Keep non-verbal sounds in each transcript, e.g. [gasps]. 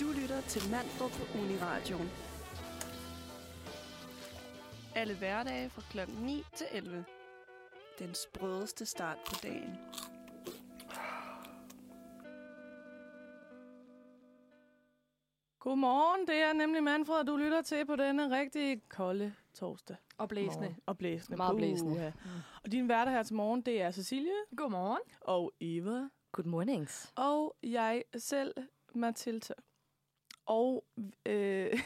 lytter til Manfred på Uniradioen. Alle hverdage fra kl. 9 til 11. Den sprødeste start på dagen. Godmorgen, det er nemlig Manfred, og du lytter til på denne rigtig kolde torsdag. Og blæsende. Morgen. Og blæsende. Meget blæsende. Puha. Og din værter her til morgen, det er Cecilie Godmorgen. og Eva Good mornings. og jeg selv, Mathilda. Og øh, [laughs]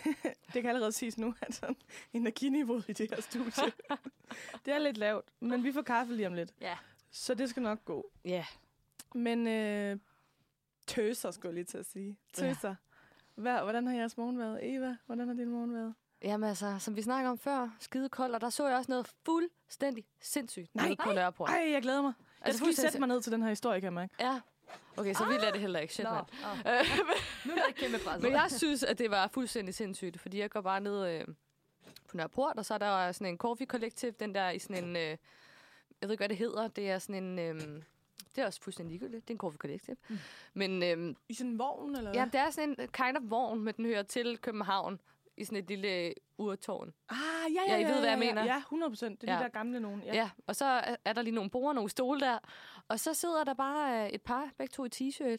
det kan allerede siges nu, at sådan, energiniveauet i det her [laughs] studie, det er lidt lavt, men vi får kaffe lige om lidt. Ja. Så det skal nok gå. Ja. Men øh, tøser, skulle jeg lige til at sige. Tøser. Hvad, hvordan har jeres morgen været? Eva, hvordan har din morgen været? Jamen altså, som vi snakker om før, skide kold, og der så jeg også noget fuldstændig sindssygt Nej. nede på Nørreport. Ej, jeg glæder mig. Jeg Altså, skal lige sætte mig fuldstændig- ned til den her historie, kan jeg mærke. Ja. Okay, så vildt er det heller ikke. Shit, mand. Øh, Nu er det kæmpe [laughs] presset. Men jeg synes, at det var fuldstændig sindssygt, fordi jeg går bare ned øh, på Nørreport, og så er der sådan en coffee collective, den der i sådan en, øh, jeg ved ikke, hvad det hedder, det er sådan en, øh, det er også fuldstændig ligegyldigt, det er en coffee collective. Mm. Men øh, I sådan en vogn, eller ja, det er sådan en øh, kind of vogn, men den hører til København i sådan et lille øh, urtårn. Ah, ja, ja, Ja, I ved, hvad jeg mener. Ja, 100 procent. Det er ja. de Ja. der gamle nogen. Ja. Ja. ja, og så er- er der lige nogle borer, nogle stole der. Og så sidder der bare øh, et par, begge to i t-shirt.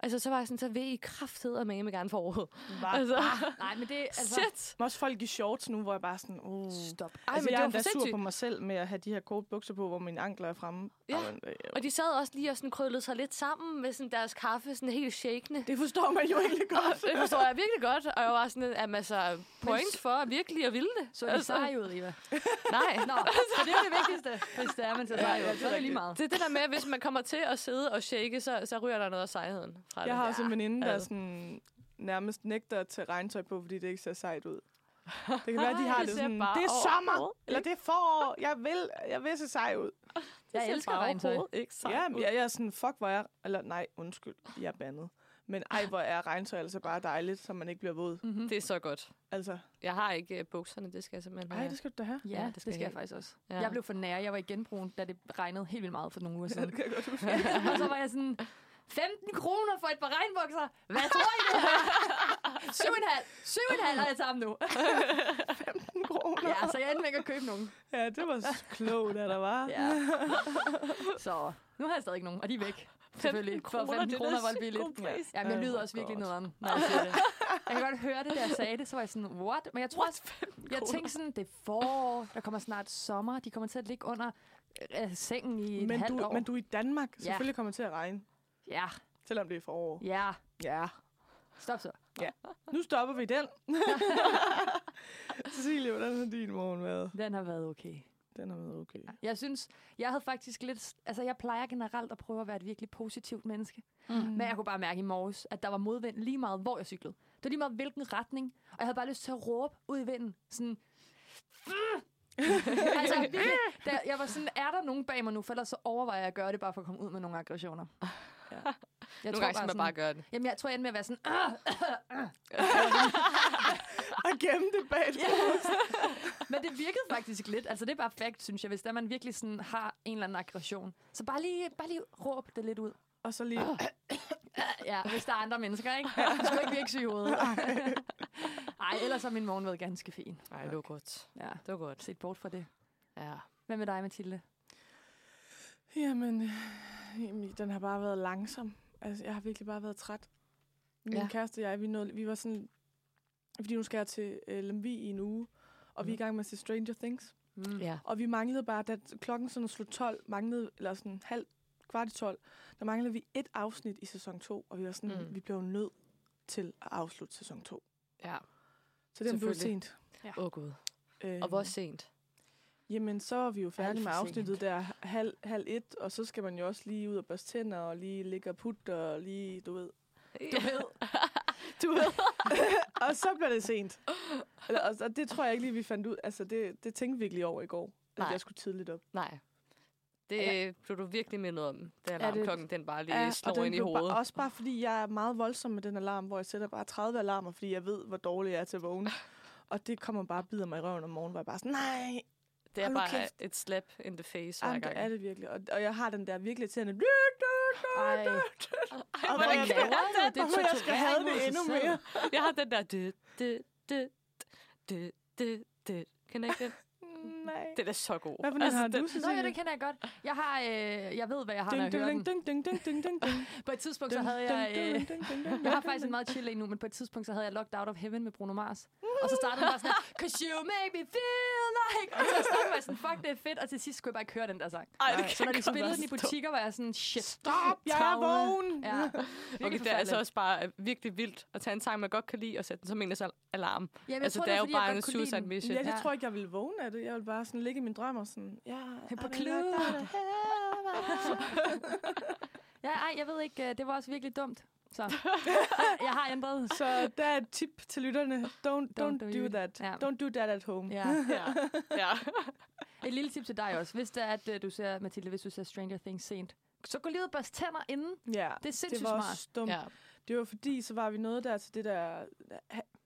Altså, så var jeg sådan, så vil I kraftedder med mig gerne for året. Var. Altså, Nej, [laughs] men det er altså... shit! Ah, Men også folk i shorts nu, hvor jeg bare sådan, oh. Ej, Stop. Ej, altså, men jeg er det endda var for sur på sindssygt. mig selv med at have de her korte bukser på, hvor mine ankler er fremme. Ja. Ej, men, øh, Og de sad også lige og sådan krøllede sig lidt sammen med sådan deres kaffe, sådan helt shakende. Det forstår man [laughs] jo egentlig godt. Det forstår jeg virkelig godt, og jeg var sådan, at jamen, altså, points for at virkelig at ville det. Så er de altså, seje ud, Eva. Nej, Nå, [laughs] så det er jo det vigtigste, hvis det er, man ser sej ud. Så er det lige [laughs] meget. det er det der med, at hvis man kommer til at sidde og shake, så, så ryger der noget af sejheden fra det. Jeg har også en veninde, der altså. sådan, nærmest nægter at tage regntøj på, fordi det ikke ser sejt ud. Det kan være, de har det det ser sådan, bare det er sommer, overhovedet eller det er forår, jeg vil, jeg vil se sej ud. Jeg ser elsker bare regntøj. overhovedet Ikke sej Ja, ud. men jeg, jeg er sådan, fuck, hvor er... Eller nej, undskyld, jeg er bandet. Men ej, hvor er regntøj altså bare dejligt, så man ikke bliver våd. Mm. Det er så godt. Altså, Jeg har ikke uh, bukserne, det skal jeg simpelthen ej, det skal du da have. Ja, det skal, jeg faktisk også. Ja. Jeg blev for nær. Jeg var i genbrugen, da det regnede helt vildt meget for nogle uger siden. Det kan jeg godt huske. [laughs] og så var jeg sådan, 15 kroner for et par regnbukser. Hvad tror I det er? 7,5. 7,5 har jeg sammen nu. kroner. Ja, så jeg endte med ikke at købe nogen. Ja, det var s- klogt, at der var. Ja. Så nu har jeg stadig ikke nogen, og de er væk. Selvfølgelig. For kroner, 15 det er kroner da var det sygt god billigt. pris. Ja, men jeg Oh lyder my også virkelig God. nederen, når jeg siger det. Jeg kan godt høre det, da jeg sagde det, så var jeg sådan, what? Men jeg tror også, jeg tænkte sådan, det er forår, der kommer snart sommer, de kommer til at ligge under øh, sengen i et Men halvt du, år. men du er i Danmark. Ja. Selvfølgelig kommer det til at regne, Ja, selvom det er forår. ja. Ja. Stop så. Nu stopper vi den. [laughs] Cecilie, hvordan har din morgen været? Den har været okay. Den har været okay. Jeg synes, jeg havde faktisk lidt... Altså, jeg plejer generelt at prøve at være et virkelig positivt menneske. Mm. Men jeg kunne bare mærke i morges, at der var modvind lige meget, hvor jeg cyklede. Det var lige meget, hvilken retning. Og jeg havde bare lyst til at råbe ud i vinden. Sådan... Mm. [laughs] altså, virkelig, der, jeg var sådan, er der nogen bag mig nu? For ellers så overvejer jeg at gøre det, bare for at komme ud med nogle aggressioner. [laughs] Ja. Jeg Nogle gange skal man bare gøre det. Jamen, jeg tror, jeg endte med at være sådan... "Ah!" Og gemme det bag et Men det virkede faktisk lidt. Altså, det er bare fact, synes jeg. Hvis der man virkelig sådan har en eller anden aggression. Så bare lige, bare lige råb det lidt ud. Og så lige... Ja, hvis der er andre mennesker, ikke? Du skal ikke virke syg i hovedet. Ej, ellers har min morgen været ganske fin. Nej, det var godt. Ja, Det var godt. set bort fra det. Ja. Hvad med dig, Mathilde? Jamen, øh, jamen, den har bare været langsom. Altså, jeg har virkelig bare været træt. Min ja. Ja. kæreste og jeg, vi, nåede, vi var sådan... Fordi nu skal jeg til øh, Lemvig i en uge, og Mhm. mm. vi er i gang med at se Stranger Things. Mm. ja. Og vi manglede bare, da klokken sådan slog 12, manglede, eller sådan halv, kvart i 12, der manglede vi et afsnit i sæson 2, og vi var sådan, mm. Mm. vi blev nødt til at afslutte sæson 2. Ja. Så den blev Selvfølgelig. sent. Åh, oh, Gud. Øh, Og hvor sent? Jamen, så er vi jo Alt færdige for med sent. afsnittet der halv, halv et, og så skal man jo også lige ud og børste tænder, og lige ligge og putte, og lige, du ved. Du ved. Du ved. [laughs] og så bliver det sent. Eller, og, og det tror jeg ikke lige, vi fandt ud. Altså, det, det tænkte vi ikke lige over i går, at Nej. jeg skulle tidligt op. Nej. Det ja. blev du virkelig mindet om, da alarmklokken den bare lige ja, og slår den ind i blev hovedet. Bare, også bare fordi, jeg er meget voldsom med den alarm, hvor jeg sætter bare 30 alarmer, fordi jeg ved, hvor dårlig jeg er til at vågne. Og det kommer bare og bider mig i røven om morgenen, hvor jeg bare sådan, nej, det er Hold nu bare kæft. et slap in the face hver jamen, det gang. er det virkelig. Og, og jeg har den der virkelig til at Ej, Ej, Og hvor er hvordan det kæft. laver Det er Hvorfor jeg skal torturering have det mod sig endnu selv. mere? Jeg har den der... Det, det, det, det, det, det. Kan jeg [laughs] ikke den? Nej. Den er så god. Hvad for altså, har du, Nå, ja, Cecilie? det kender jeg godt. Jeg har, øh, jeg ved, hvad jeg har, når jeg Ding, hører ding, den. ding, ding, ding, ding, ding, ding. På et tidspunkt, [laughs] så havde jeg... Øh, jeg har faktisk en meget chill en nu, men på et tidspunkt, så havde jeg Locked Out of Heaven med Bruno Mars. Og så startede den bare sådan her, Cause you make me feel like... Og så startede jeg sådan, fuck, det er fedt. Og til sidst kunne jeg bare ikke høre den der sang. Ej, det så når de godt spillede den i forstå. butikker, var jeg sådan, shit. Stop, jeg er Travle. vågen. Ja, Okay, det er altså også bare øh, virkelig vildt at tage en sang, man godt kan lide, og sætte den som en af sal- alarm. Jamen, altså, det er jo bare en suicide mission. Ja, jeg Ja. tror ikke, jeg ville vågne af det. Jeg ville bare sådan ligge i min drøm og sådan, ja, Hen på I will klud. lock down the Ja, ej, jeg ved ikke, øh, det var også virkelig dumt. [laughs] Så jeg har ændret. Så der er et tip til lytterne. Don't, don't, do do, you. that. Ja. Don't do that at home. Ja. Ja. [laughs] ja. Et lille tip til dig også. Hvis det er, at øh, du ser, Mathilde, hvis du ser Stranger Things sent, så gå lige ud og børste tænder inden. Ja. Det er Det sindssygt var også smart. dumt. ja. Det var fordi, så var vi nået der til det der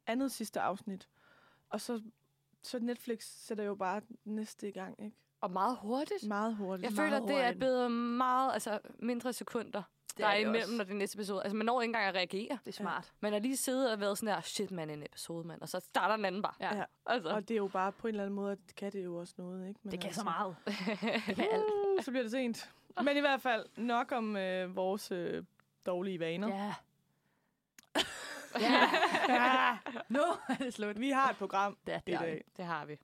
andet sidste afsnit. Og så, så Netflix sætter jo bare den næste i gang, ikke? Og meget hurtigt. Meget hurtigt. Jeg Meget føler, det er hurtigt. blevet meget, altså mindre sekunder, der er, det imellem, også. når det er næste episode. Altså, man når ikke engang at reagere. Det er smart. Man har lige siddet og været sådan der, shit, man, en episode, mand. Og så starter den anden bare. Ja. Ja. ja. Altså. Og det er jo bare på en eller anden måde, at det kan det jo også noget, ikke? Men Det kan altså, så [laughs] meget. Det kan alt. Uh, så bliver det sent. Men i hvert fald nok om øh, vores øh, dårlige vaner. Ja. ja. [laughs] Ja. [laughs] Nu er det slut. Vi har et program Det er i dag. det. Det har vi.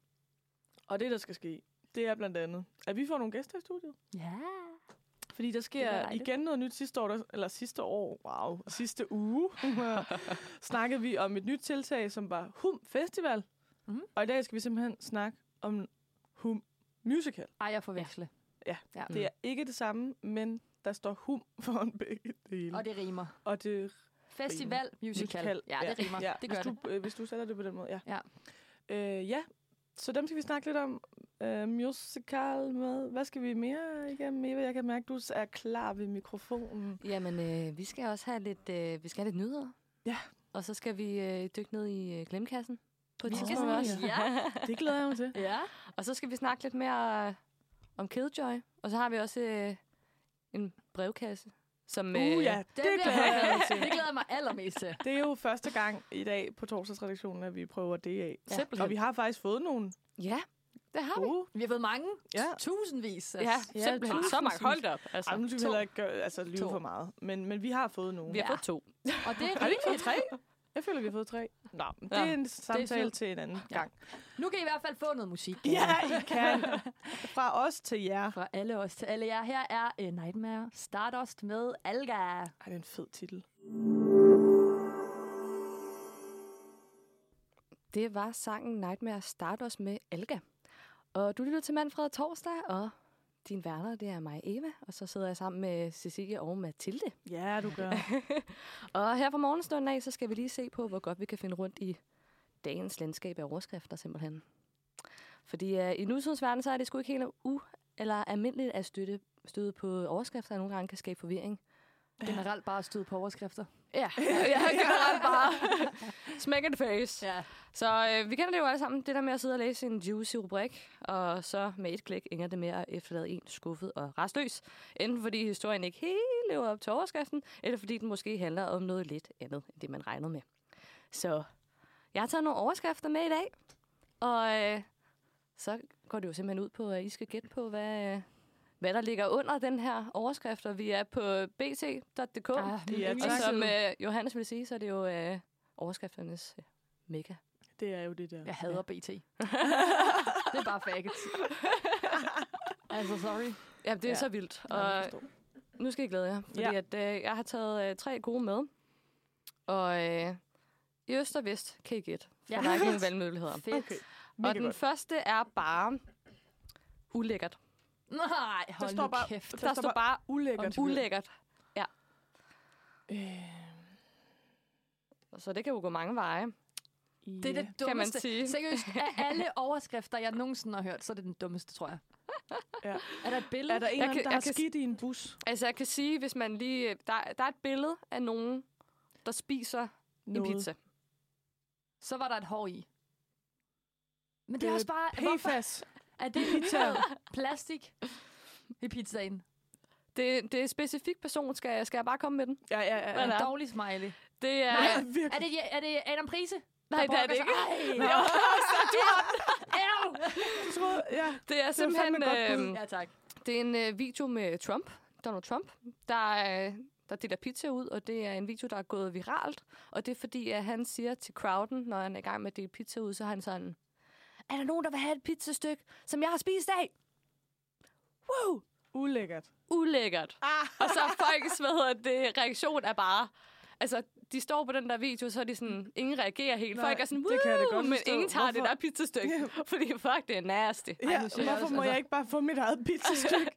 Og det, der skal ske, det er blandt andet, at vi får nogle gæster i studiet. Ja. Fordi der bliver sker dejligt. igen noget nyt sidste år, der, eller sidste år, wow, sidste uge, [laughs] snakkede vi om et nyt tiltag, som var HUM Festival. Mhm. Mm. Og i dag skal vi simpelthen snakke om HUM Musical. Ej, jeg forveksle. Mm. Det er ikke det samme, men der står HUM [laughs] foran begge dele. Og det rimer. og det er Festival musical. musical. Ja, det rimer. Ja. Det gør hvis det. Du, øh, hvis du sætter det på den måde, ja. Ja. Øh, ja, så dem skal vi snakke lidt om. Øh, musical med. Hvad skal vi mere igennem, Eva? Jeg kan mærke, du er klar ved mikrofonen. Jamen, øh, vi skal også have lidt, øh, vi skal have lidt nyheder. Ja. Og så skal vi øh, dykke ned i øh, glemmekassen på et Nå, tidspunkt også. ja. [laughs] Det glæder jeg mig [laughs] til. Ja. Og så skal vi snakke lidt mere øh, om Killjoy. Og så har vi også øh, en brevkasse, som... øh, Uh, ja, det, Det, det glæder jeg mig til. det glæder jeg mig allermest til. Det er jo første gang i dag på torsdagsredaktionen, at vi prøver det af. Ja. Simpelthen. Og vi har faktisk fået nogle ja, det har vi. gode. Vi har fået mange. Ja. Tusindvis. Ja, Ja, simpelthen. Så mange. tusindvis. Hold da op. Altså. Ej, nu skal vi to. heller ikke gøre, altså, lyve To. for meget. Men, men vi har fået nogle. Vi har Ja. fået to. Og det er Har vi ikke fået rimeligt. tre? Jeg føler, vi har fået tre. Nå, men det Ja. er en samtale sådan- til en anden Ja. gang. Nu kan I i hvert fald få noget musik. Ja, I kan. Fra os til jer. Fra alle os til alle jer. Her er uh, Nightmare Stardust med Alga. Ej, det er en fed titel. Det var sangen Nightmare Stardust med Alga. Og du lytter til Manfred Torsdag, og din værter, det er mig, Eva. Og så sidder jeg sammen med Cecilie og Mathilde. Ja, du gør. Og her fra morgenstunden af, så skal vi lige se på, hvor godt vi kan finde rundt i dagens landskab af overskrifter simpelthen. Fordi uh, i nutidens verden, så er det sgu ikke helt u- eller almindeligt at støtte, støde på overskrifter, der nogle gange kan skabe forvirring. Generelt bare stød på overskrifter. [laughs] Ja, jeg kan generelt bare smack in the face. Ja. Så øh, vi kender det jo alle sammen, det der med at sidde og læse en juicy rubrik, og så med et klik ender det med at efterlade en skuffet og restløs. Enten fordi historien ikke helt lever op til overskriften, eller fordi den måske handler om noget lidt andet, end det man regnede med. Så jeg har taget nogle overskrifter med i dag, og øh, så går det jo simpelthen ud på, at I skal gætte på, hvad, øh, hvad der ligger under den her overskrift, og vi er på bt.dk. Ah, min Ja, Og tak. som øh, Johannes ville sige, så er det jo øh, overskrifternes øh, mega. [laughs] Det er jo det der. Jeg hader BT. det er bare faggot. altså, sorry. Ja, det Ja. er ja. så vildt. Nå, man Og forstår. nu skal I glæde jer, fordi Ja. ja. at, øh, jeg har taget øh, tre gode med. Og øh, i øst og vest kan I gætte, for Ja. ja. der er [laughs] ikke nogen valgmuligheder. Fedt. Okay. Og Mega den godt. første er bare ulækkert. Nej, hold står nu bare- kæft. Der, der står bare ulækkert. ulækkert. Øh, Så det kan jo gå mange veje. Det øh, er det dummeste. Kan man sige. [laughs] Seriøst, af alle overskrifter, jeg nogensinde har hørt, så er det den dummeste, tror jeg. Ja. Er der et billede? Er der en, eller Jeg anden, kan- der jeg har kan- skidt i en bus? Altså, jeg kan sige, hvis man lige... øh, Der, der er et billede af nogen, der spiser en pizza. Så var der et hår i. Men det, er Øh, også bare... hvorfor PFAS. Er det Pizza. plastik i pizzaen? Det, det er specifik person. Skal, jeg- skal jeg bare komme med den? Ja, ja, ja. Hvad En er- dårlig smiley. Det er... Nej, Ja, Er virkelig. det, er det Adam Prise? Nej, det er det ikke. Ej, [laughs] Au! Du troede, ja. Det er Det er simpelthen... fandme godt bud. øhm, Ja, tak. Det er en øh, video med Trump, Donald Trump, der, øh, der deler pizza ud, og det er en video, der er gået viralt. Og det er fordi, at han siger til crowden, når han er i gang med at dele pizza ud, så er han sådan, er der nogen, der vil have et pizzastykke, som jeg har spist af? Wow! Ulækkert. Ulækkert. Ah. Og så er folks, hvad hedder det, reaktion er bare... Altså, de står på den der video, så er de sådan, ingen reagerer helt. Nej, Folk er sådan, det kan jeg da "Woo!" godt men forstå. ingen tager det Hvorfor? der pizzastykke. [laughs] Ja. Fordi fuck, det er nasty. Ja, nu siger jeg hvorfor også, må altså- jeg ikke bare få mit eget pizzastykke?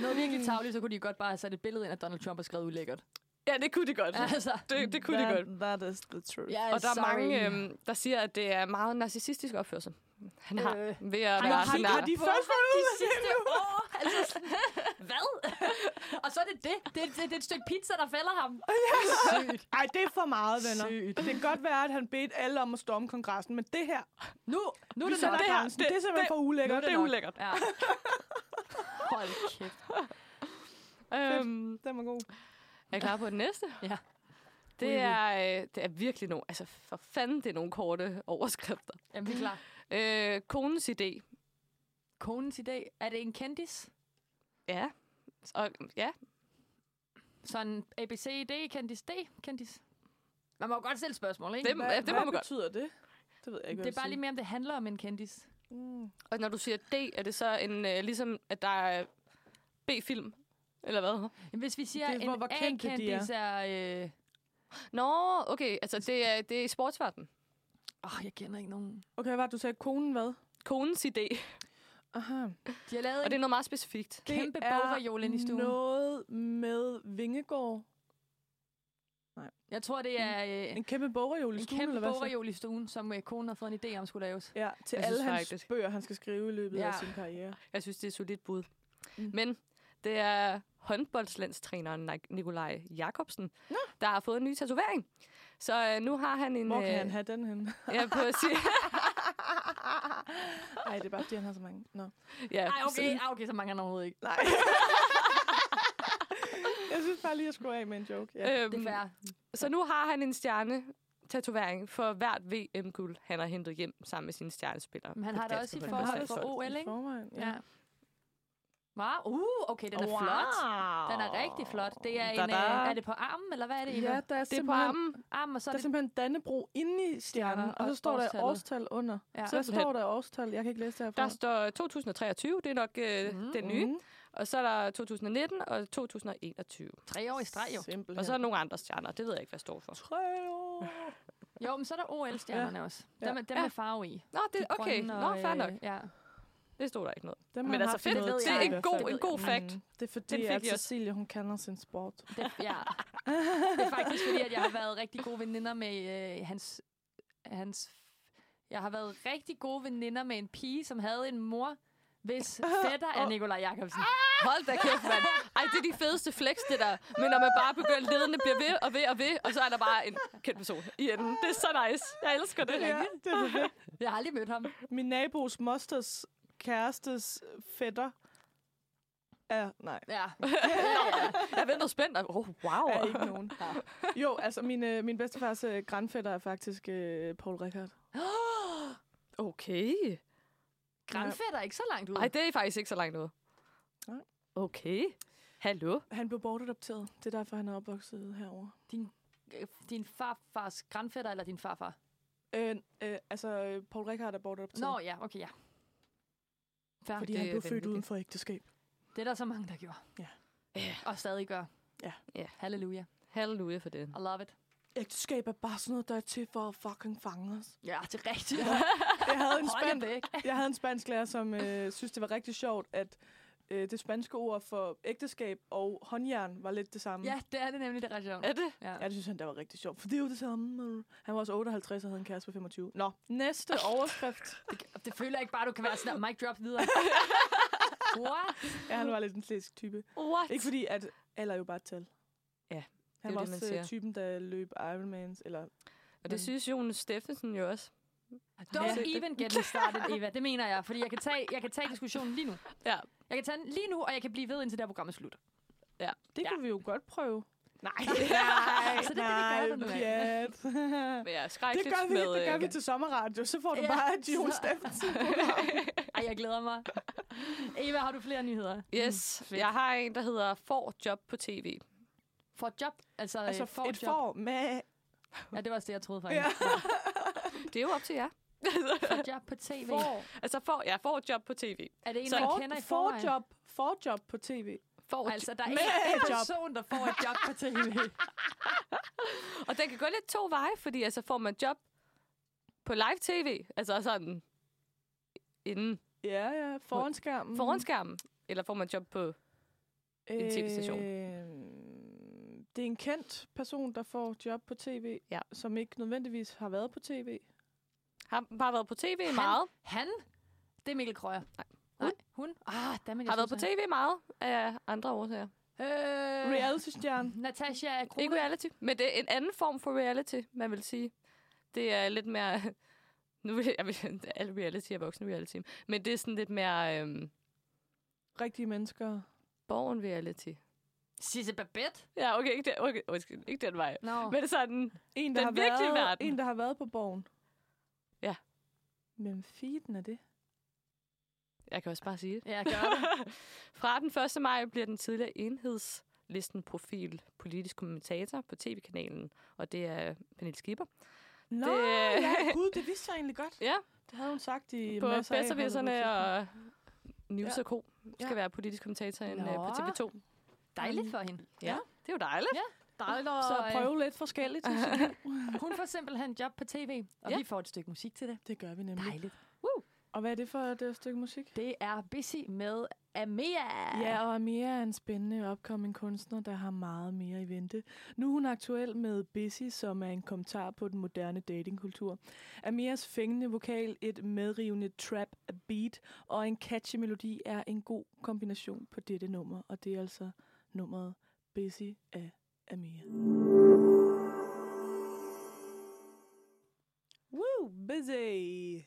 Noget virkelig tavligt, så kunne de godt bare have sat et billede ind, at Donald Trump har skrevet ulækkert. Ja, det kunne de godt. Altså, Det, det kunne de godt. That is the truth. ja, Og der er sorry. mange, øhm, der siger, at det er meget narcissistisk opførsel. Han har Øh, øh, ved at han være har- sådan Har der. de først fået ud de af det sidste nu? år. Altså, [laughs] hvad? [laughs] og så er det det. Det, det. det er et stykke pizza, der fælder ham. Sygt. Ej, det er for meget, venner. Sygt. Det kan godt være, at han bedte alle om at storme kongressen, men det her, Nu, nu er det så nok. det, her, det, det er simpelthen for Nu ulækkert. nok. ulækkert. Ja. [laughs] Hold kæft. Øhm, Den var god. er I klar på det næste? Ja. Det er, øh, det er virkelig nogle, altså for fanden, det er nogle korte overskrifter. Jamen, vi er klar. Øh, konens idé. Konens idé. Er det en kendis? Ja. Og, ja, Sådan ABCD, kendis D, kendis? Man må jo godt stille spørgsmål, ikke? det, ja, det må man godt. betyder det? Det ved jeg ikke, det er bare lige mere, om det handler om en kendis. Mm. Og når du siger D, er det så en, øh, ligesom, at der er B-film? Eller hvad? Jamen, hvis vi siger, Det er, at en hvor- hvor kendte de A-kendis er... Åh, øh... Nå, okay, altså det er, det er i sportsverdenen. oh, jeg kender ikke nogen. Okay, hvad var det, du sagde? Konen hvad? Konens idé. Aha. De har lavet Og det er en noget meget specifikt. kæmpe er bovrejol ind i stuen. noget med Vingegård. Jeg tror, det er øh, En kæmpe bogrejol i en stuen, kæmpe eller hvad så? bovrejol i stuen, som øh, konen har fået en idé om skulle laves. Ja, til Jeg alle synes hans faktisk- bøger, han skal skrive i løbet Ja. af sin karriere. Jeg synes, det er et solidt bud. Mm. Mm. Men det er håndboldslandstræneren Ni- Nikolaj Jakobsen, Nå. der har fået en ny tatovering. Så øh, nu har han en... Hvor kan øh, han have den henne? Ja, på at sige, Nej, det er bare, fordi han har så mange. Nå. ja, Ej, okay, så- ej, okay, så mange er der overhovedet ikke. Nej. [laughs] jeg synes bare lige, at skulle af med en joke. Ja. øhm, Det er fair. så nu har han en stjerne tatovering for hvert VM-guld, han har hentet hjem sammen med sine stjernespillere. Men han på har det det danske også i håndboldlandshold. forhold for OL, I ikke? forvejen, Ja. Wow, uh, okay, den er Wow. flot. Den er rigtig flot. Det er, en, Da-da. øh, er det på armen, eller hvad er det? Eva? Ja, der er, Det er simpelthen, på armen. Armen, og så der er er det... simpelthen Dannebro inde i stjernen, Stjerner og så og står der et årstallet. årstal under. Ja. Ja. Så Simpelthen. står der et årstal. Jeg kan ikke læse det herfra. Der står 2023, det er nok øh, mm. den nye. Mm. Og så er der 2019 og 2021. Tre år i streg, jo. Simpelthen. Og så er der nogle andre stjerner, det ved jeg ikke, hvad jeg står for. tre år. Jo, men så er der OL-stjernerne også. Ja. Dem, er- dem Ja. er farve i. Nå, det, De okay. grønne Nå, og, fair øh, nok. Ja. Det stod der ikke noget. [laughs] Dem har Men han altså haft fedt, i Det noget ved det er jeg tid i en hvert god, fald. en god Mm. fact. Det er Den fordi, fik at jeg også. Cecilie, hun kender sin sport. Det, ja. det er faktisk fordi, at jeg har været rigtig gode veninder med øh, hans... hans jeg har været rigtig gode veninder med en pige, som havde en mor, hvis fætter er Nikolaj Jacobsen. Hold da kæft, mand. Ej, det er de fedeste flex, det der. Men når man bare begynder, ledende bliver ved og ved og ved, og så er der bare en kendt person i enden. Det er så nice. Jeg elsker det. Ja, det er perfekt. [laughs] Jeg har aldrig mødt ham. Min nabos mosters kærestes fætter er... Nej. Ja. Jeg venter spændt. og- Oh, wow. Er ikke nogen. Ja. Jo, altså min, øh, min bedstefars øh, grandfætter er faktisk øh, Paul Rickard. [gasps] Okay. Grandfætter er ikke så langt ud. Ej, det er faktisk ikke så langt noget. Nej. Okay. Hallo. Han blev bortadopteret. Det er derfor, han er opvokset herover. Øh, Din farfars grandfætter eller din farfar? Øh, øh, altså, øh, Paul Rickard er bortadopteret. Nå ja, okay ja. Fair. fordi det han er blev født vanvittigt. uden for ægteskab. Det er der så mange, der gjorde. Ja. Ja. Og stadig gør. Ja. Ja. Halleluja. Halleluja for det. I love it. Ægteskab er bare sådan noget, der er til for at fucking fange os. Ja, det er [laughs] rigtigt. Jeg havde en, Hold span- jer væk. jeg havde en spansk lærer, som øh, synes, det var rigtig sjovt, at øh, det spanske ord for ægteskab og håndjern var lidt det samme. Ja, det er det nemlig, det er ret sjovt. Er det? Ja, det synes han, der var rigtig sjovt, for det er jo det samme. Han var også 58 og havde en kæreste på 25. Nå, [laughs] næste overskrift. Det, det føler jeg ikke bare, du kan være sådan der, mic drop videre. What? Ja, han var lidt en slæsk type. What? Ikke fordi, at alder er jo bare et tal. Ja, Han jo var det, også man øh, siger. typen, der løb Ironmans, eller Og det synes Jonas Steffensen jo også. Don't Ja. even get me started, Eva. Det mener jeg, fordi jeg kan tage, jeg kan tage diskussionen lige nu. Ja. Jeg kan tage den lige nu, og jeg kan blive ved, indtil det her program er slut. Ja. Det Ja. kunne vi jo godt prøve. [laughs] Nej, [laughs] Nej, så det kan vi nej, gøre for nu af. pjat. Men jeg er skræk det lidt gør vi, med... det gør øh, vi til sommerradio. Så får du Ja, bare et så- Jon [laughs] Steffensen. Ej, jeg glæder mig. Eva, har du flere nyheder? Yes, jeg har en, der hedder Får job på tv. For et job? Altså, Altså altså for et et job? får med... Ja, det var også det, jeg troede faktisk. Ja. Ja. Det er jo op til jer. For et job på tv. Får. Altså, får, jeg får job på tv. Er det en, Så- man For, kender i forvejen? forjob, forjob på tv. Får Altså, der er Med en et job. person, der får et job på tv. [laughs] Og den kan gå lidt to veje, fordi altså, får man job på live tv, altså sådan inden Ja, ja, foran Mhm. skærmen. foran skærmen, eller får man job på... en tv-station. Øh, det er en kendt person, der får job på tv, Ja. som ikke nødvendigvis har været på tv. Har bare været på tv Han- meget. Han? Det er Mikkel Krøyer. Nej. Nej, hun? Ah, dammit, jeg Har været på synes, tv meget af andre årsager. han- Øh, Reality-stjerne. Natasha Krone. Ikke reality, men det er en anden form for reality, man vil sige. Det er lidt mere... [laughs] Nu vil jeg... vil- [laughs] Al reality er voksen reality. Men det er sådan lidt mere... Øhm, Rigtige mennesker. borgen reality. Sisse Babette. Ja, okay, ikke, der, okay, undskyld, ikke den vej. Nå. Men sådan, En, der Den har virkelige været, verden. En, der har været på borgen. Ja. Men feeden er det? jeg kan også bare sige det. Ja, gør det. Fra den 1. maj bliver den tidligere enhedslisten profil politisk kommentator på tv-kanalen, og det er Pernille Skipper. Nå, Det- ja, gud, det vidste jeg egentlig godt. Ja, Det havde hun sagt i på masser af Bedservisserne holdet på og News Ja. ja. Co. skal Ja. være politisk kommentator øh, Nå. på TV2. Dejligt for hende. Ja, det er jo dejligt. tidspunkt. Dejligt at øh, [laughs] Så prøve lidt forskelligt. Hun får simpelthen job på tv, og Ja. vi får et stykke musik til det. det gør vi nemlig. Dejligt. Og hvad er det for et øh, stykke musik? Det er Busy med Amea. Ja, og Amia er en spændende opkommende kunstner, der har meget mere i vente. Nu er hun aktuel med Busy, som er en kommentar på den moderne datingkultur. Amias fængende vokal, et medrivende trap beat og en catchy melodi er en god kombination på dette nummer. Og det er altså nummeret Busy af Amia. Woo, busy!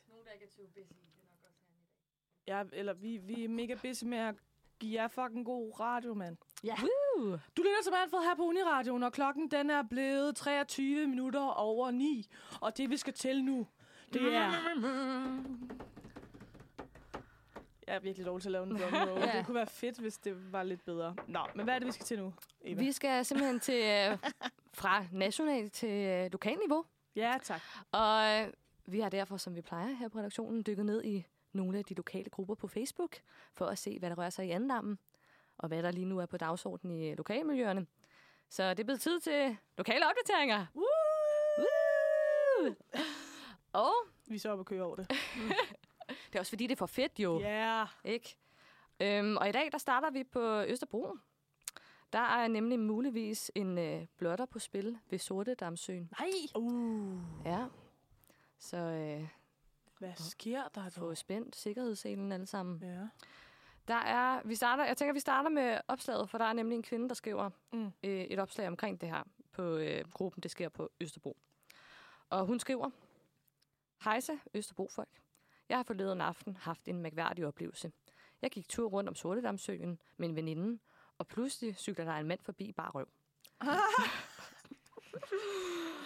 Ja, eller vi, vi er mega busy med at give jer fucking god radio, mand. Ja. Woo! Du lytter til Manfred her på Uniradioen, og klokken den er blevet 23 minutter over 9. Og det, vi skal til nu, det er... Jeg er virkelig dårlig til at lave en drum ja. Ja. Det kunne være fedt, hvis det var lidt bedre. Nå, men hvad er det, vi skal til nu, Eva? Vi skal simpelthen til øh, fra national til øh, lokalniveau. Ja, tak. Og øh, vi har derfor, som vi plejer her på redaktionen, dykket ned i nogle af de lokale grupper på Facebook, for at se, hvad der rører sig i andendammen, og hvad der lige nu er på dagsordenen i øh, lokalmiljøerne. Så det er blevet tid til lokale opdateringer. Woo! Woo! Og Vi er så oppe og køre over det. det er også fordi, det er for fedt jo, Ja. Yeah. ikke? Øhm, og i dag, der starter vi på Østerbro. Der er nemlig muligvis en øh, blotter på spil ved Sorte Damsøen. Nej. Uh, Ja. Så øh, hvad sker der dog? få spændt sikkerhedsselen alle sammen. Ja. Der er, vi starter, jeg tænker, vi starter med opslaget, for der er nemlig en kvinde, der skriver Mm. mm. øh, et opslag omkring det her på øh, gruppen, det sker på Østerbro. Og hun skriver, Hejsa, Østerbrofolk. Jeg har forleden aften haft en mærkværdig oplevelse. Jeg gik tur rundt om Sortedamsøen med en veninde, og pludselig cykler der en mand forbi bare [laughs] røv.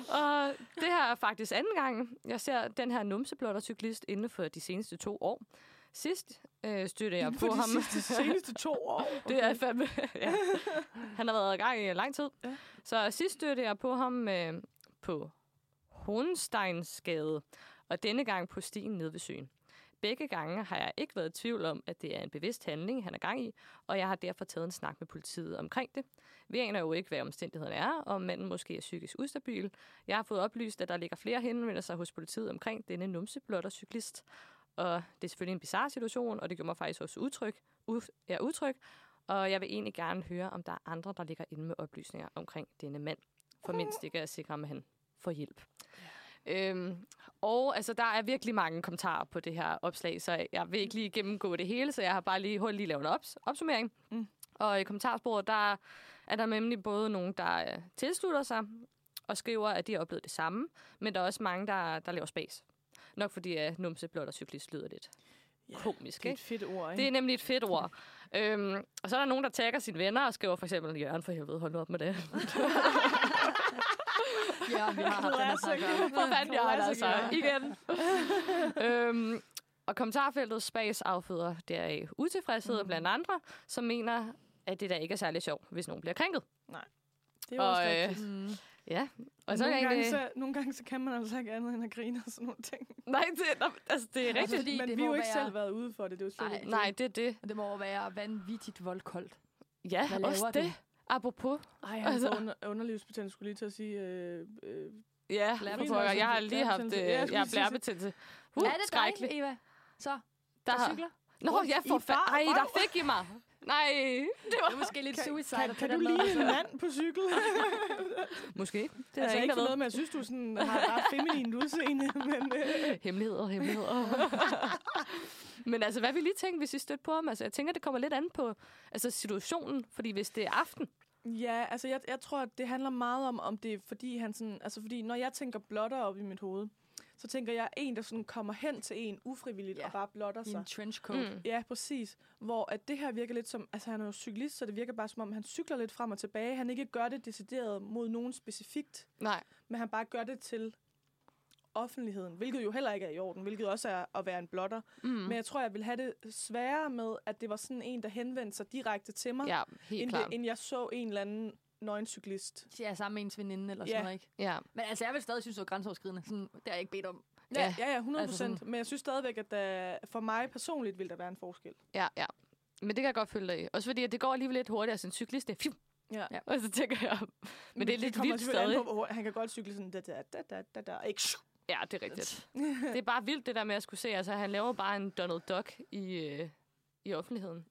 og det her er faktisk anden gang, jeg ser den her numseblotter cyklist inden for de seneste to år. Sidst øh, støttede jeg For på de ham. sidste, seneste to år. [laughs] Det er fandme... ja. Han har været i gang i lang tid. Ja. Ja. Så sidst stødte jeg på ham øh, på Hornsteinsgade, og denne gang på stien nede ved søen. Begge gange har jeg ikke været i tvivl om, at det er en bevidst handling, han er gang i, og jeg har derfor taget en snak med politiet omkring det. Vi aner jo ikke, hvad omstændighederne er, og om manden måske er psykisk ustabil. Jeg har fået oplyst, at der ligger flere henvendelser hos politiet omkring denne numseblotter cyklist, og det er selvfølgelig en bizarre situation, og det gjorde mig faktisk også utryg, u- ja, utryg, og jeg vil egentlig gerne høre, om der er andre, der ligger inde med oplysninger omkring denne mand. For Uhuh. mindst ikke er sikre, at han får hjælp. Øhm, og altså, der er virkelig mange kommentarer på det her opslag, så jeg vil ikke lige gennemgå det hele, så jeg har bare lige hurtigt lige lavet en ops- opsummering. Mm. Mm. Og i kommentarsporet, der er der nemlig både nogen, der øh, tilslutter sig og skriver, at de har oplevet det samme, men der er også mange, der, der laver spas. Nok fordi at numse, blot og cyklist lyder lidt Ja, komisk, Det er ikke? et fedt ord, ikke? Det er nemlig et fedt ord. Øhm, og så er der nogen, der tagger sine venner og skriver for eksempel, Jørgen for helvede, hold nu op med det. Ja, vi har haft den her snak om. For fanden, jeg har det altså. Ja. [laughs] Igen. øhm, og kommentarfeltet spas afføder deraf utilfredshed mm. blandt andre, som mener, at det der ikke er særlig sjovt, hvis nogen bliver krænket. det er jo også og, øh, rigtigt. Mm. Ja, og Og så så nogle, er gange, det... så, nogle gange så kan man altså ikke andet end at grine og sådan nogle ting. [laughs] Nej, det, der, altså, det er Altså, rigtigt. fordi Men det vi har må jo ikke være, selv været ude for det. Det er jo slet Nej. ikke. Nej, det er det. Det må jo være vanvittigt voldkoldt. Ja, Hvad også laver det. det? Apropos. Ej, han Altså. altså. under, underlivsbetændelse skulle lige til at sige. Øh, øh, Ja, Blærebetændelse. for pokker. Jeg har lige haft Blærebetændelse. Ja, jeg øh, skulle jeg har lige til at sige- blærebetændelse. Uh, er det skrækkeligt. dig, Eva? Så, Der der har- cykler? Nå, Rundt jeg i får fa- bar- Ej, der røv. fik I mig. Nej, det var Det er måske lidt Kan- suicide. kan, på kan den du måde. lide en mand på [laughs] cykel? Måske. Det er altså altså ikke ingen, for der noget med, at jeg synes, du sådan, har et ret feminint udseende, [laughs] men... Øh, ved. Hemmeligheder, hemmeligheder. [laughs] Men altså, hvad vi lige tænke, hvis I stødte på ham? Altså, jeg tænker, det kommer lidt an på altså, situationen. Fordi hvis det er aften, Ja, altså jeg, jeg tror, at det handler meget om, om det er fordi han sådan... Altså fordi når jeg tænker blotter op i mit hoved, så tænker jeg en, der sådan kommer hen til en ufrivilligt Ja. og bare blotter I sig. en trenchcoat. Mm. mm. Ja, præcis. Hvor at det her virker lidt som... Altså han er jo cyklist, så det virker bare som om, han cykler lidt frem og tilbage. Han ikke gør det decideret mod nogen specifikt, nej, men han bare gør det til offentligheden, hvilket jo heller ikke er i orden, hvilket også er at være en blotter. mm. Men jeg tror, jeg ville have det sværere med, at det var sådan en, der henvendte sig direkte til mig, ja, helt end, det, klart. end jeg så en eller anden nøgencyklist. Ja, sammen med ens veninde eller sådan Ja. noget, ikke? Ja, Men altså, jeg vil stadig synes, det var grænseoverskridende. Sådan, det har jeg ikke bedt om. Ja. Ja, ja, ja 100 Altså procent. sådan- Altså men jeg synes stadigvæk, at der, for mig personligt vil der være en forskel. ja, ja. Men det kan jeg godt følge dig i. Også fordi, at det går alligevel lidt hurtigere, sådan en cyklist, det er fiu, Ja. Ja. og så tænker jeg, men, men det er lidt kommer vildt selvfølgelig an stadig. På, hvor, han kan godt cykle sådan, da, da, da, da, da, da, ikke shoo. Ja, det er [laughs] rigtigt. det er bare vildt, det der med at skulle se. Altså, han laver bare en Donald Duck i, øh, i offentligheden.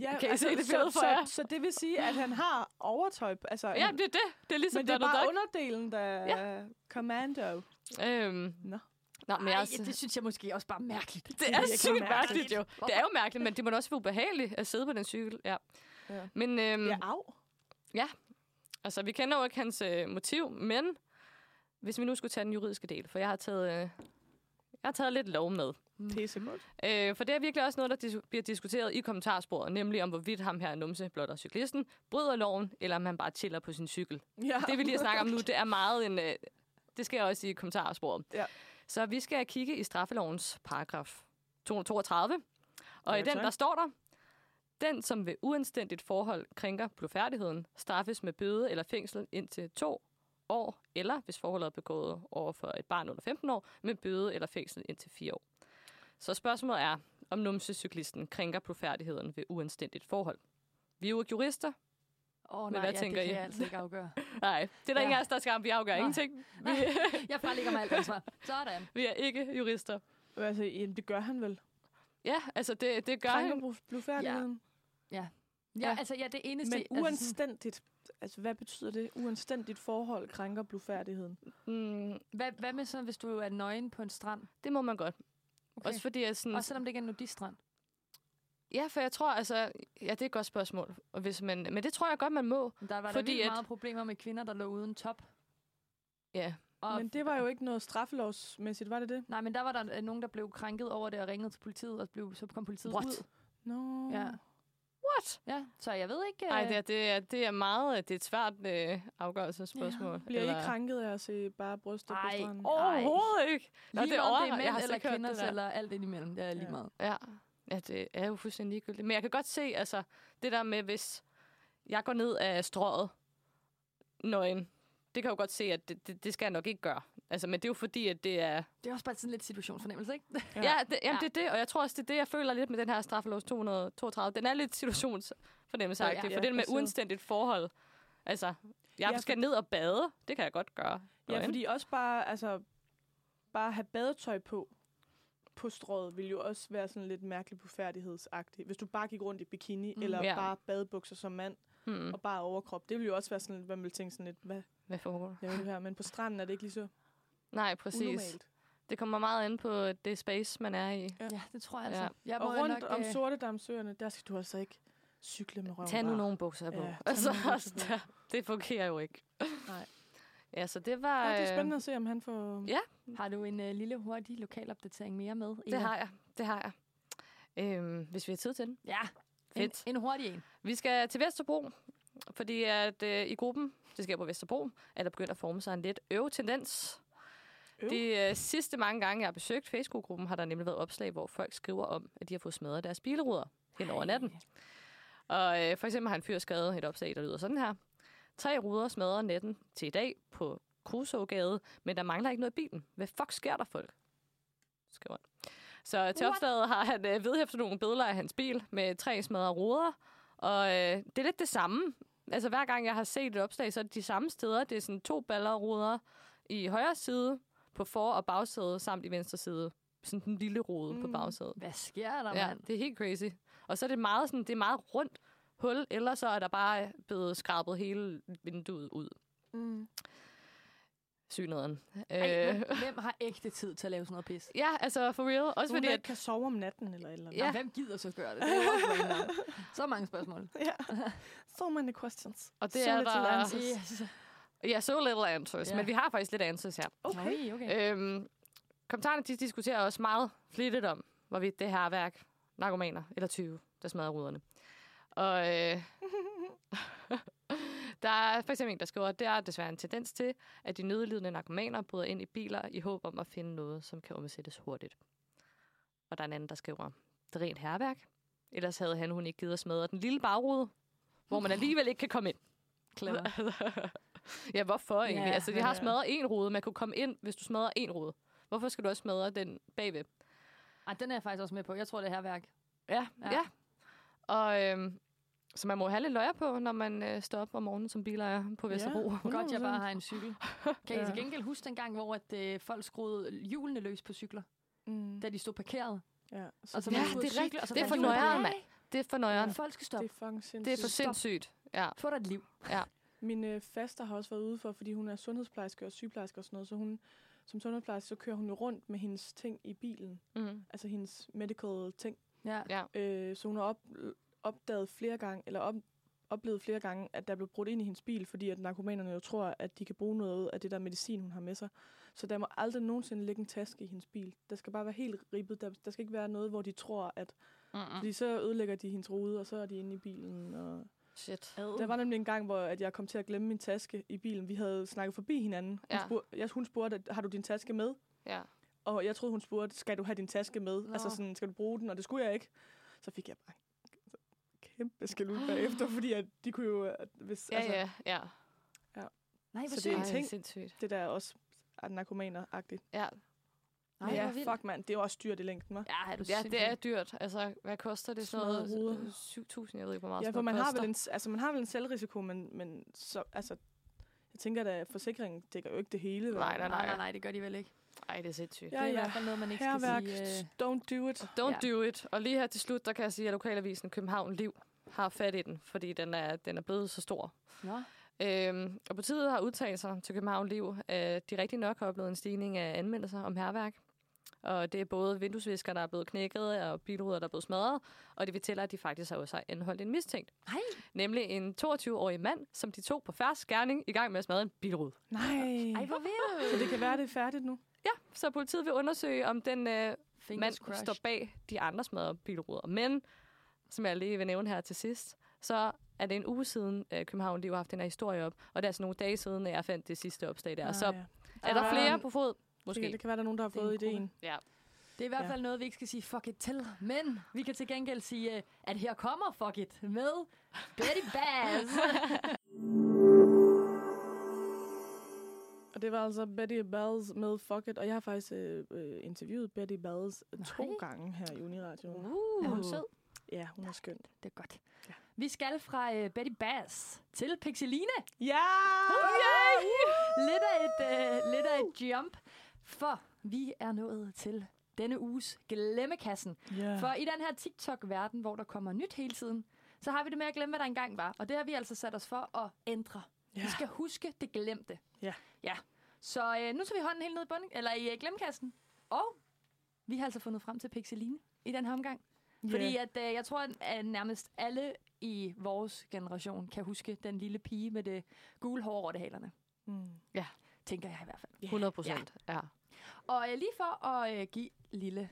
Ja, altså, Kan I se det billede så, for jer? Så, så, det vil sige, at han har overtøj. på- Altså, Ja, en- det er det. Det er ligesom men det er Donald bare Duck. underdelen, der ja. commando. Øhm, Nå. Nå, men jeg, Ej, er også- det synes jeg måske også bare mærkeligt. det er virkelig sygt mærkeligt. mærkeligt jo. Det er jo mærkeligt, men det må da også være ubehageligt at sidde på den cykel. Ja. Ja. Men øhm, Mm. ja. Ja, af. altså, vi kender jo ikke hans øh, motiv, men hvis vi nu skulle tage den juridiske del, for jeg har taget, øh, jeg har taget lidt lov med. Pissegodt. Øh, for det er virkelig også noget, der dis- bliver diskuteret i kommentarsporet, nemlig om hvorvidt ham her, Numse, blotter cyklisten, bryder loven, eller om han bare chiller på sin cykel. Ja. [laughs] det vi lige snakker om nu, det er meget en... Øh, det sker også i kommentarsporet. Ja. Så vi skal kigge i straffelovens paragraf 232. Og Ja, i den, tak. der står der, den, som ved uanstændigt forhold krænker blufærdigheden, straffes med bøde eller fængsel indtil to år, eller hvis forholdet er begået over for et barn under 15 år, med bøde eller fængsel indtil fire år. Så spørgsmålet er, om numsecyklisten krænker blufærdigheden ved uanstændigt forhold. Vi er jo ikke jurister. Åh oh, Men nej, hvad ja, tænker det kan I? jeg altså ikke afgøre. Nej, det er der Ja. ja. ingen af os, der skal om. Vi afgør Nej. ingenting. Vi, Jeg frelægger mig alt ansvar. Sådan. [laughs] Vi er ikke jurister. Altså, jamen, det gør han vel. Ja, altså det, det gør han. Krænker blufærdigheden. Ja, Ja. altså ja, det eneste... Men altså, sådan, uanstændigt. Altså, hvad betyder det? Uanstændigt forhold krænker blufærdigheden. Mm, hvad, hvad med så, hvis du er nøgen på en strand? det må man godt. Okay. Okay. Også fordi jeg sådan... Også selvom det ikke er en nudistrand. Ja, for jeg tror altså... Ja, det er et godt spørgsmål. Og hvis man, men det tror jeg godt, man må. Der var der Fordi vildt at- meget problemer med kvinder, der lå uden top. Ja. Og Men det var jo ikke noget straffelovsmæssigt, var det det? Nej, men der var der øh, nogen, der blev krænket over det og ringede til politiet, og blev, så kom politiet What? ud. Nå. Ja. What? ja, så jeg ved ikke... Nej, øh, det, er- det, er, det er meget... øh, Det er et svært øh, afgørelsesspørgsmål. Ja, Bliver I krænket af at se bare bryster på Ej. stranden? Åh, Overhovedet ikke. Nå, Lige det er meget, overra- om det er jeg mænd har slet eller ikke hørt det kvinder, der. eller alt indimellem. Det er lige Ja. meget. Ja. ja, det er jo fuldstændig ligegyldigt. Men jeg kan godt se, altså, det der med, hvis jeg går ned af strået nøgen, det kan jeg jo godt se, at det, det, det skal jeg nok ikke gøre. Altså, men det er jo fordi, at det er... Det er også bare sådan lidt situationsfornemmelse, ikke? Ja, Ja. ja, det, jamen, Ja. ja. det er det, og jeg tror også, det er det, jeg føler lidt med den her straffelovs 232. Den er lidt situationsfornemmelseagtig, Ja, ja, ja, for det med baseret. uanstændigt forhold. Altså, jeg Ja, ja, skal ned og bade, det kan jeg godt gøre. Ja, nøgen. fordi også bare, altså, bare have badetøj på på strået vil jo også være sådan lidt mærkelig bufærdighedsagtigt. Hvis du bare gik rundt i bikini, Mm. mm, eller Ja. yeah. bare badebukser som mand, Hmm, og bare overkrop, det ville jo også være sådan lidt, hvad man ville tænke sådan lidt, hvad hvad foregår der? laver du her? Men på stranden er det ikke lige så Nej, præcis. unormalt. Det kommer meget an på det space, man er i. Ja, det tror jeg altså. Ja. Jeg Og må jo rundt nok, om øh, sorte damsøerne, der skal du altså ikke cykle med røven Tag nu bare. nogle bukser på. Ja, Ja, tag altså, nogle bukser på. der, det fungerer jo ikke. Nej. [laughs] Ja, så det var... Ja, det er øh, spændende at se, om han får... Ja. Har du en øh, lille hurtig lokalopdatering mere med? Eva? Det har jeg. Det har jeg. Øhm, hvis vi har tid til den. Ja, Fedt. En, en hurtig en. Vi skal til Vesterbro, fordi at øh, i gruppen, det sker på Vesterbro, er der begyndt at forme sig en lidt øv tendens. Øv? De øh, sidste mange gange, jeg har besøgt Facebook-gruppen, har der nemlig været opslag, hvor folk skriver om, at de har fået smadret deres bilruder hen over natten. Og øh, for eksempel har en fyr skrevet et opslag, der lyder sådan her. Tre ruder smadrer natten til i dag på Krusågade, men der mangler ikke noget i bilen. Hvad fuck sker der, folk? Skriver han. Så til What? opslaget har han øh, vedhæftet nogle billeder af hans bil med tre smadrede ruder. Og øh, det er lidt det samme. Altså hver gang jeg har set et opslag, så er det de samme steder. Det er sådan to ballerede ruder i højre side, på for- og bagsæde, samt i venstre side. Sådan den lille rode mm. på Mm. bagsædet. Hvad sker der, ja. Ja, mand? det er helt crazy. Og så er det meget, sådan, det er meget rundt hul, eller så er der bare blevet skrabet hele vinduet ud. Mm. Synederen. Ej, Øh, hvem, hvem har ægte tid til at lave sådan noget pis? [laughs] ja, altså for real. Også Nogen, fordi, der at, ikke kan sove om natten eller et eller andet. Ja. Ja. Hvem gider så gøre det? Det er jo også random. Så mange spørgsmål. Ah. Ja. So many questions. og det so er little der... answers. Yes. Ja, so little answers. Ja. Men vi har faktisk lidt answers her. Okay. Okay, okay. Øhm, kommentarerne de diskuterer også meget flittigt om, hvorvidt det her værk narkomaner eller 20, der smadrer ruderne. Og øh, [laughs] der er for eksempel en, der skriver, at der er desværre en tendens til, at de nødlidende narkomaner bryder ind i biler i håb om at finde noget, som kan omsættes hurtigt. Og der er en anden, der skriver, det er rent herværk. Ellers havde han hun ikke givet at smadre den lille bagrude, hvor man alligevel ikke kan komme ind. [laughs] Clever. Altså. ja, hvorfor egentlig? Ja, Ja, altså, de men har ja. smadret en rude. Man kunne komme ind, hvis du smadrer en rude. Hvorfor skal du også smadre den bagved? Ej, den er jeg faktisk også med på. Jeg tror, det er herværk. Ja. ja. Ja. ja. Og øhm, så man må have lidt løjer på, når man øh, står op om morgenen som bilejer på Ja. Vesterbro. [laughs] Ja. Godt, jeg bare har en cykel. Kan I Ja. til gengæld huske den gang, hvor at, øh, folk skruede hjulene løs på cykler, Mm. da de stod parkeret? Ja. Så Og så det- man Ja, skulle det Altså, er cykle, rigtigt. og så Det er fandt for du ud af, nøjeren, nej, mand. Det er for nøjeren. Ja. Folk skal det stoppe. er fucking sindssygt. Det er for Stop. sindssygt. Ja. Få dig et liv. Min øh, faster har også været ude for, fordi hun er sundhedsplejerske og sygeplejerske og sådan noget, så hun som sundhedsplejerske, så kører hun jo rundt med hendes ting i bilen, Mm. altså hendes medical ting. Ja. Øh, så hun har op, opdaget flere gange, eller op, oplevet flere gange, at der blev brudt ind i hendes bil, fordi at narkomanerne jo tror, at de kan bruge noget af det der medicin, hun har med sig. Så der må aldrig nogensinde ligge en taske i hendes bil. Der skal bare være helt ribbet. Der, der skal ikke være noget, hvor de tror, at... Mm-mm. Fordi så ødelægger de hendes rude, og så er de inde i bilen, og... Shit. Der var nemlig en gang, hvor at jeg kom til at glemme min taske i bilen. Vi havde snakket forbi hinanden. Hun, Ja. ja. spurgte, jeg, hun spurgte, har du din taske med? Ja. Og jeg troede, hun spurgte, skal du have din taske med? Nå. Nå. Altså sådan, skal du bruge den? Og det skulle jeg ikke. Så fik jeg bare en kæmpe skal ud bagefter, fordi at de kunne jo... At hvis, Ja, altså, ja, ja. Nej, Så det hvor er sygt. en Ej, ting. sindssygt. Det der er også er narkomaner-agtigt. Ja. Nej, ja, hvor vildt. fuck mand, det er jo også dyrt i længden, hva'? Ja, er du Ja, det er sindssyg. dyrt. Altså, hvad koster det? Sådan Smadre noget ruder. øh, 7.000, jeg ved ikke, hvor meget Ja, sådan for noget man har, koster. vel en, s- altså, man har vel en selvrisiko, men, men så, altså, jeg tænker da, at forsikringen dækker jo ikke det hele. vel? Nej, nej, Nej, nej, nej. nej, det gør de vel ikke. Ej, det er sindssygt. Ja, det er i ja. hvert fald noget, man ikke Herværk, skal sige. Øh, don't do it. Don't Ja. ja. do it. Og lige her til slut, der kan jeg sige, at lokalavisen København Liv har fat i den, fordi den er, den er blevet så stor. nå, Øhm, og partiet har udtalt sig til København Liv, at de rigtig nok har oplevet en stigning af anmeldelser om herværk. Og det er både vinduesvisker, der er blevet knækket, og bilruder, der er blevet smadret. Og det fortæller, at de faktisk også har anholdt en mistænkt. Nej. Nemlig en 22-årig mand, som de tog på færds gerning i gang med at smadre en bilrude. ej, Nej. [laughs] hvor vildt. Så det kan være, det er færdigt nu. Ja, så politiet vil undersøge, om den øh, Fingers mand crushed. står bag de andre smadrede bilruder. Men, som jeg lige vil nævne her til sidst, så er det en uge siden, øh, København Liv har haft den her historie op. Og det er altså nogle dage siden, at jeg fandt det sidste opslag der. Ah, så ja. er der Ah. flere på fod? Måske. Det, Måske. det kan være, der er nogen, der har Det er en fået gruppe. ideen. Ja. Det er i hvert Ja. fald noget, vi ikke skal sige fuck it til, men vi kan til gengæld sige, øh, at her kommer fuck it med Betty [laughs] Bass. Og det var altså Betty Bells med Fuck It, og jeg har faktisk øh, øh, interviewet Betty Bells Nej. Nej. to gange her i Uniradioen. Uh. Er hun sød? Ja, hun er skøn. Det er godt. Ja. Ja. Vi skal fra uh, Betty Bass til Pixeline. Ja! Yay! Lidt af et, uh, lidt af et jump, for vi er nået til denne uges glemmekassen. ja. For i den her TikTok-verden, hvor der kommer nyt hele tiden, så har vi det med at glemme, hvad der engang var. Og det har vi altså sat os for at ændre. Ja. Ja. Vi skal huske det glemte. Ja. ja. Så øh, nu tager vi hånden helt ned i, bunden, eller i øh, glemmekassen. Og vi har altså fundet frem til Pixeline i den her omgang. Fordi at, øh, jeg tror, at nærmest alle i vores generation kan huske den lille pige med det gule hår over det halerne. Mm. Tænker jeg i hvert fald. 100 procent. Ja. Og øh, lige for at øh, give lille,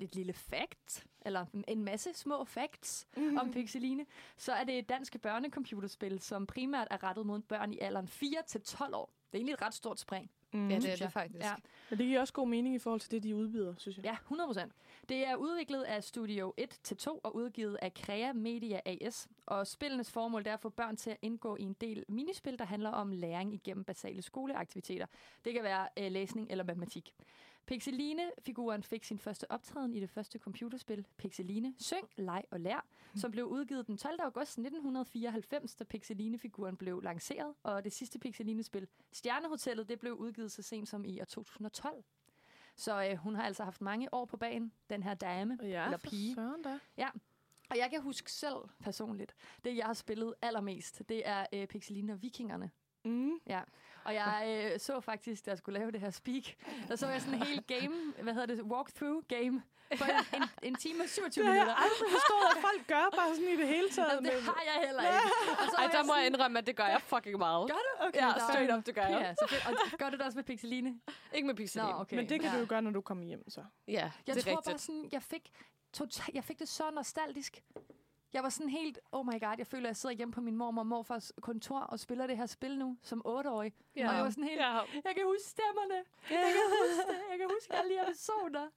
et lille fact, eller en masse små facts om Pixeline, så er det et dansk børnecomputerspil, som primært er rettet mod børn i alderen 4-12 år. Det er egentlig et ret stort spring. Mm. Ja, det er synes det jeg. faktisk. Ja. Men det giver også god mening i forhold til det, de udbyder, synes jeg. Ja, 100%. Det er udviklet af Studio 1-2 og udgivet af Crea Media AS. Og spillenes formål det er at få børn til at indgå i en del minispil, der handler om læring igennem basale skoleaktiviteter. Det kan være øh, læsning eller matematik. Pixeline-figuren fik sin første optræden i det første computerspil, Pixeline, Syng, Leg og Lær, som blev udgivet den 12. august 1994, da Pixeline-figuren blev lanceret, og det sidste Pixeline-spil, Stjernehotellet, det blev udgivet så sent som i år 2012. Så øh, hun har altså haft mange år på banen, den her dame. Ja, Eller for pige. søren da. Og jeg kan huske selv personligt, det jeg har spillet allermest, det er øh, Pixeline og Vikingerne. Mm. Og jeg øh, så faktisk, da jeg skulle lave det her speak, der så jeg sådan en hel game, hvad hedder det, walkthrough game, på en, en, en time og 27 Det har jeg minutter. aldrig forstået, at folk gør bare sådan i det hele taget. Jamen, det men- har jeg heller ikke. Og så Ej, var der jeg må jeg sådan, indrømme, at det gør jeg fucking meget. Gør det? Okay, Ja, der er straight en- up, det gør jeg. Ja, så fedt. Og gør du det også med Pixeline? Ikke med pixelin. okay. Men det kan ja. du jo gøre, når du kommer hjem, så. Ja, Jeg det er tror rigtigt. bare sådan, jeg fik, total, jeg fik det så nostalgisk. Jeg var sådan helt, oh my god, jeg føler, at jeg sidder hjemme på min mormor og morfars kontor og spiller det her spil nu, som otteårig. Ja. Og jeg var sådan helt, ja. Ja. jeg kan huske stemmerne. Jeg kan huske det. Jeg kan huske alle de episoder.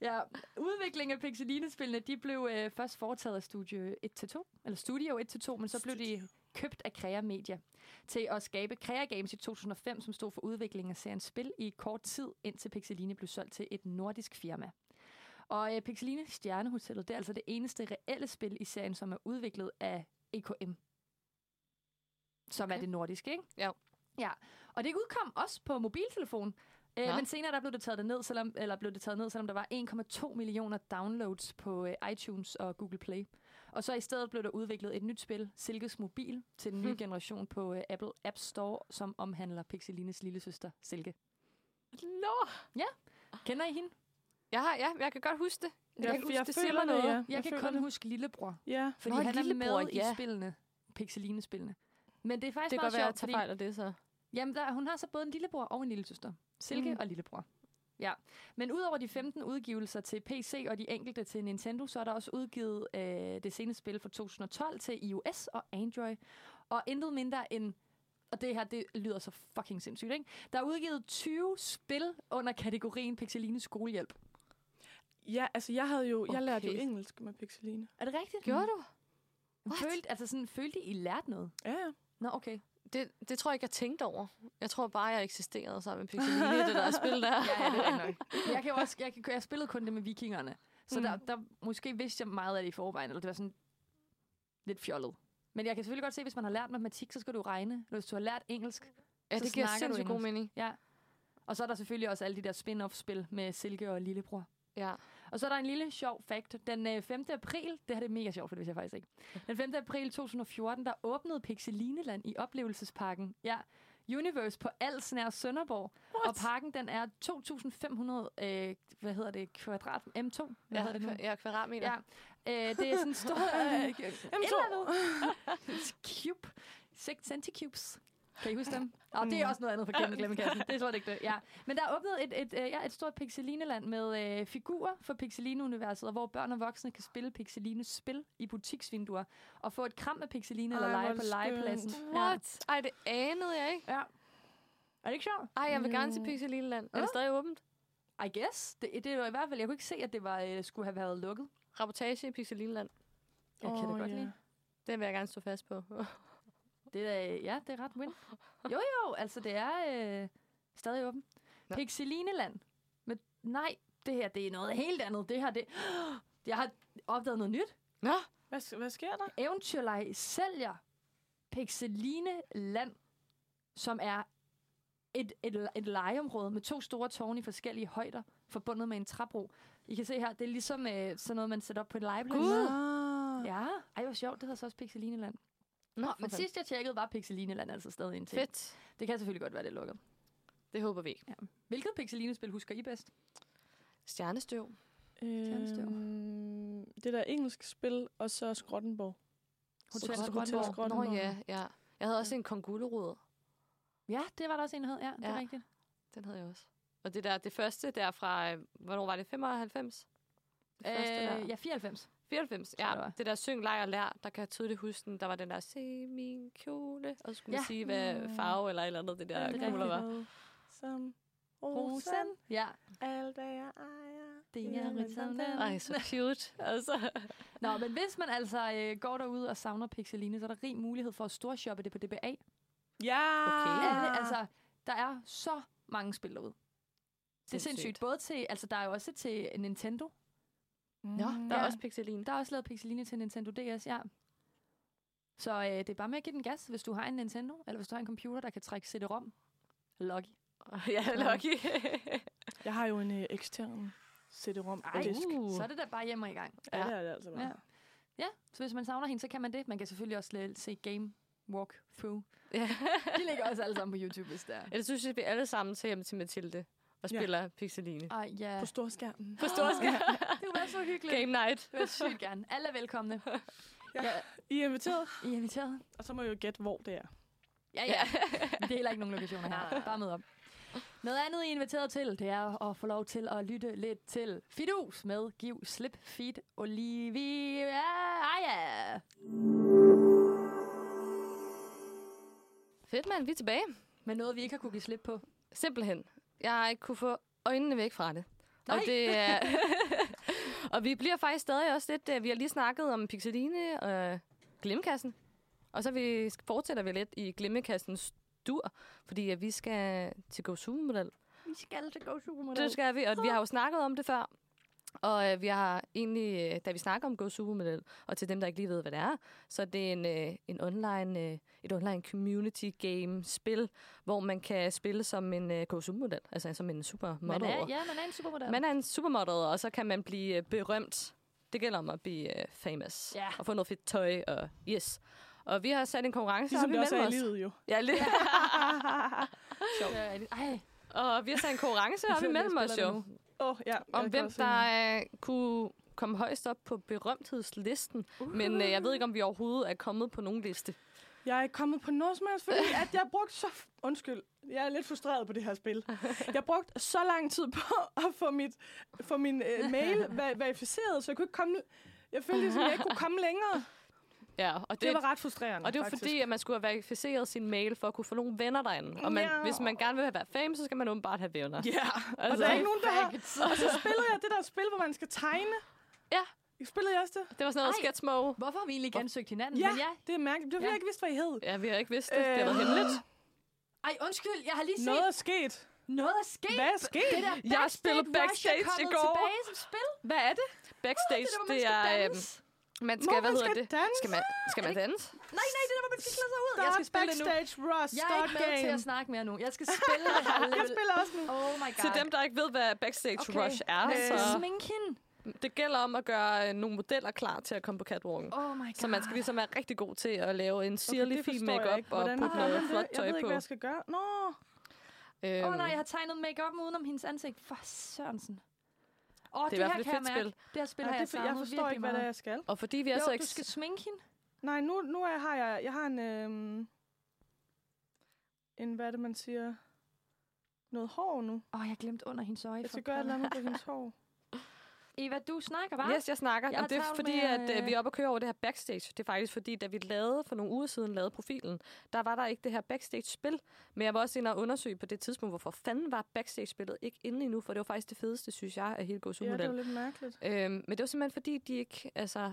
Ja, udviklingen af Pixeline-spillene, de blev øh, først foretaget af Studio 1-2, eller Studio 1-2, men så blev de købt af Crea Media til at skabe Crea Games i 2005, som stod for udviklingen af serien Spil i kort tid, indtil Pixeline blev solgt til et nordisk firma. Og øh, Pixeline Stjernehotellet, det er altså det eneste reelle spil i serien, som er udviklet af EKM. Som okay. er Okay. det nordiske, ikke? Jo. Ja. Og det udkom også på mobiltelefon. Øh, Nå. men senere der blev det taget ned, selvom, eller blev det taget ned, selvom der var 1,2 millioner downloads på øh, iTunes og Google Play. Og så i stedet blev der udviklet et nyt spil, Silkes Mobil, til den nye Hmm. generation på øh, Apple App Store, som omhandler Pixelines lille søster, Silke. Nå. Kender I hende? Jeg, har, ja, jeg kan godt huske det. Jeg, kan huske, det siger mig noget. ja. Ja. Jeg, jeg kan føler kun det. huske Lillebror. Ja. Fordi Nå, han lillebror, er med ja. i spillene, Pixeline-spillene. Men det er faktisk Det kan godt meget være, at jeg sjovt, tager fordi fejl af det, så. jamen, der, hun har så både en lillebror og en lillesøster. Silke Mm. mm. og lillebror. Ja, men udover de 15 udgivelser til PC og de enkelte til Nintendo, så er der også udgivet øh, det seneste spil fra 2012 til iOS og Android. Og intet mindre end, og det her, det lyder så fucking sindssygt, ikke? Der er udgivet 20 spil under kategorien Pixelines skolehjælp. Ja, altså jeg havde jo, jeg lærte jo Okay. engelsk med Pixeline. Er det rigtigt? Gjorde du? Følte, Mm. altså sådan, følte I, I lærte noget? Ja, ja. Nå, okay. Det, det tror jeg ikke, jeg tænkte over. Jeg tror bare, jeg eksisterede sammen med Pixeline i det der spil der. [laughs] ja, ja, det er rigtigt [laughs] nok. Jeg, kan jo også, jeg, kan, jeg spillede kun det med vikingerne. Så Mm. mm. der, der, måske vidste jeg meget af det i forvejen, eller det var sådan lidt fjollet. Men jeg kan selvfølgelig godt se, hvis man har lært matematik, så skal du regne. Eller hvis du har lært engelsk. [laughs] Ja, Så det giver snakker du sindssygt god engelsk. mening. Ja. Og så er der selvfølgelig også alle de der spin-off-spil med Silke og Lillebror. Ja. Og så er der en lille sjov fact. Den øh, 5. april, det her det er mega sjovt, for det vidste jeg faktisk ikke. Den 5. april 2014, der åbnede Pixelineland i oplevelsesparken. Ja, Universe på Als nær Sønderborg. What? Og parken, den er 2.500, øh, hvad hedder det, kvadrat, M2? Hvad Ja, hedder det nu? kva- ja, kvadratmeter. Ja, øh, det er sådan en stor... [laughs] Øh, et eller andet. [laughs] Cube. 6 centicubes. Kan I huske dem? Nå, Mm. det er også noget andet for glemme, glemmekassen. Det er slet ikke det. Ja. Men der er åbnet et, et, øh, ja, et stort Pixeline-land med øh, figurer for Pixeline-universet, og hvor børn og voksne kan spille Pixelines spil i butiksvinduer og få et kram af Pixeline eller Ej, lege hvor på skønt. legepladsen. Ja. What? Ej, det anede jeg ikke. ja. Er det ikke sjovt? Mm. Ej, jeg vil gerne til Jo. Pixeline Land. Er Ja. det stadig åbent? I guess. Det, det var i hvert fald, jeg kunne ikke se, at det var, øh, skulle have været lukket. Rapportage i Pixeline Land. Jeg kan Åh, det godt ja. lide. Den vil jeg gerne stå fast på. [laughs] Det er, ja, det er ret win. Jo, jo, altså det er øh, stadig åben. Nå. Pixelineland. Men nej, det her det er noget helt andet. Det her, det... Jeg har opdaget noget nyt. Nå, Hvad, s- hvad sker der? Eventyrlej sælger Pixelineland, som er et, et, et legeområde med to store tårne i forskellige højder, forbundet med en træbro. I kan se her, det er ligesom øh, sådan noget, man sætter op på en legeplads. Uh. Ja, ej, hvor sjovt. Det hedder så også Pixelineland. Nå Nå, for men fanden. sidst jeg tjekkede, var Pixelineland altså stadig indtil. fedt. Det kan selvfølgelig godt være, det er lukket. Det håber vi ikke. Hvilket Pixeline-spil husker I bedst? Stjernestøv. Øhm, Tandstøv. det der engelsk spil, og så Skrottenborg. Hotel Hotel Grønborg. Skrottenborg. Nå ja, ja. Jeg havde også en kongulerod. Ja, det var der også en, der hed. Ja, det er Ja. rigtigt. Den havde jeg også. Og det der, det første der fra, øh, hvornår var det, 95? Det første der. Øh, ja, 94. 94, tror jeg, ja. det var. Det der syng, leg og lær, der kan jeg tydeligt huske den. Der var den der, se min kjole. Og så skulle man Ja. sige, hvad Mm. farve eller et eller andet, det der Ja, det er kjoler var. Som rosen, Ja, alt hvad jeg ejer. det er rigtig sådan der. Ej, så cute. altså. Nå, men hvis man altså øh, går derude og savner Pixeline, så er der rig mulighed for at storshoppe det på DBA. Ja! Okay. Alle, altså, der er så mange spil derude. Det er Sindssygt. sindssygt. Både til, altså der er jo også til Nintendo. Nå, Mm, der Ja. er også pixeline. Der er også lavet Pixeline til Nintendo DS, ja. Så øh, det er bare med at give den gas, hvis du har en Nintendo, eller hvis du har en computer, der kan trække CD-ROM. Lucky. [laughs] Ja, lucky. Jeg har jo en øh, ekstern CD-rom på disk. Så er det da bare hjemme i gang. Ja, ja. det er det altså bare. uh, Ja. ja, så hvis man savner hende, så kan man det. Man kan selvfølgelig også læ- se Game Walk Through. [laughs] ja. De ligger også alle sammen på YouTube, hvis det er. Ellers synes jeg, vi alle sammen tager hjem til Mathilde og Ja. spiller pixeline. Ej, ja. På storskærmen. På stor skærm. Det kunne være så hyggeligt. Game night. Det vil jeg sygt gerne. Alle er velkomne. Ja. [laughs] I er inviteret, I er inviteret. og så må I jo gætte, hvor det er. Ja, ja. Vi deler ikke nogen lokationer her. Bare mød op. Noget andet, I er inviteret til, det er at få lov til at lytte lidt til Fidus med Giv Slip Feed Olivia Ah, Aja. [laughs] Fedt, mand. Vi er tilbage. Med noget, vi ikke har kunne give slip på. Simpelthen. Jeg har ikke kunne få øjnene væk fra det. Nej. Og det er... og vi bliver faktisk stadig også lidt... øh, Vi har lige snakket om Pixeline og Glemmekassen. Og så vi fortsætter vi lidt i Glemmekassens dur, fordi at vi skal til Go Zoom-model. Vi skal til Go Supermodel. Det skal vi, og vi har jo snakket om det før. Og øh, vi har egentlig, øh, da vi snakker om Go Supermodel, og til dem, der ikke lige ved, hvad det er, så er det en, øh, en online, øh, et online community game spil, hvor man kan spille som en øh, Go Supermodel, altså som en Man supermodel. er, ja, man er en supermodel. man er en supermodel, og så kan man blive øh, berømt. Det gælder om at blive øh, famous, Ja. og få noget fedt tøj, og yes. Og vi har sat en konkurrence Ligesom op det også er imellem i os. livet jo. Ja, [laughs] lige. sjov. Ej, og vi har sat en konkurrence op føler, jeg imellem os spiller jo. det Åh, oh, ja. om jeg kan hvem også se det. der øh, kunne komme højst op på berømthedslisten. Uh. Men øh, jeg ved ikke, om vi overhovedet er kommet på nogen liste. Jeg er ikke kommet på noget som helst, fordi at jeg brugte så... f- Undskyld, jeg er lidt frustreret på det her spil. Jeg brugte så lang tid på at få, mit, få min [laughs] uh, mail ver- verificeret, så jeg kunne ikke komme... Jeg følte, ligesom, at jeg ikke kunne komme længere. Ja, og det, Det var ret frustrerende, og det er jo faktisk. fordi, at man skulle have verificeret sin mail for at kunne få nogle venner derinde. Og man, Ja. hvis man gerne vil have været fame, så skal man åbenbart have venner. Ja, yeah. og Altså. der er ikke nogen, der har... facts. Og så spillede jeg det der spil, hvor man skal tegne. Ja. Spillede jeg også det? Det var sådan noget Ej. sketsmo. Hvorfor har vi egentlig gensøgt hinanden? Ja. Men ja. Det er mærkeligt. Det var, fordi Ja. jeg ikke vidste, hvad I hed. Ja, vi har ikke vidst det. Det har været Øh. hemmeligt. Ej, undskyld, jeg har lige set Noget noget, er sket. noget er sket. Hvad er sket? Det der Jeg spillede backstage rush er i kommet går. tilbage som spil. Hvad er det? Backstage, det er, det der, hvor man skal er... øhm, danse. Man Må skal, hvad man hedder skal det? danse? Skal man, skal man danse? Nej, nej, det er der, hvor man skal klæde sig ud. Der Jeg skal er spille det nu. backstage Ross. Jeg er ikke med game. til at snakke mere nu. Jeg skal [laughs] spille det her Jeg level. spiller også nu. Oh my god. Til dem, der ikke ved, hvad backstage Okay. rush er, Man skal så sminke hende. det gælder om at gøre øh, nogle modeller klar til at komme på catwalken. Oh my god. Så man skal ligesom være rigtig god til at lave en sirlig det okay, fin forstår jeg makeup ikke. og Hvordan putte gør man noget det? flot tøj Jeg ved på. ikke, hvad jeg skal gøre. Nå, Øhm, Åh oh, nej, jeg har tegnet make-up udenom hendes ansigt. For sørensen. Åh, oh, i det, hvert her fald et kan jeg fedt mærke. spil. Det her spil nej, har det jeg for, jeg savnet forstår ikke, virkelig hvad det er, meget. jeg skal. Og fordi vi er Jo, så du eks- skal sminke hende. Nej, nu, nu er jeg, har jeg, jeg har en, øhm, en, hvad er det, man siger, noget hår nu. Åh, oh, jeg glemte under hendes øje. Jeg for skal gøre et eller pokker. andet på hendes hår. Eva, du snakker bare. Yes, jeg snakker. Jeg Jeg det har er travlt fordi, med, at øh, øh, vi er oppe og køre over det her backstage. Det er faktisk fordi, da vi lavede for nogle uger siden lavede profilen, der var der ikke det her backstage-spil. Men jeg var også inde og undersøge på det tidspunkt, hvorfor fanden var backstage-spillet ikke inde endnu, for det var faktisk det fedeste, synes jeg, af hele Go [laughs] Ja, det model var lidt mærkeligt. Øhm, men det var simpelthen fordi, de ikke, altså,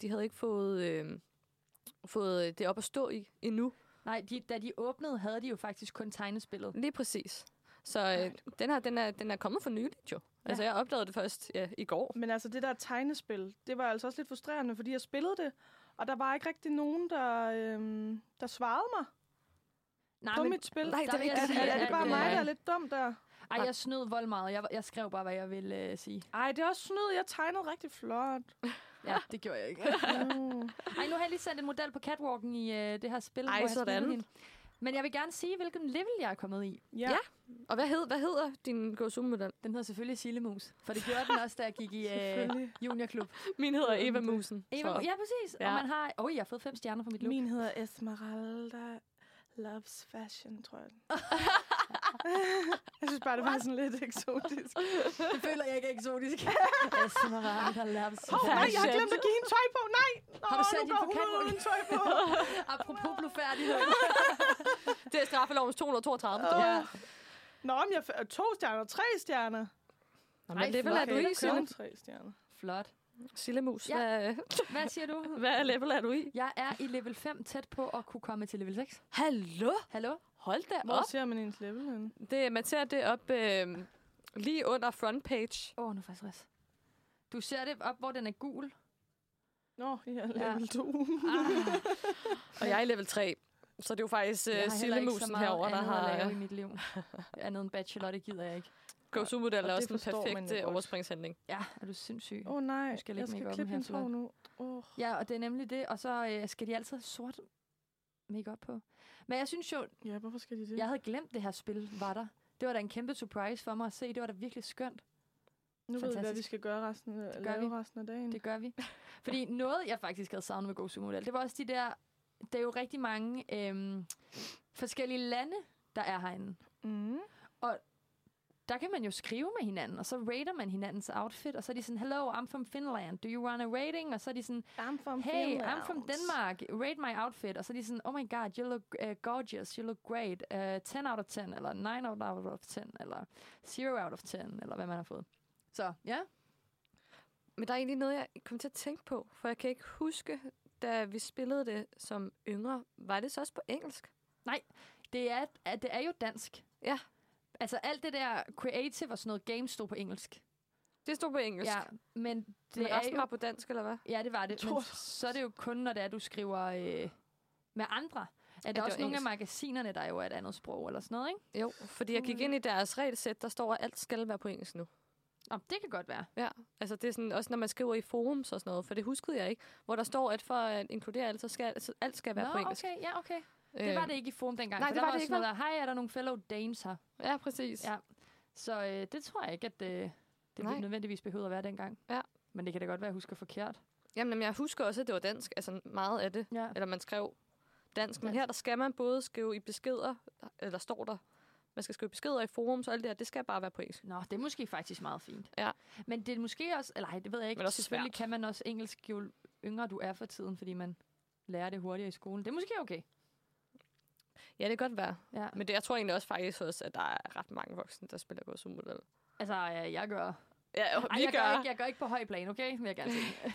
de havde ikke fået, øhm, fået det op at stå i endnu. Nej, de, da de åbnede, havde de jo faktisk kun tegnespillet. Lige præcis. Så øh, den her, den er, den er kommet for nyligt jo. Altså, jeg opdagede det først ja, i går. Men altså, det der tegnespil, det var altså også lidt frustrerende, fordi jeg spillede det, og der var ikke rigtig nogen, der, øhm, der svarede mig Nej, på Ah, men, mit spil. Nej, det der er vil jeg rigtigt. Er, sige, er det at, bare øh, mig, der er lidt dum der? Ej, jeg snød vold meget. Jeg, jeg skrev bare, hvad jeg ville øh, sige. Ej, det er også snyd. Jeg tegnede rigtig flot. [laughs] Ja, det gjorde jeg ikke. [laughs] Mm. Ej, nu har jeg lige sendt en model på catwalken i øh, det her spil, Ej, hvor jeg sådan. spillede hende. Men jeg vil gerne sige, hvilken level jeg er kommet i. Ja. Og hvad, hed, hvad hedder din GoZoom-model? Den hedder selvfølgelig Sillemus, for det gjorde den også, da jeg [laughs] gik i øh, Selvfølgelig. juniorklub. Min hedder Eva Musen. Eva, tror jeg. ja, præcis. Ja. Ja. Og man har... Åh, oh, jeg har fået fem [laughs] stjerner for mit look. [laughs] Min hedder Esmeralda Loves Fashion, tror jeg. Jeg synes bare, det var sådan lidt eksotisk. Det føler jeg ikke er eksotisk. Esmeralda Labs. Åh, oh, nej, jeg har glemt at give hende tøj på. Nej, Nå, Har du sat nu hende går på hun ud kanten? uden tøj [laughs] på. Apropos [laughs] blufærdighed. Det er straffelovens 232. Åh. Oh. Ja. Nå, men jeg f- øh, to stjerner, tre stjerner. Nå, Ej, men level flot. er du Okay, der kører i, Sille? hun tre stjerner. Flot. Sillemus, Ja. hvad, Hvad siger du? hvad level er du i? Jeg er i level 5 tæt på at kunne komme til level 6. Hallo? Hallo? Hold da Hvor op. ser man ens level henne? Det, man ser det op øh, lige under frontpage. Åh, oh, nu er jeg faktisk Ah, stress. Du ser det op, hvor den er gul. Nå, jeg er level [laughs] 2. Ah. Og jeg er i level 3. Så det er jo faktisk Jeg øh, har heller ikke så Sillemusen meget herover der andet at har lave i mit liv. Andet end bachelor, det gider jeg ikke. Gosu-modellen er Og det også en forstår man perfekt jo øh, godt. overspringshandling. Ja, er du sindssyg? Åh oh, nej, Nu skal jeg lægge jeg skal make-up'en klippe hen, hendes hår Charlotte. nu. Oh. Ja, og det er nemlig det. Og så øh, skal de altid have sort makeup på. Men jeg synes jo, Ja, hvorfor skal de det? jeg havde glemt det her spil, var der. Det var da en kæmpe surprise for mig at se. Det var da virkelig skønt. nu ved vi, hvad vi fantastisk. skal gøre resten af, Det gør lave vi. resten af dagen. Det gør vi. Fordi noget, jeg faktisk havde savnet med Gosu Model, det var også de der... Der er jo rigtig mange øhm, forskellige lande, der er herinde. Mm. der kan man jo skrive med hinanden, og så rater man hinandens outfit, og så er de sådan, hello, I'm from Finland, do you want a rating? Og så er de sådan, I'm from hey, I'm from Denmark, rate my outfit. Og så er de sådan, oh my god, you look uh, gorgeous, you look great, uh, 10 out of 10, eller 9 out out of 10, eller 0 out of 10, eller hvad man har fået. Så ja, Men der er egentlig noget, jeg kom til at tænke på, for jeg kan ikke huske, da vi spillede det som yngre, var det så også på engelsk? det er, at det er jo dansk. Ja. Altså alt det der creative og sådan noget game stod på engelsk. Det stod på engelsk. Ja, Ja, men det det men er resten jo... var på dansk, eller hvad? Ja, det var det. Tror Men du- så er det jo kun, når det er, du skriver øh, med andre. Er der det også var nogle af engelsk. magasinerne, der jo er et andet sprog eller sådan noget, ikke? Jo, fordi jeg gik ind i deres regelsæt, der står, at alt skal være på engelsk nu. Nå, det kan godt være. Ja, altså det er sådan, også når man skriver i forums og sådan noget, for det huskede jeg ikke, hvor der står, at for at inkludere alt, så skal så alt skal være på Nå, engelsk. okay, ja, okay. Det var det ikke i forum dengang. Øh. nej, for det der var det ikke, sådan noget, der, Hej, er der nogle fellow dames her? Ja, præcis. Ja. Så øh, det tror jeg ikke, at øh, det Nej. nødvendigvis behøvede at være dengang. Ja. Men det kan da godt være, at jeg husker forkert. Jamen, jamen, jeg husker også, at det var dansk, altså meget af det, Ja. eller man skrev dansk, men Dansk. her der skal man både skrive i beskeder, eller står der, man skal skrive beskeder i forums og alt det der, det skal bare være på engelsk. Nå, det er måske faktisk meget fint. Ja. Men det er måske også... Eller ej, det ved jeg ikke. Men også Selvfølgelig svært. kan man også engelsk, jo yngre du er for tiden, fordi man lærer det hurtigere i skolen. Det er måske okay. Ja, det kan godt være. Ja. Men det, jeg tror egentlig også faktisk også, at der er ret mange voksne, der spiller godt som model. Altså, øh, jeg gør Ja, Ej, vi jeg gør. gør ikke, jeg gør ikke på høj plan, okay? Vil jeg gerne [laughs] sige.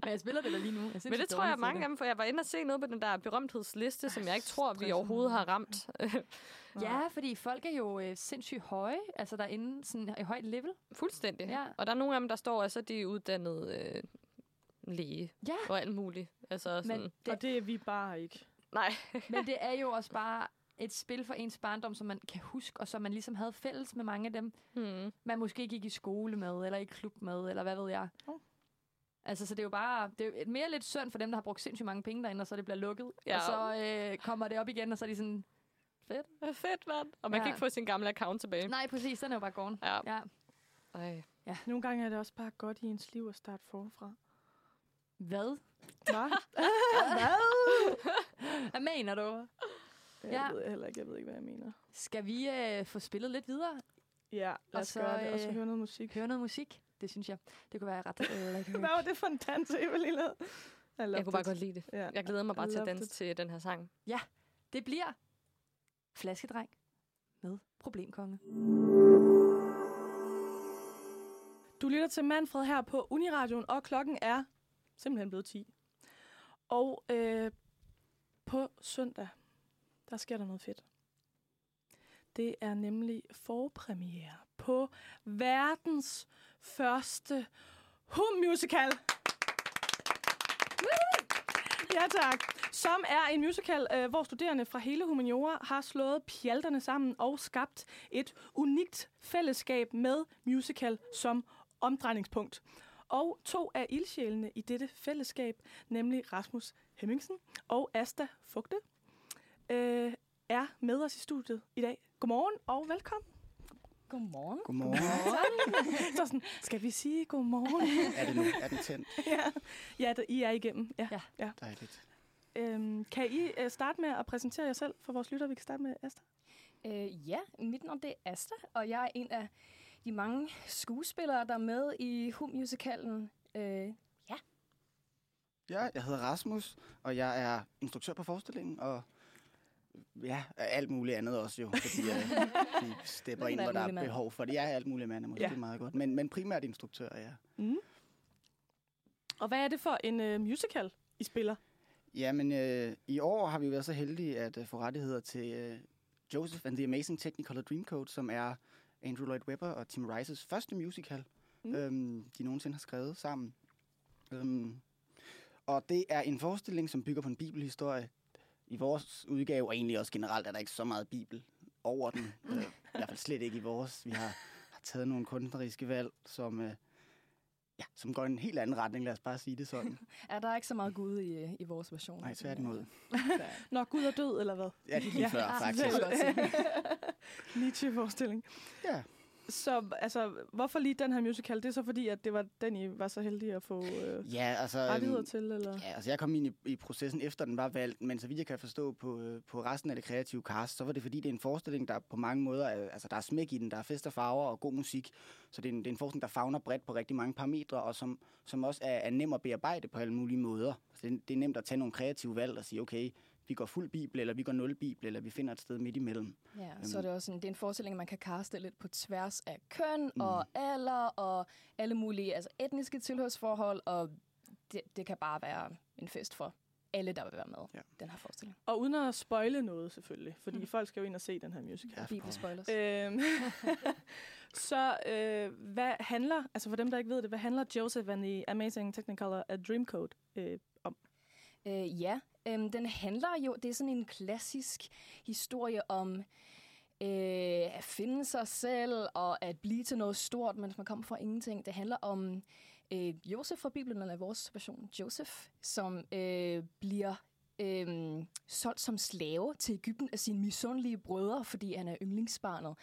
Men jeg spiller det da lige nu. Jeg er Men det sindssygt tror jeg er dårlig mange til af dem, for jeg var inde og se noget på den der berømthedsliste, som jeg ikke tror, vi stressende. overhovedet har ramt. det. Ja, fordi folk er jo øh, sindssygt høje, altså der er inde sådan i højt level. [laughs] Fuldstændig. Ja. Og der er nogle af dem, der står, altså, de er uddannet øh, læge Ja, og alt muligt. Altså, sådan, men Og det, det er vi bare ikke. nej. men det er jo også bare et spil for ens barndom, som man kan huske, og som man ligesom havde fælles med mange af dem, Hmm. man måske gik i skole med, eller i klub med, eller hvad ved jeg. Hov. Altså, så det er jo bare det er jo et- mere lidt synd for dem, der har brugt sindssygt mange penge derinde, og så det bliver lukket. Ja. Og så øh, kommer det op igen, og så er de sådan, Fedt, mand. Og man ja. Ja. kan ikke få sin gamle account tilbage. nej, præcis, den er jo bare gone. Ja. Ja. Ej. Nogle gange er det også bare godt i ens liv at starte [laughs] forfra. Hvad? Hvad? [laughs] Hvad mener du? Ja. Jeg ved heller ikke, jeg ved ikke, hvad jeg mener. Skal vi øh, få spillet lidt videre? Ja, lad Og os så, gøre det, og så øh, høre noget [laughs] musik. Høre noget musik? Det synes jeg. Det kunne være ret øh, lækkert. Hvad var det for en dans, Evelyn lavede? Jeg kunne bare godt lide det. Ja. Jeg glæder mig bare til Loved at danse it. til den her sang. Det bliver Flaskedreng med Problemkonge. Du lytter til Manfred her på Uniradioen, og klokken er simpelthen blevet 10. Og øh, på søndag, der sker der noget fedt. Det er nemlig forpremiere på verdens første hum-musical. Ja tak. Som er en musical, øh, hvor studerende fra hele humaniora har slået pjalterne sammen og skabt et unikt fællesskab med musical som omdrejningspunkt. Og to af ildsjælene i dette fællesskab, nemlig Rasmus Hemmingsen og Asta Fugte, øh, er med os i studiet i dag. Godmorgen og [laughs] velkommen. Godmorgen. [laughs] Godmorgen. Så sådan, skal vi sige godmorgen? [laughs] er, det nu? er den tændt? ja, ja det, I er igennem. Ja. Ja. Dejligt. Øhm, kan I øh, starte med at præsentere jer selv for vores lytter? Vi kan starte med Asta. Øh, ja, mit navn det er Asta, og jeg er en af de mange skuespillere, der er med i Hum-musicalen. Øh, Ja, jeg hedder Rasmus, og jeg er instruktør på forestillingen, og ja, og alt muligt andet også jo, fordi jeg, de stepper Lidt ind, af hvor alt der er muligt mand. behov for det. Jeg er alt muligt mand, er måske Ja. ja. meget godt, men, men primært instruktør er jeg. Og hvad er det for en øh, musical, I spiller? Jamen, øh, i år har vi jo været så heldige at øh, få rettigheder til øh, Joseph and the Amazing Technicolor Dreamcoat, som er Andrew Lloyd Webber og Tim Rice's første musical, Mm. mm. øhm, de nogensinde har skrevet sammen. Øhm, og det er en forestilling, som bygger på en bibelhistorie. I vores udgave, og egentlig også generelt, er der ikke så meget bibel over den. øh, I hvert fald slet ikke i vores. Vi har, har taget nogle kunstneriske valg, som, øh, ja, som går i en helt anden retning, lad os bare sige det sådan. er der ikke så meget Gud i, øh, i vores version? Nej, tværtimod. Nå, Gud er død, eller hvad? Ja, det er lige Ja. ja. før, faktisk. [laughs] Nietzsche-forestilling. Ja. Så altså, hvorfor lige den her musical? Det er så fordi, at det var den, I var så heldige at få øh, Ja, altså... rettigheder øhm, til, eller? Ja, altså jeg kom ind i, i processen efter den var valgt, men så vidt jeg kan forstå på, øh, på resten af det kreative cast, så var det fordi, det er en forestilling, der på mange måder, er, altså der er smæk i den, der er fest og farver og god musik, så det er en, det er en forestilling, der fagner bredt på rigtig mange parametre, og som, som også er, er nem at bearbejde på alle mulige måder. Altså det, er- det er nemt at tage nogle kreative valg og sige, okay, vi går fuld bibel, eller vi går nul bibel, eller vi finder et sted midt imellem. Ja, så er det også en, det er en forestilling, man kan kaste lidt på tværs af køn mm. og alder og alle mulige altså etniske tilhørsforhold, og det, det kan bare være en fest for alle, der vil være med ja. Ja. den her forestilling. Og uden at spoile noget, selvfølgelig. Fordi folk skal jo ind og se den her musical. Ja, for Bibel spoilers. Øhm, [laughs] så øh, hvad handler, altså for dem, der ikke ved det, hvad handler Joseph and the Amazing Technicolor A Dreamcoat øh, om? Øh, ja, øhm, den handler jo, det er sådan en klassisk historie om øh, at finde sig selv og at blive til noget stort, mens man kommer fra ingenting. Det handler om øh, Josef fra Bibelen, eller i vores version Josef, som øh, bliver øh, solgt som slave til Ægypten af sine misundelige brødre, fordi han er yndlingsbarnet.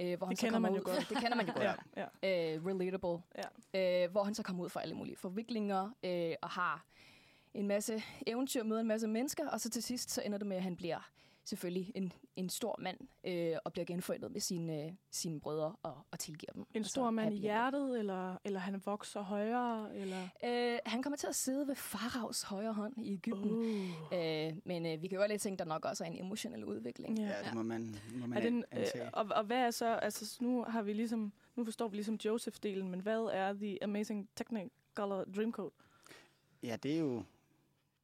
Øh, hvor han så kender kommer man jo ud. godt. Det kender [laughs] man jo godt Ja, ja. øh, relatable, ja. øh, hvor han så kommer ud for alle mulige forviklinger øh, og har en masse eventyr, møder en masse mennesker, og så til sidst så ender det med, at han bliver selvfølgelig en, en stor mand øh, og bliver genforenet med sine, øh, sine brødre og, og tilgiver dem. En Og så stor mand i Altså happy end. hjertet, eller, eller han vokser højere, eller... Øh, han kommer til at sidde ved faraos højre hånd i Ægypten, Uh. uh. øh, men øh, vi kan jo lidt tænke, der nok også er en emotionel udvikling. Ja. Ja, det må man, må man Er den, antage. øh, og, og hvad er så, altså nu har vi ligesom, nu forstår vi ligesom Joseph-delen, men hvad er The Amazing Technicolor Dreamcoat? Ja, det er jo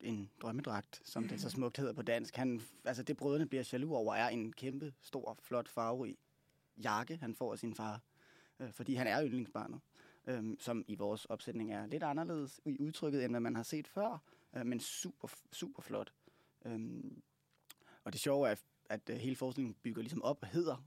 en drømmedragt, som det så smukt hedder på dansk. Han, altså det brødrene bliver jaloux over, er en kæmpe, stor, flot, farverig jakke, han får af sin far. Øh, fordi han er yndlingsbarnet, øh, som i vores opsætning er lidt anderledes i udtrykket, end hvad man har set før, øh, men super, super flot. Øh, og det sjove er, at øh, hele forestillingen bygger ligesom op og hedder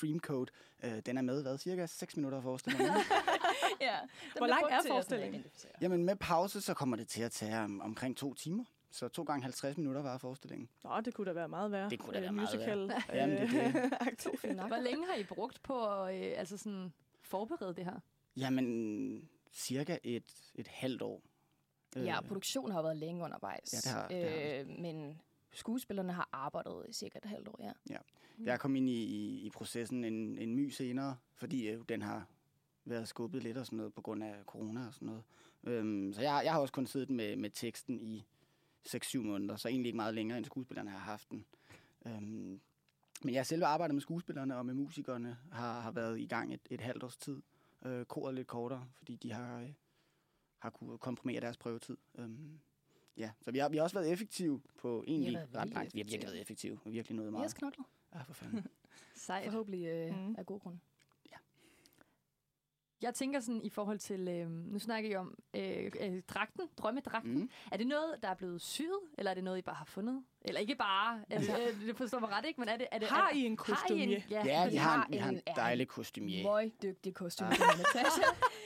Dreamcoat. Øh, den er med, hvad, cirka 6 minutter af forestillingen? ja, den Hvor bliver lang brugt er til at sådan forestillingen? identificere. Jamen med pause, så kommer det til at tage um, omkring to timer. Så to gange 50 minutter var forestillingen. Nå, det kunne da være meget værre. Det kunne da Øh, være meget musical, øh, meget værre. Jamen, det [laughs] er det. Hvor længe har I brugt på at øh, altså sådan, forberede det her? Jamen cirka et, et halvt år. Øh, Ja, produktionen har været længe undervejs. Ja, det har- det har øh, men skuespillerne har arbejdet i cirka et halvt år, ja. Mm. Jeg kom ind i, i, i processen en, en my senere, fordi øh, den har været skubbet lidt og sådan noget på grund af corona og sådan noget. Øhm, så jeg, jeg har også kun siddet med, med teksten i 6-7 måneder, så egentlig ikke meget længere end skuespillerne har haft den. Øhm, men jeg selv arbejdet med skuespillerne og med musikerne har, har været i gang et, et halvt års tid. Øh, koret lidt kortere, fordi de har, øh, har kunnet komprimere deres prøvetid. Øhm, ja, så vi har, vi har også været effektive på egentlig været ret virkelig langt. Vi har virkelig effektive. været effektive. Vi har virkelig nået Vi har meget. knoklet. Ah, for fanden. Sejt. Forhåbentlig øh, Mm. mm. af god grund. Jeg tænker sådan i forhold til, øh, nu snakker I om øh, øh, dragten, drømmedragten. Mm. Mm. Er det noget, der er blevet syet, eller er det noget, I bare har fundet? Eller ikke bare, altså, øh, det forstår mig ret, ikke? Men er det, er det, Har er, I en kostume? Har I en, ja, Ja, vi vi har har, en, vi en- har en ja, dejlig Yeah. kostumier. Møg dygtig kostume, Ah. Natasha.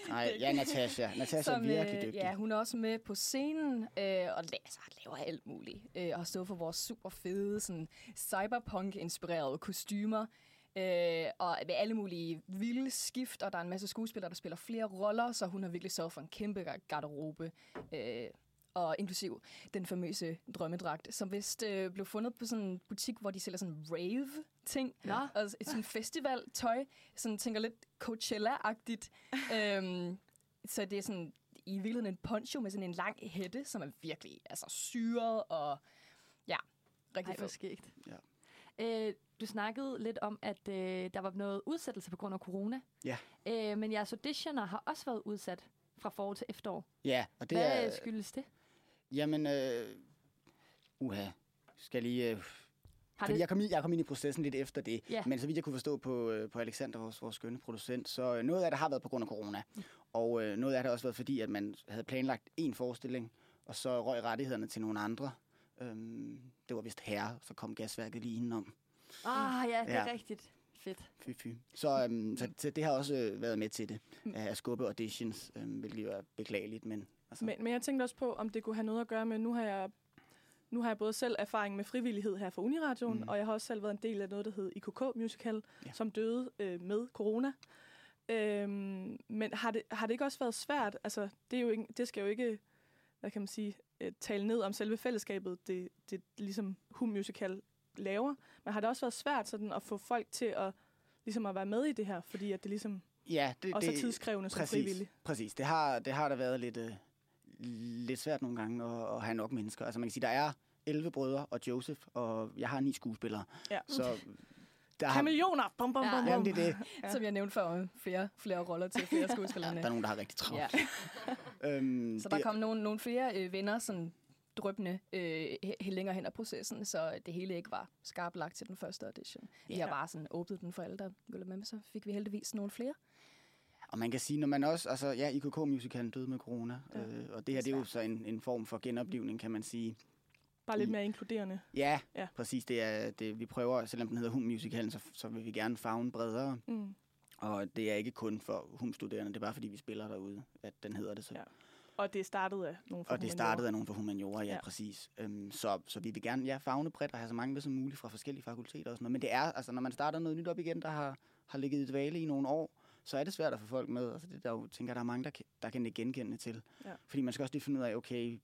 Nej, ja, Natasha. Natasha er virkelig øh, dygtig. ja, hun er også med på scenen øh, og la- altså, laver alt muligt. Øh, og har stået for vores super fede sådan, cyberpunk-inspirerede kostymer. Øh, og med alle mulige vilde skift, og der er en masse skuespillere, der spiller flere roller, så hun har virkelig sørget for en kæmpe gar- garderobe. Øh, og inklusiv den famøse drømmedragt, som vist øh, blev fundet på sådan en butik, hvor de sælger sådan rave-ting, Nå. og s- sådan festival-tøj, sådan tænker lidt Coachella-agtigt. øhm, så det er sådan i virkeligheden en poncho med sådan en lang hætte, som er virkelig altså, syret og ja, rigtig Ej, hvor fedt. skægt. Ja. Øh, du snakkede lidt om, at øh, der var noget udsættelse på grund af corona. Ja. Øh, men jeres auditioner har også været udsat fra forår til efterår. Ja, og det Hvad er... skyldes det? Jamen, øh, uha. Skal jeg lige... Øh, Har fordi det jeg kom, i, jeg kom ind i processen lidt efter det. Ja. Men så vidt jeg kunne forstå på, øh, på Alexander, vores, vores skønne producent, så øh, noget af det har været på grund af corona. Og øh, noget af det har også været fordi, at man havde planlagt en forestilling, og så røg rettighederne til nogle andre. Øhm, det var vist herre, så kom gasværket lige indenom. Ah, ja, det er Ja. rigtigt. Fedt. Fy, fy. Så, øhm, Mm. så, så det har også øh, været med til det, øh, at skubbe auditions, øhm, hvilket jo er beklageligt, men... Altså, Men, men jeg tænkte også på, om det kunne have noget at gøre med, nu har jeg, nu har jeg både selv erfaring med frivillighed her fra Uniradioen, Mhm. mm. og jeg har også selv været en del af noget, der hed IKK Musical, Ja. ja. som døde øh, med corona. Øhm, men har det, har det ikke også været svært? Altså, det, er jo ikke, det skal jo ikke, hvad kan man sige, øh, tale ned om selve fællesskabet, det, det ligesom Hum Musical laver. Men har det også været svært sådan at få folk til at, ligesom at være med i det her, fordi at det ligesom ja, det, også er det- tidskrævende som frivillig? Præcis. Det har, det har der været lidt, øh, lidt svært nogle gange at, at have nok mennesker. Altså man kan sige, der er 11 brødre og Joseph, og jeg har ni skuespillere. Ja. Så der, har, Kameleoner! Bum, bum, Ja. bum, jamen, bum. det er det. Ja. Som jeg nævnte før, øh, flere, flere roller til flere skuespillerne. der er nogen, der har rigtig travlt. Ja. [laughs] [laughs] Øhm, Så der det, kom nogle, nogle flere øh, venner sådan drøbende øh, he- længere hen ad processen, så det hele ikke var skarpt lagt til den første audition. Vi har bare sådan åbnet den for alle, der ville med, men så fik vi heldigvis nogle flere. Og man kan sige, når man også... Altså, ja, IKK Musicalen døde med corona, Ja. øh, og det her det er jo så en, en form for genoplivning, kan man sige. Bare lidt mere inkluderende. Ja, ja. Ja. præcis. Det er, det, vi prøver, selvom den hedder Hum Musicalen, så, så vil vi gerne fagne bredere. Mm. Og det er ikke kun for humstuderende, det er bare fordi, vi spiller derude, at den hedder det så. Ja. Og det startede af nogle fra Og det humaniora. startede af nogen fra humaniora, ja, ja. Ja. præcis. Øhm, så, så vi vil gerne ja, fagne bredt og have så mange med som muligt fra forskellige fakulteter og sådan noget. Men det er, altså når man starter noget nyt op igen, der har, har ligget i dvale i nogle år, så er det svært at få folk med. Altså det er der jo, tænker jeg, der er mange, der kan, der kan det genkende til. Ja. Fordi man skal også lige finde ud af, okay,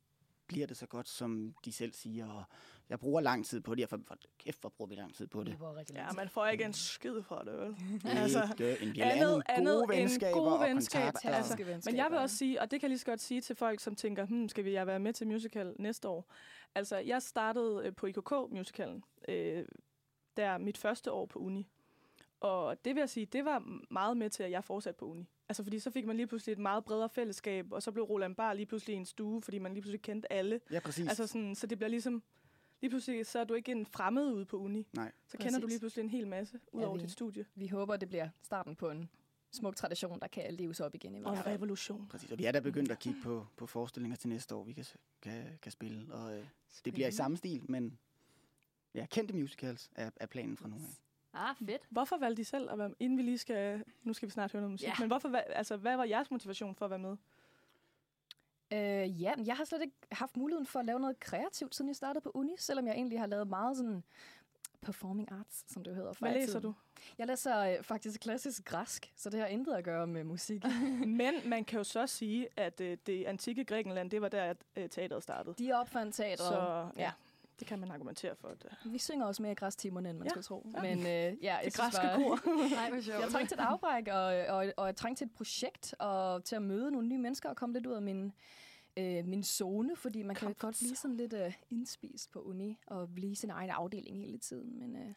bliver det så godt, som de selv siger? Og jeg bruger lang tid på det. Jeg for, for kæft, hvor bruger vi lang tid på [laughs] det. var rigtig Ja, man får ikke Mm. en skid for det, vel? Altså, altså, ikke, en, vi andet- andet, andet andet gode end venskaber gode og venskaber, altså. kontakter. Altså. Fantastiske venskaber. Men jeg vil også sige, og det kan jeg lige så godt sige til folk, som tænker, hmm, skal vi jeg være med til musical næste år? Altså, jeg startede øh, på IKK-musicalen, øh, der mit første år på uni. Og det vil jeg sige, det var meget med til, at jeg fortsatte på uni. Altså, fordi så fik man lige pludselig et meget bredere fællesskab, og så blev Roland Bar lige pludselig en stue, fordi man lige pludselig kendte alle. Ja, præcis. Altså sådan, så det bliver ligesom, lige pludselig så er du ikke en fremmed ude på uni. Nej. Så kender du Præcis. lige pludselig en hel masse ud Ja, over vi- dit studie. Vi håber, det bliver starten på en smuk tradition, der kan leves op igen i Og hvert en fald. revolution. Præcis, og vi er da begyndt at kigge på, på forestillinger til næste år, vi kan, s- kan, kan spille. Og øh, det bliver i samme stil, men ja, kendte musicals er, er planen fra nu af. Ah, fedt. Hvorfor valgte I selv at være med? Inden vi lige skal, nu skal vi snart høre noget musik, Ja. men hvorfor, valg- altså, hvad var jeres motivation for at være med? Øh, ja, men jeg har slet ikke haft muligheden for at lave noget kreativt, siden jeg startede på uni, selvom jeg egentlig har lavet meget sådan performing arts, som det jo hedder. før Hvad i læser tiden. du? Jeg læser øh, faktisk klassisk græsk, så det har intet at gøre med musik. Ah. Men man kan jo så sige, at øh, det antikke Grækenland, det var der, at øh, teateret startede. De opfandt teatret. Så ja, ja. det kan man argumentere for. At, øh, Vi synger også mere i græstimerne, end man ja. Ja. skulle tro. Ja. Men øh, ja, jeg det synes græske bare- kor. Nej, hvor sjovt. Jeg trængte til et afbræk, og, og, og jeg trængte til et projekt, og til at møde nogle nye mennesker, og komme lidt ud af min, øh, min zone, fordi man kan jo godt blive sådan lidt øh, indspist på uni, og blive sin egen afdeling hele tiden. Men øh,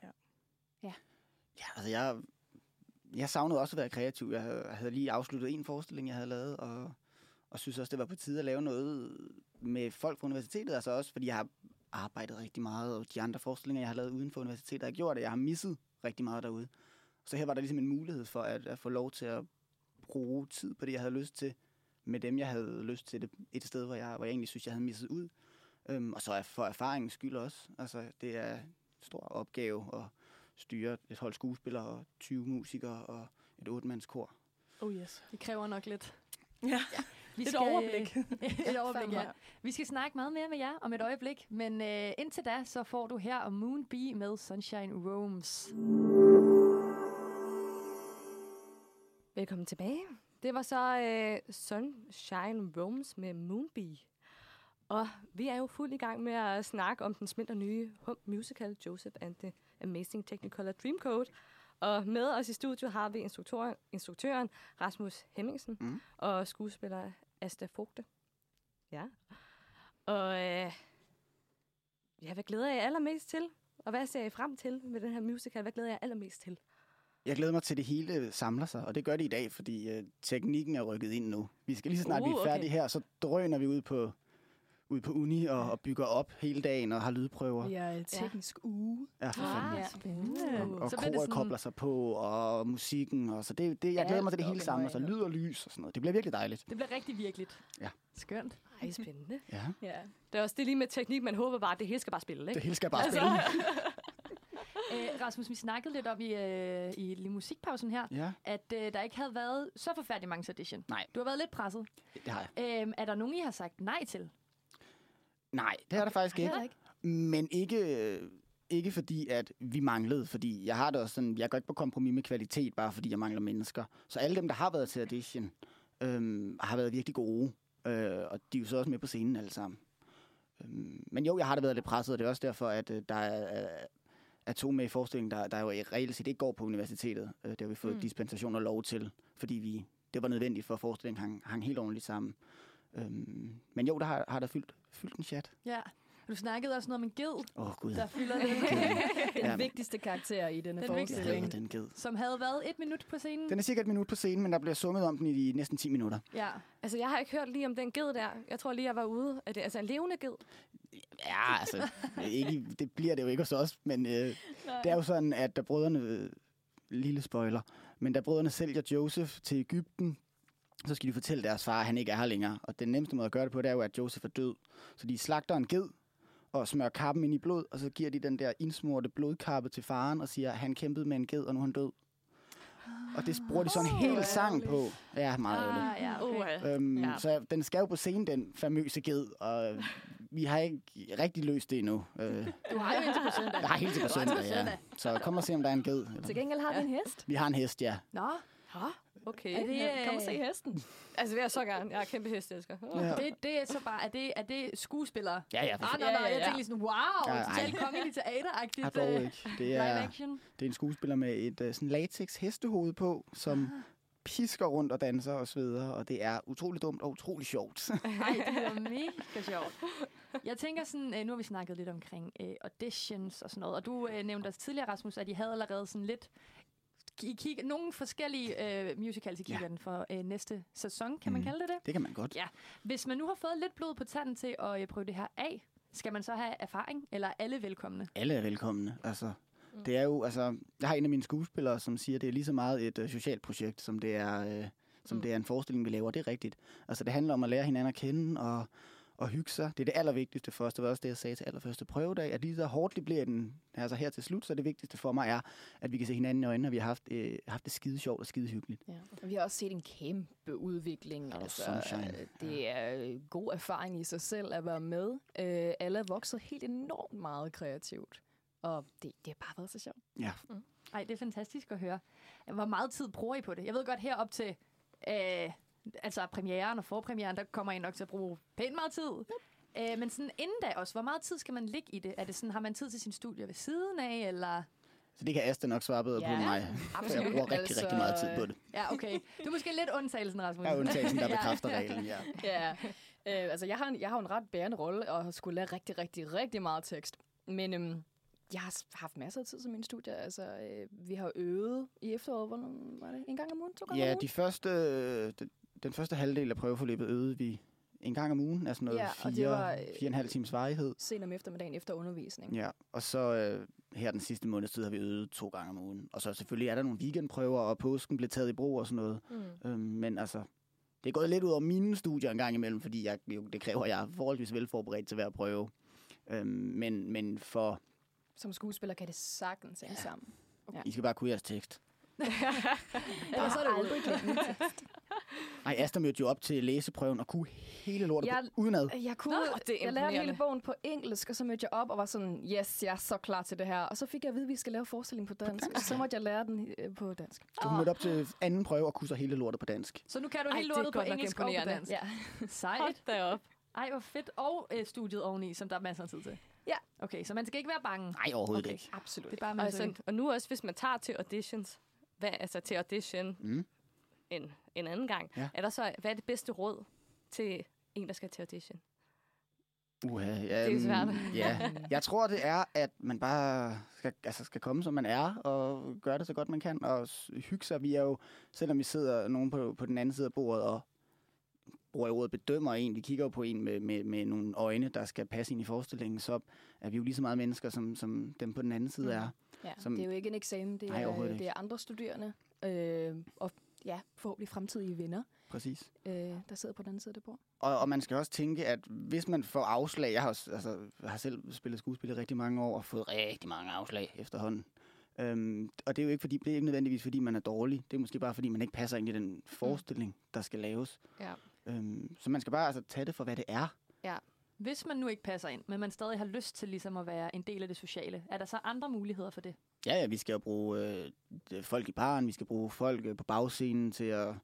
Ja, altså jeg, jeg savnede også at være kreativ. Jeg havde, jeg havde lige afsluttet en forestilling, jeg havde lavet, og, og synes også, det var på tide at lave noget med folk fra universitetet. Altså også, fordi jeg har arbejdet rigtig meget, og de andre forestillinger, jeg har lavet uden for universitetet, har gjort, at jeg har misset rigtig meget derude. Så her var der ligesom en mulighed for at, at få lov til at bruge tid på det, jeg havde lyst til, med dem, jeg havde lyst til det, et sted, hvor jeg, hvor jeg egentlig synes, jeg havde misset ud. Øhm, og så er for erfaringens skyld også. Altså, det er en stor opgave at styre et hold skuespillere og 20 musikere og et otte-mandskor. Oh yes. Det kræver nok lidt. Ja. Vi Et [laughs] overblik. øh, et overblik, fandme. ja. Vi skal snakke meget mere med jer om et øjeblik, men øh, indtil da, så får du her Moon Bee med Sunshine Roams. Velkommen tilbage. Det var så øh, Sunshine Roams med Moonbee. Og vi er jo fuld i gang med at snakke om den splinter nye hum musical, Joseph and the Amazing Technicolor Dreamcoat. Og med os i studiet har vi instruktøren, instruktøren Rasmus Hemmingsen Mm. mm. og skuespiller Asta Fogte. Ja. Og øh, ja, hvad glæder jeg jer allermest til? Og hvad ser I frem til med den her musical? Hvad glæder jeg jer allermest til? Jeg glæder mig til, at det hele samler sig, og det gør det i dag, fordi øh, teknikken er rykket ind nu. Vi skal lige så snart uh, Uh, vi er okay. færdige her, så drøner vi ud på, ud på uni og, og bygger op hele dagen og har lydprøver. Ja, Ja, Teknisk uge. ja for fanden. Ah, ja. spændende. Og Så så bliver koret det sådan- sådan... kobler sig på, og musikken, og så det, det jeg glæder mig til, at det Alt hele op i samler sig. højden. Lyd og lys og sådan noget. Det bliver virkelig dejligt. Det bliver rigtig virkeligt. Skønt. Ej, spændende. Ja. Ja. Det er også det lige med teknik, man håber bare, at det hele skal bare spille, Det ikke? hele skal bare Altså, spille. [laughs] Æ, Øh, Rasmus, vi snakkede lidt om i, øh, i lige musikpausen her, Ja, at øh, der ikke havde været så forfærdelig mange audition. Nej. Du har været lidt presset. det har jeg. Æm, er der nogen, I har sagt nej til? Nej, det er der faktisk det er ikke. Men ikke, øh, ikke fordi, at vi manglede, fordi jeg har det også sådan, jeg går ikke på kompromis med kvalitet, bare fordi jeg mangler mennesker. Så alle dem, der har været til audition, øhm, har været virkelig gode, øh, og de er jo så også med på scenen alle sammen. Øhm, men jo, jeg har da været lidt presset, og det er også derfor, at øh, der er, er to med i forestillingen, der, der jo i reelt set ikke går på universitetet. Øh, det har vi fået Mm. mm. dispensation og lov til, fordi vi, det var nødvendigt for, at forestillingen hang, hang helt ordentligt sammen. Øhm, men jo, der har, har der fyldt, fyldt en chat. Ja. Du snakkede også noget om en ged, Åh, oh, gud. der fylder lidt. [laughs] Den Ja. vigtigste karakter i denne Den Jeg vigtigste. forestilling. hader den ged. som havde været et minut på scenen. Den er cirka et minut på scenen, men der bliver sunget om den i de næsten 10 minutter. Ja. Altså, jeg har ikke hørt lige om den ged der. Jeg tror lige, jeg var ude. Er det altså en levende ged? Ja, altså, ikke, i- det bliver det jo ikke hos os, men øh, det er jo sådan, at da brødrene, øh, lille spoiler, men da brødrene sælger Joseph til Ægypten, så skal de fortælle deres far, at han ikke er her længere. Og den nemmeste måde at gøre det på, det er jo, at Joseph er død. Så de slagter en ged og smører kappen ind i blod, og så giver de den der indsmurte blodkappe til faren og siger, at han kæmpede med en ged, og nu er han død. Og det bruger de sådan en hel sang på. Ja, meget ærgerligt. Ah, ja, okay. Øhm, Ja. ja. Så den skal jo på scenen, den famøse ged, og vi har ikke rigtig løst [laughs] det endnu. Øh, Du har jo indtil på søndag. der er helt til på søndag, ja. Så kom og se, om der er en ged. Til Eller- gengæld har vi en hest. Vi har en hest, ja. Nå, Okay. er det... Øh, Kom og se hesten. Altså, det vil jeg så gerne. Jeg er kæmpe hestelsker. Oh. Ja, øh, Det, det er så bare, er det, er det skuespillere? ja. Altså, ja for Ah, f- nej, nej, Ja, ja, jeg ja. tænkte lige sådan, wow, Ja, ej. totalt kongelig teateragtigt har øh, dog ikke. Det live er, action. det er en skuespiller med et øh, sådan latex hestehoved på, som pisker rundt og danser og sveder, og det er utrolig dumt og utrolig sjovt. [laughs] Nej, det var mega sjovt. Jeg tænker sådan, øh, nu har vi snakket lidt omkring øh, auditions og sådan noget, og du øh, nævnte også tidligere, Rasmus, at I havde allerede sådan lidt I kig, nogle forskellige øh, musicals i Ja. kiggeren ja. for øh, næste sæson, kan man Mhm. kalde det det? det kan man godt. Hvis man nu har fået lidt blod på tanden til at øh, prøve det her af, skal man så have erfaring, eller er alle velkomne? alle er velkomne. Altså, det er jo, altså, jeg har en af mine skuespillere, som siger, det er lige så meget et øh, socialt projekt, som det er, øh, som Mm. det er en forestilling, vi laver. Det er rigtigt. Altså, det handler om at lære hinanden at kende og, og hygge sig. Det er det allervigtigste for os. Det var også det, jeg sagde til allerførste prøvedag, at lige så hårdt det bliver i den, altså her til slut, så det vigtigste for mig er, at vi kan se hinanden i øjnene, og vi har haft, øh, haft det skide sjovt og skide hyggeligt. Og Vi har også set en kæmpe udvikling. Ja, sunshine. øh, det er øh, god erfaring i sig selv at være med. Øh, alle er vokset helt enormt meget kreativt. Og det, det har bare været så sjovt. Ja, Nej, det er fantastisk at høre. Hvor meget tid bruger I på det? Jeg ved godt, herop til øh, altså premieren og forpremieren, der kommer I nok til at bruge pænt meget tid. Øh, men sådan inden da også, hvor meget tid skal man ligge i det? Er det sådan, har man tid til sin studie ved siden af, eller... så det kan Asta nok svare bedre på Ja, end mig. For [laughs] jeg bruger rigtig, Altså, rigtig meget tid på det. Ja, okay. Du er måske lidt undtagelsen, Rasmus. Jeg er undtagelsen, der Ja. bekræfter reglen, ja. [laughs] Ja, øh, altså jeg har, en, jeg har jo en ret bærende rolle, og har skulle lære rigtig, rigtig, rigtig meget tekst. Men øhm, jeg har s- haft masser af tid til mine studier. Altså, øh, vi har øvet i efteråret, hvor var det? En gang om ugen? To gange Ja, om ugen? de første, øh, den, den første halvdel af prøveforløbet øvede vi en gang om ugen, altså noget Ja, ja, og det fire, var, var, øh, fire og en halv times varighed. Sen om eftermiddagen efter undervisning. Ja, og så øh, her den sidste måneds tid har vi øvet to gange om ugen. Og så selvfølgelig er der nogle weekendprøver, og påsken blev taget i brug og sådan noget. Mm. Øhm, men altså, det er gået lidt ud over mine studier en gang imellem, fordi jeg, jo, det kræver, at jeg er forholdsvis velforberedt til hver prøve. Øhm, men, men for, Som skuespiller kan det sagtens hænge sammen. I skal bare kunne jeres tekst. Eller så er det aldrig glemt. Ej, Asta mødte jo op til læseprøven og kunne hele lortet Jeg- jeg... udenad. [laughs] Jeg kunne, Nå, det er jeg lærte hele imponerende. bogen på engelsk, og så mødte jeg op og var sådan, yes, jeg er så klar til det her. Og så fik jeg at vide, at vi skal lave forestillingen på dansk, og så måtte jeg lære den øh, på dansk. Så hun mødte op til anden prøve og kunne så hele lortet på dansk. Så nu kan du Ej, helt det er lortet på godt nok engelsk og på imponerende. dansk. Ja. [laughs] Sejt. da op. Ej, hvor fedt. Og øh, studiet oveni, som der er masser af tid til. Ja. Okay, så man skal ikke være bange. Nej, overhovedet okay. ikke. Absolut. Det er bare, man Og, altså, sådan, og nu også, hvis man tager til auditions, hvad, altså til audition Mm. en, en anden gang, Ja. ja. er der så, hvad er det bedste råd til en, der skal til audition? Uha, ja, er svært. mm, [laughs] Ja. Jeg tror, det er, at man bare skal, altså skal komme, som man er, og gøre det så godt, man kan, og s- hygge sig. Vi er jo, selvom vi sidder nogen på, på den anden side af bordet, og bruger jeg ordet bedømmer en, vi kigger jo på en med, med, med nogle øjne, der skal passe ind i forestillingen, så er vi jo lige så meget mennesker, som, som dem på den anden Mm. side er. Ja, Som- som... det er jo ikke en eksamen, det, Nej, er, overhovedet det ikke. er andre studerende, øh, og ja, forhåbentlig fremtidige venner, Præcis. øh, der sidder på den anden side af det bord. Og, og man skal også tænke, at hvis man får afslag, jeg har, også, altså, jeg har selv spillet skuespil i rigtig mange år og fået rigtig mange afslag efterhånden. Øhm, og det er jo ikke, fordi, det er ikke nødvendigvis, fordi man er dårlig. Det er måske bare, fordi man ikke passer ind i den forestilling, mm. der skal laves. Ja. Øhm, så man skal bare altså, tage det for, hvad det er. hvis man nu ikke passer ind, men man stadig har lyst til ligesom at være en del af det sociale, er der så andre muligheder for det? Ja, ja, vi skal jo bruge øh, d- folk i baren, vi skal bruge folk øh, på bagscenen til at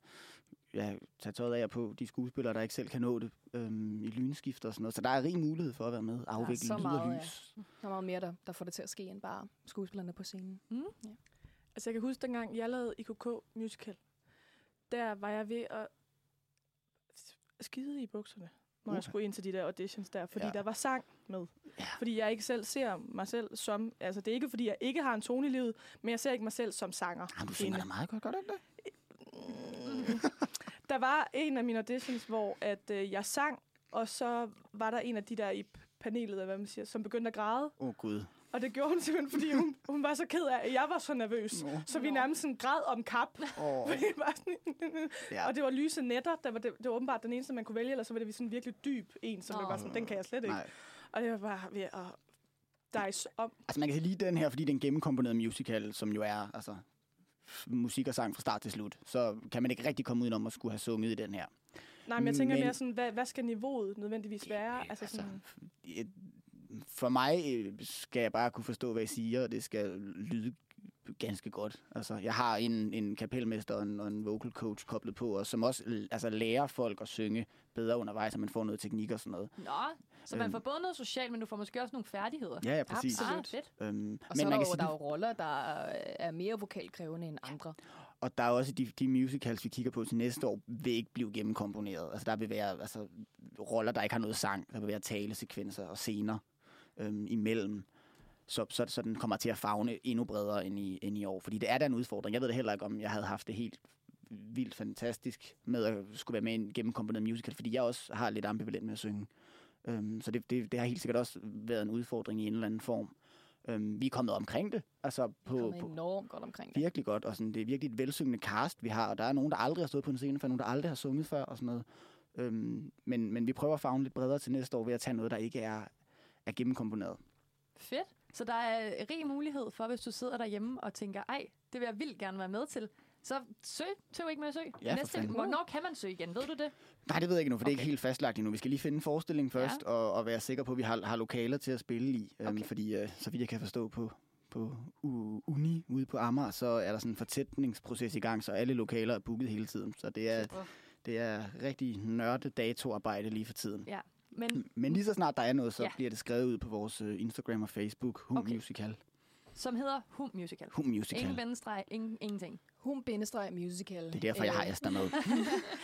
ja, tage tøjet af og på de skuespillere, der ikke selv kan nå det øhm, i lynskift og sådan noget. Så der er rig mulighed for at være med, afvikle så lyd og meget, ja. lys. Der er meget mere, der, der får det til at ske, end bare skuespillerne på scenen. Altså, jeg kan huske dengang, jeg lavede IKK Musical. Der var jeg ved at s- skide i bukserne, når Uha. jeg skulle ind til de der auditions der, fordi Ja. ja. der var sang med. Ja. Fordi jeg ikke selv ser mig selv som... Altså, det er ikke, fordi jeg ikke har en tone i livet, men jeg ser ikke mig selv som sanger. Jamen, Ah, du synger inde. da meget godt, gør du ikke det? [laughs] Der var en af mine auditions, hvor at, øh, jeg sang, og så var der en af de der i p- panelet, eller hvad man siger, som begyndte at græde. Åh, oh, Gud. Og det gjorde hun simpelthen, fordi hun, hun var så ked af, at jeg var så nervøs. Nå. Så vi nærmest sådan græd om kap. [laughs] Oh, Fordi det var sådan- [laughs] Ja. Og det var lyse nætter, der var det, det var åbenbart den eneste, man kunne vælge, eller så var det vi sådan virkelig dyb en, som oh. var sådan, den kan jeg slet ikke. Nej. nej. Og det var bare ved at dejse om. Altså, man kan lide den her, fordi det er en gennemkomponeret musical, som jo er altså, f- musik og sang fra start til slut. Så kan man ikke rigtig komme udenom at skulle have sunget i den her. Nej, men jeg tænker Men- men... mere sådan, hvad, hvad skal niveauet nødvendigvis være? Altså sådan, f- et- For mig øh, skal jeg bare kunne forstå, hvad I siger, og det skal lyde ganske godt. Altså, jeg har en, en kapelmester og en, og en vocal coach koblet på, og som også øh, altså, lærer folk at synge bedre undervejs, så man får noget teknik og sådan noget. Nå, så man Øhm. får både noget socialt, men du får måske også nogle færdigheder. Ja, ja, præcis. Ah, fedt. Øhm, Og men så er der, jo, der de- er jo roller, der er mere vokalkrævende end andre. Og der er også de, de musicals, vi kigger på til næste år, vil ikke blive gennemkomponeret. Altså der vil være altså, roller, der ikke har noget sang. Der vil være talesekvenser og scener øhm, imellem. Så, så, så den kommer til at fagne endnu bredere end i, end i år. Fordi det er da en udfordring. Jeg ved da heller ikke, om jeg havde haft det helt vildt fantastisk med at skulle være med i en gennemkomponeret musical, fordi jeg også har lidt ambivalent med at synge. Øhm, så det, det, det har helt sikkert også været en udfordring i en eller anden form. Øhm, vi er kommet omkring det. Altså Der på, er på, enormt godt omkring det. virkelig godt, og sådan, det er virkelig et velsyngende cast, vi har, og der er nogen, der aldrig har stået på en scene før, nogen, der aldrig har sunget før, og sådan noget. Øhm, men, men vi prøver at fagne lidt bredere til næste år ved at tage noget, der ikke er, er gennemkomponeret. Fedt. Så der er rig mulighed for, hvis du sidder derhjemme og tænker, ej, det vil jeg vildt gerne være med til. Så søg. Tøv ikke med at søge. Ja, for fanden. hvornår kan man søge igen? Ved du det? Nej, det ved jeg ikke nu, for okay. det er ikke helt fastlagt endnu. Vi skal lige finde en forestilling Ja. først, ja. og, og være sikre på, at vi har, har lokaler til at spille i. Øhm, Okay. Fordi, øh, så vidt jeg kan forstå på, på U- Uni ude på Amager, så er der sådan en fortætningsproces i gang, så alle lokaler er booket hele tiden. Så det er, Super. det er rigtig nørdet datoarbejde lige for tiden. Men Men lige så snart der er noget, så ja. Ja. bliver det skrevet ud på vores øh, Instagram og Facebook. Hum okay. Okay. Musical. som hedder Hum Musical. Hum Musical. Ingen venstreg, ingen, ingenting. Hun-musical. Det er derfor, jeg har jer der [laughs] med.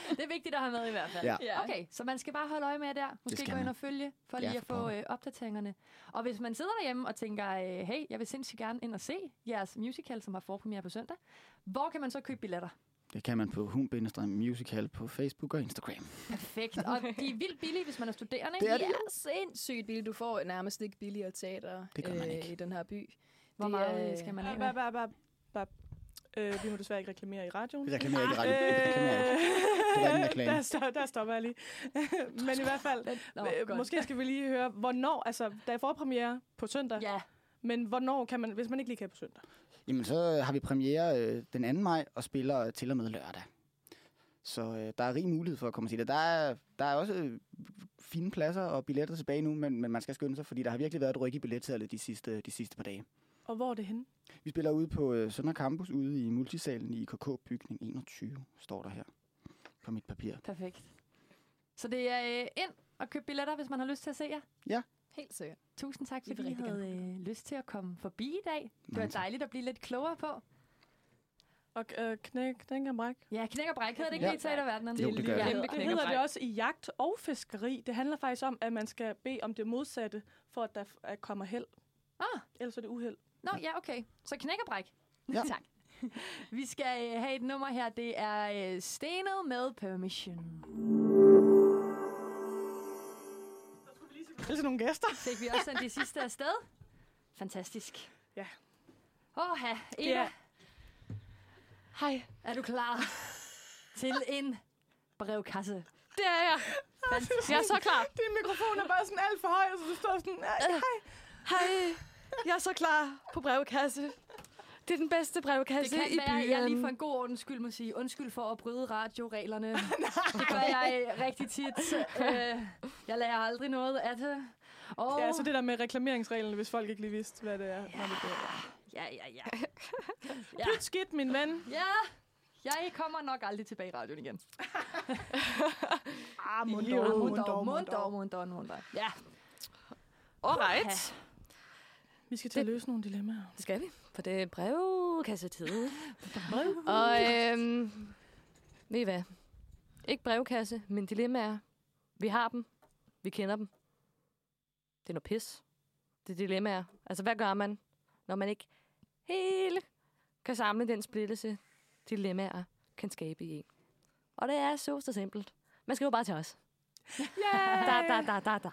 Det er vigtigt at have med i hvert fald. Ja. Ja. Okay. Okay, så man skal bare holde øje med der. Måske skal gå ind man. og følge, for Ja, lige at for få pokker. øh, opdateringerne. Og hvis man sidder derhjemme og tænker, øh, hey, jeg vil sindssygt gerne ind og se jeres musical, som har forpremiere på søndag, hvor kan man så købe billetter? Det kan man på hum Musical på Facebook og Instagram. Perfekt. Og de er vildt billige, hvis man er studerende. Det er ikke? Det er sindssygt billigt. Du får nærmest ikke billigere teater Det gør man øh, ikke. i den her by. Hvor Det meget er- øh, skal bare, man have? bare, med? bare, bare, bare. Øh, vi må desværre ikke reklamere i radioen. Vi reklamerer ikke i radioen. Vi reklamerer ikke. Det var ikke en [laughs] reklame. der, stop, der stopper [laughs] jeg lige. Men i hvert fald, Nå, øh, godt. måske skal vi lige høre, hvornår, altså der er forpremiere på søndag, ja. Ja, men hvornår kan man, hvis man ikke lige kan på søndag? Jamen, så øh, har vi premiere øh, den 2. maj og spiller øh, til og med lørdag. Så øh, der er rig mulighed for at komme og se det. Der er, der er også øh, fine pladser og billetter tilbage nu, men, men man skal skynde sig, fordi der har virkelig været et ryk i billettallet de sidste, de sidste par dage. Og hvor er det henne? Vi spiller ude på øh, Sønder Campus, ude i multisalen i KK Bygning 21, står der her på mit papir. perfekt. Så det er øh, ind og køb billetter, hvis man har lyst til at se jer. Helt sikkert. Tusind tak, Vi vil fordi I rigtig gerne havde øh, lyst til at komme forbi i dag. Det var Mange tak. dejligt at blive lidt klogere på. Og øh, knæk, knæk og bræk. Ja, knæk og bræk hedder det ikke Ja. ja. lige teaterverdenen. Jo, det gør det. Jeg Kæmpe Og det [laughs] knæk og hedder det bræk. også i jagt og fiskeri. Det handler faktisk om, at man skal bede om det modsatte, for at der f- at kommer held. Ah. Ellers er det uheld. Nå, ja, okay. Så knæk og bræk. Ja. [laughs] tak. Vi skal øh, have et nummer her. Det er øh, Stenet med Permission. Ellers nogle gæster. Fik vi også sendt de sidste afsted? Fantastisk. Ja. Åh, Eva, Ja. Hej. er du klar til en brevkasse? Det er jeg. Jeg er så klar. [laughs] Din mikrofon er bare sådan alt for høj, så du står sådan... "Ej, Hej. Jeg er så klar på brevkasse. Det er den bedste Det Altså, brevkasse kan i være, byen. at jeg lige for en god ordens skyld må sige undskyld for at bryde [laughs] radioreglerne. det gør jeg øh, rigtig tit. Øh, jeg lærer aldrig noget af det. Og Ja, så det der med reklameringsreglerne, hvis folk ikke lige vidste, hvad det er. Ja. Når det er. ja, ja, ja. Ja. Pyt skidt, min ven. Ja, jeg kommer nok aldrig tilbage i radioen igen. [laughs] Ah, Ah, mund dog, mund dog, mund dog, mund dog. Ja. Alright. Vi skal til at løse nogle dilemmaer. Det skal vi, for det er brevkassetid. øh, og øhm, ved I hvad? Ikke brevkasse, men dilemmaer. Vi har dem. Vi kender dem. Det er noget pis. Det er dilemmaer. Altså, hvad gør man, når man ikke hele kan samle den splittelse, dilemmaer kan skabe i en? Og det er så så simpelt. Man skal jo bare til os. Yeah. Da, da, da, da, da.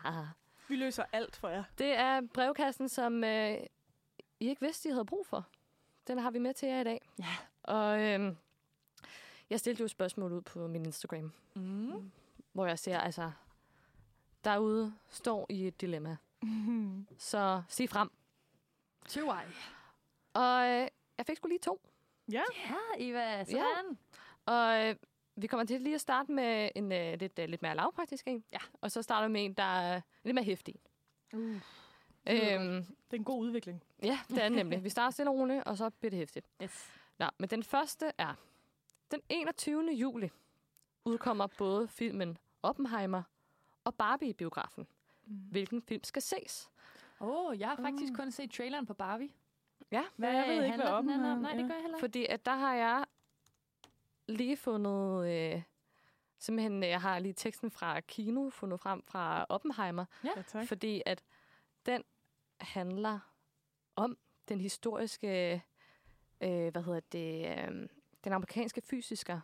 Vi løser alt for jer. Det er brevkassen, som øh, I ikke vidste, I havde brug for. Den har vi med til jer i dag. Ja. Og øh, jeg stillede jo et spørgsmål ud på min Instagram, Mm. hvor jeg ser, altså, derude står I et [laughs] dilemma. Så sig frem. Tøv ej. Og øh, jeg fik sgu lige to. Ja, Eva, sådan. Og øh, vi kommer til lige at starte med en øh, lidt, øh, lidt mere lavpraktisk en. Ja. Og så starter vi med en, der er lidt mere hæftig. Uh, Øhm, det er en god udvikling. ja, det er den nemlig. Vi starter stille og roligt, og så bliver det hæftigt. Yes. Nå, men den første er, den 21. juli udkommer både filmen Oppenheimer og Barbie i biografen. Hvilken film skal ses? Åh, oh, jeg har faktisk kun set traileren på Barbie. Hvad, Mm. jeg ved ikke, hvad handler den anden om? Oppenheimer Nej, det gør jeg heller ikke. Fordi at der har jeg lige fundet, øh, simpelthen, jeg har lige teksten fra Kino fundet frem fra Oppenheimer, Ja, tak. fordi at den handler om den historiske, øh, hvad hedder det, øh, den amerikanske fysiker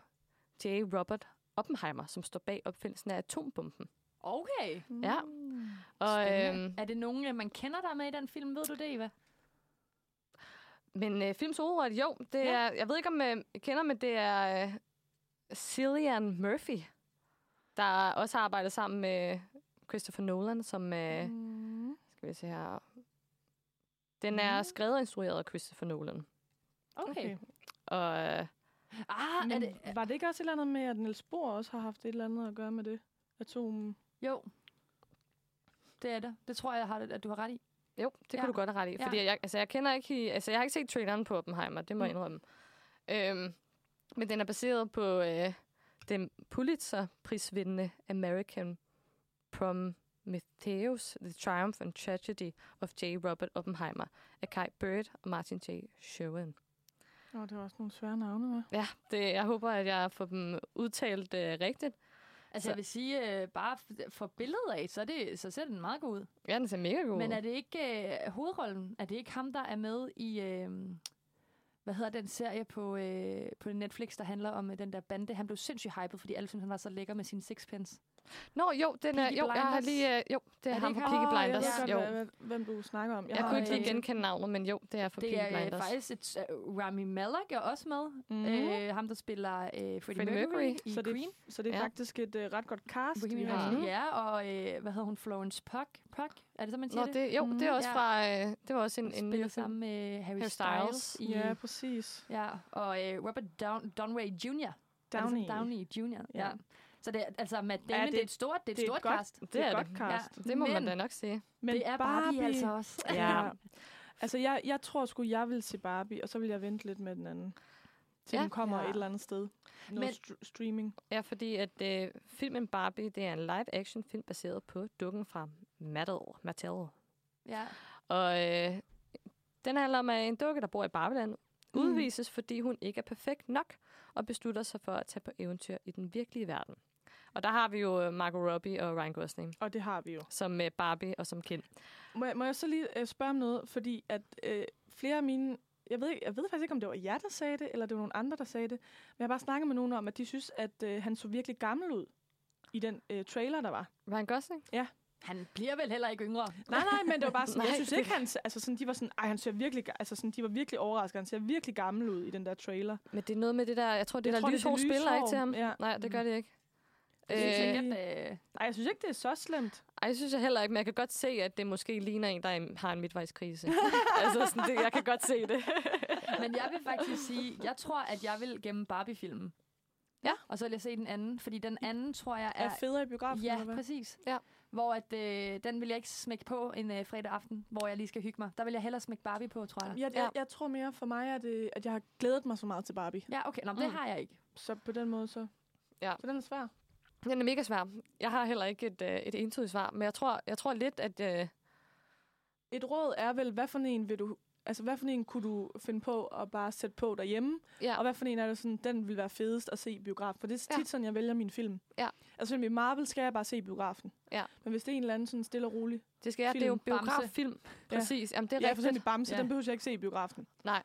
J. Robert Oppenheimer, som står bag opfindelsen af atombomben. Okay. Ja. Og, øhm, Er det nogen, øh, man kender der er med i den film? Ved du det, Eva? men øh, films hovedret, jo, det Ja. ja. er, jeg ved ikke, om øh, I kender, men det er øh, Cillian Murphy, der også har arbejdet sammen med Christopher Nolan, som, øh, Mm. skal vi se her, den er skrevet og instrueret af Christopher Nolan. Mhm. Okay. Og øh, Ah, er det... Men, var det ikke også et eller andet med, at Niels Bohr også har haft et eller andet at gøre med det? Atom... Jo. Det er det. Det tror jeg, jeg har det, at du har ret i. jo, det ja. Ja. kunne du godt have ret i, Ja. fordi jeg, altså, jeg kender ikke, i- altså, jeg har ikke set traileren på Oppenheimer, det må jeg Mm. indrømme. Øhm, men den er baseret på øh, den Pulitzer-prisvindende American Prometheus, The Triumph and Tragedy of J. Robert Oppenheimer af Kai Bird og Martin J. Sherwin. Åh, oh, det var også nogle svære navne, hva'? Ja, det, jeg håber, at jeg får dem udtalt øh, rigtigt. Altså, Så- jeg vil sige, øh, bare f- for billedet af, så, er det, så ser den meget god ud. Ja, den ser mega god. Men er ud. det ikke øh, hovedrollen? Er det ikke ham, der er med i... Øh, hvad hedder den serie på, øh, på Netflix, der handler om øh, den der bande? Han blev sindssygt hyped, fordi alle syntes, han var så lækker med sin sixpence. Nå, jo, den er, Peaky jo, jeg har Blinders? lige, øh, jo, det er, det ham ikke fra ham? Peaky Åh, Blinders. Ah, Jeg ved jo. godt, hvad, hvad- hvem du snakker om. Jeg har- kunne ikke lige øh, genkende navnet, men jo, det er fra Det Peaky er øh, Blinders. faktisk et... Øh, Rami Malek er også med. Mhm. Øh, ham, der spiller øh, Freddie, Freddie Mercury, Mercury. i så, det, Queen. er- så det er Ja. faktisk et uh, ret godt cast, vi Bohemian har har Rhapsody. nu. Rhapsody. Ja, og øh, hvad hedder hun? Florence Puck? Puck? Er det så, man Nå, siger det? det, jo, det er Mhm. også Ja. fra, øh, det var også en, en spiller ny film. sammen med øh, Harry, Harry Styles. Styles. I, Ja, præcis. ja, og øh, Robert Down, Dunway Jr. Downey. Downey. Altså, Downey Jr. Ja. ja. Ja. Så det er, altså, Matt Damon, ja, det, det- det, er et stort, det er et det er stort et godt- cast. Det er et godt det. cast. Ja. Det må man Men- da nok sige. Men det er Barbie, altså også. Ja. Altså, jeg, jeg tror sgu, jeg vil se Barbie, og så vil jeg vente lidt med den anden. til ja. Ja. den kommer Ja. ja. et eller andet sted. Noget Men- Men, str- streaming. Ja, fordi at øh, filmen Barbie, det er en live-action film baseret på dukken fra Mattel. Mattel. Ja. Og øh, den handler om, at en dukke, der bor i Barbeland, udvises, fordi hun ikke er perfekt nok, og beslutter sig for at tage på eventyr i den virkelige verden. Og der har vi jo øh, Margot Robbie og Ryan Gosling Og det har vi jo. som øh, Barbie og som Ken. Må jeg, må jeg så lige øh, spørge om noget? Fordi at øh, flere af mine... Jeg ved, ikke- jeg ved faktisk ikke, om det var jer, der sagde det, eller det var nogle andre, der sagde det. Men jeg har bare snakket med nogen om, at de synes, at øh, han så virkelig gammel ud i den øh, trailer, der var. Ryan Gosling? Han bliver vel heller ikke yngre. Nej, nej, men det var bare sådan, jeg Nej, synes det- ikke, han... s- Altså sådan, de var sådan, ej, han ser virkelig... ga- Altså sådan, de var virkelig overrasket. Han ser virkelig gammel ud i den der trailer. Men det er noget med det der, jeg tror, det Jeg der tror, det er lyshår det spiller ikke lyshår. til ham. Ja. Mm. Nej, det gør det ikke. Det synes jeg Øh, ikke. Øh, Nej, jeg synes ikke, det er så slemt. ej, jeg synes jeg heller ikke, men jeg kan godt se, at det måske ligner en, der er- har en midtvejskrise. [laughs] altså, sådan, det, jeg kan godt se det. men jeg vil faktisk sige, jeg tror, at jeg vil gemme Barbie-filmen. Ja. Og så vil jeg se den anden, fordi den anden, tror jeg, Er er... federe i biografen, Ja, eller hvad? præcis. Ja. Hvor at, øh, den vil jeg ikke smække på en øh, fredag aften, hvor jeg lige skal hygge mig. Der vil jeg hellere smække Barbie på, tror jeg. Jeg, Ja. jeg, jeg tror mere for mig, at, øh, at jeg har glædet mig så meget til Barbie. Ja, okay. Nå, men det Mm. har jeg ikke. Så på den måde, så... Ja. Så den er svær. Den er mega svær. Jeg har heller ikke et, øh, et entydigt svar, men jeg tror, jeg tror lidt, at... Øh, Et råd er vel, hvad for en vil du... Altså, hvad for en kunne du finde på at bare sætte på derhjemme? ja, Og hvad for en er det sådan, den vil være fedest at se i biografen? For det er Ja. tit sådan, jeg vælger min film. Ja. Altså, med Marvel skal jeg bare se i biografen. Ja. Men hvis det er en eller anden sådan stille og rolig... det skal jeg. Det er jo en film. biograffilm. Ja. Præcis. Jamen, det er ja, for rigtigt. eksempel Bamse, Ja. den behøver jeg ikke se i biografen. Nej,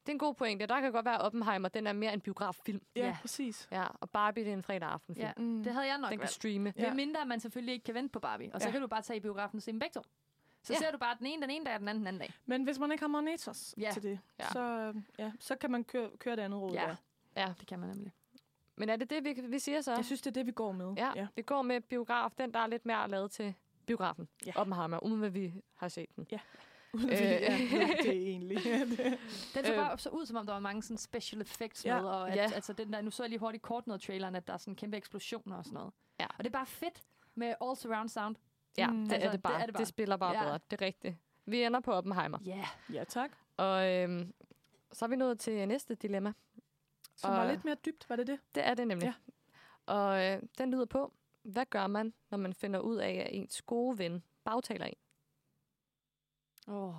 det er en god pointe. Der kan godt være, at Oppenheimer den er mere en biograffilm. Ja, Ja. ja. præcis. Ja, og Barbie det er en fredag aften film. Ja, Mm. det havde jeg nok Den kan valgt. streame. Ja. Ja. Med mindre man selvfølgelig ikke kan vente på Barbie. Og så Ja. ja. kan du bare tage i biografen og se dem begge to. Så Ja. ja. ser du bare den ene den ene dag, og den anden den anden dag. Men hvis man ikke har monitors Ja. til det, Ja. Så, øh, ja, så kan man køre, køre det andet råd Ja. der. Det kan man nemlig. Men er det det, vi, vi siger så? Jeg synes, det er det, vi går med. ja, [laughs] ja, vi går med biograf. Den, der er lidt mere lavet til biografen. Ja. Ja. Oppenheimer, uden hvad vi har set den. Uden at Øh. vide, ja, hvad det er [laughs] egentlig. Den så Øh. bare så ud, som om der var mange sådan special effects Ja. med. Og at, Ja. Øhm. ja. altså, den der, nu så jeg lige hurtigt kort noget i traileren, at der er sådan kæmpe eksplosioner og sådan noget. Ja. Og det er bare fedt med all surround sound. Ja, Mm. det, Altså, er det, bare. det er det bare. Det spiller bare Ja. bedre. Det er rigtigt. Vi ender på Oppenheimer. Ja. Yeah. ja, tak. Og øhm, så er vi nået til næste dilemma. Som Og- var lidt mere dybt, var det det? Det er det nemlig. Ja. Og øh, den lyder på, hvad gør man, når man finder ud af, at ens gode ven bagtaler en? Oh,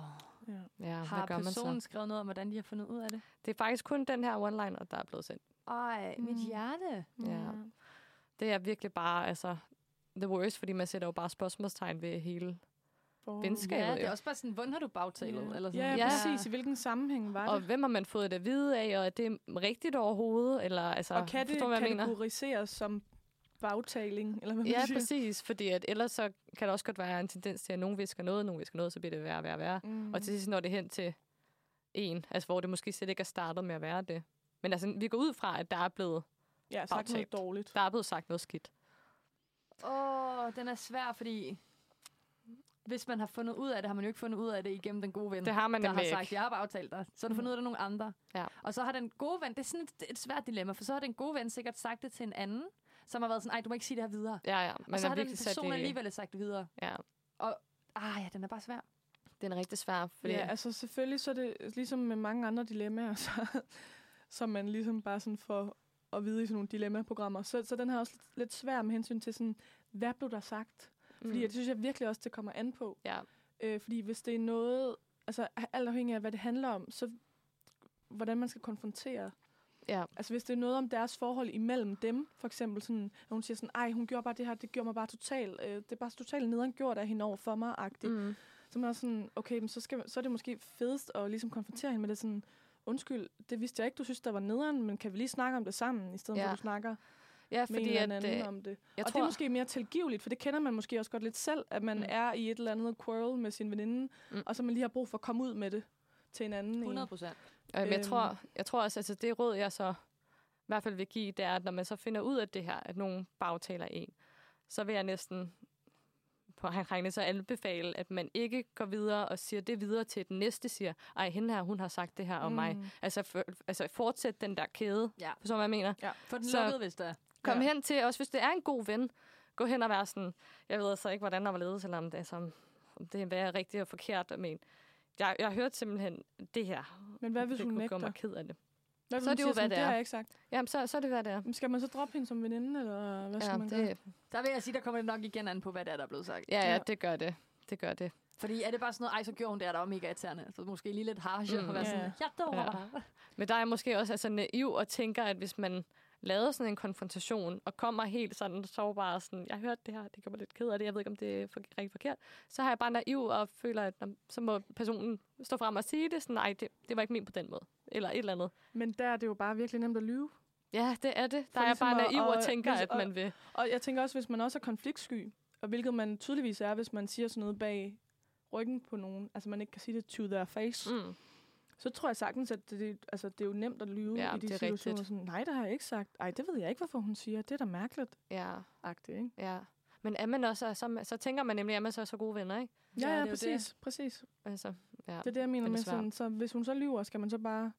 Ja, har personen skrevet noget om, hvordan de har fundet ud af det? Det er faktisk kun den her one-liner, der er blevet sendt. Ej, mm. mit Mm. hjerte. Ja. Det er virkelig bare, altså, the worst, fordi man sætter jo bare spørgsmålstegn ved hele. For... Venskab. Skal jeg Ja, Hmm. jo. det er også bare sådan, hvordan har du bagtalet? Ja. Eller sådan. Ja, Ja. ja, præcis. I hvilken sammenhæng var Og det? hvem har man fået det at vide af, og er det rigtigt overhovedet? Eller, altså, Og, og kan det forstår, du, hvad jeg mener? kategoriseres som bagtaling? Eller hvad man [laughs] Ja, siger? præcis, fordi at ellers så kan der også godt være en tendens til, at nogen visker noget, nogen visker noget, så bliver det værre, værre, værre. Mm. Og til sidst når det hen til en, altså hvor det måske slet ikke er startet med at være det. Men altså, vi går ud fra, at der er blevet, ja, sagt noget bagtalt. dårligt. der er blevet sagt noget skidt. Mm. Åh, oh, den er svær, fordi hvis man har fundet ud af det, har man jo ikke fundet ud af det igennem den gode ven, Det har man altså der har nemlig ikke. sagt, jeg har bare aftalt dig. Så har du fundet ud af det af nogle andre. Ja. Og så har den gode ven, det er sådan et, et svært dilemma, for så har den gode ven sikkert sagt det til en anden, som har været sådan, ej, du må ikke sige det her videre. Ja, ja. Men og Man så er har den virkelig sat person i, alligevel sagt det videre. Ja, Ej, ja, den er bare svær. den er rigtig svær. Fordi, Ja, ja, altså selvfølgelig så er det ligesom med mange andre dilemmaer, [laughs] så, som man ligesom bare sådan får at vide i sådan nogle dilemma-programmer. Så, så den her er også lidt, lidt svær med hensyn til sådan, hvad blev der sagt? Fordi mm. det synes jeg virkelig også, det kommer an på. Ja. Øh, fordi hvis det er noget, altså alt afhængig af, hvad det handler om, så hvordan man skal konfrontere. ja. Altså hvis det er noget om deres forhold imellem dem, for eksempel sådan, at hun siger sådan, ej, hun gjorde bare det her, det gjorde mig bare totalt, øh, det er bare totalt nederen gjort af hende over for mig, agtigt. Mm. Så man er sådan, okay, men så, skal, så er det måske fedest at ligesom konfrontere hende med det sådan, undskyld, det vidste jeg ikke, du synes, der var nederen, men kan vi lige snakke om det sammen, i stedet ja. Ja. for at du snakker ja med en fordi eller at, anden øh, om det. jeg og tror, det er måske mere tilgiveligt, for det kender man måske også godt lidt selv, at man Mm. mm. er i et eller andet quarrel med sin veninde, Mm. mm. og så man lige har brug for at komme ud med det til en anden. 100 procent. øh, men jeg, øhm. tror, jeg tror også, altså det råd, jeg så i hvert fald vil give, det er, at når man så finder ud af det her, at nogen bagtaler en, så vil jeg næsten på han regne så anbefale, at man ikke går videre og siger det videre til den næste, siger, ej, hende her, hun har sagt det her om mm. mig. Altså, for, altså fortsæt den der kæde, Ja. forstår du, hvad jeg mener? For den Så- lukkede, hvis der. Kom Ja. ja. hen til, også hvis det er en god ven, gå hen og være sådan, jeg ved altså ikke, hvordan der var ledes, eller om det er, som, om det er hvad er rigtigt og forkert, men jeg, jeg hørte simpelthen det her. Men hvad hvis det hun kunne gøre nægter? mig ked af det. Hvad vil Så er hun det jo, sige hvad sådan, det Det er." har jeg ikke sagt. Jamen, så, så er det, hvad det er. Men skal man så droppe hende som veninde, eller hvad skal ja, man gøre? det, Der vil jeg sige, der kommer det nok igen an på, hvad det er, der er blevet sagt. ja, Ja. ja, det gør det. Det gør det. Fordi er det bare sådan noget, ej, så gjorde hun det, og der var mega irriterende. Så måske lige lidt harsh mm, Mm. at være Ja, sådan, ja. jeg dog Ja. ja. Men der er jeg måske også altså, naiv og tænker, at hvis man lavede sådan en konfrontation og kommer helt sådan sårbar og sådan, jeg hørte det her, det gør mig lidt ked af det, jeg ved ikke, om det er for, rigtig forkert, så har jeg bare naiv og føler, at "Nå, så må personen stå frem og sige det, sådan, nej, det, det var ikke min på den måde, eller et eller andet. Men der er det jo bare virkelig nemt at lyve. Ja, det er det. For Der er jeg ligesom bare at- naiv og at- tænker, hvis- at at- man vil. Og jeg tænker også, hvis man også er konfliktsky, og hvilket man tydeligvis er, hvis man siger sådan noget bag ryggen på nogen, altså man ikke kan sige det to their face, mm. Mm. så tror jeg sagtens, at det, det, altså, det er jo nemt at lyve Ja, i de det er situationer. rigtigt. Sådan, Nej, det har jeg ikke sagt. Ej, det ved jeg ikke, hvorfor hun siger. Det er da mærkeligt. Ja, Agtigt, ikke? ja. Men er man også, så, så tænker man nemlig, at man så er så gode venner, ikke? Ja, Ja, ja, det er ja jo præcis, præcis. Altså, ja. Det er det, jeg mener Men med desværre. sådan, så hvis hun så lyver, skal man så bare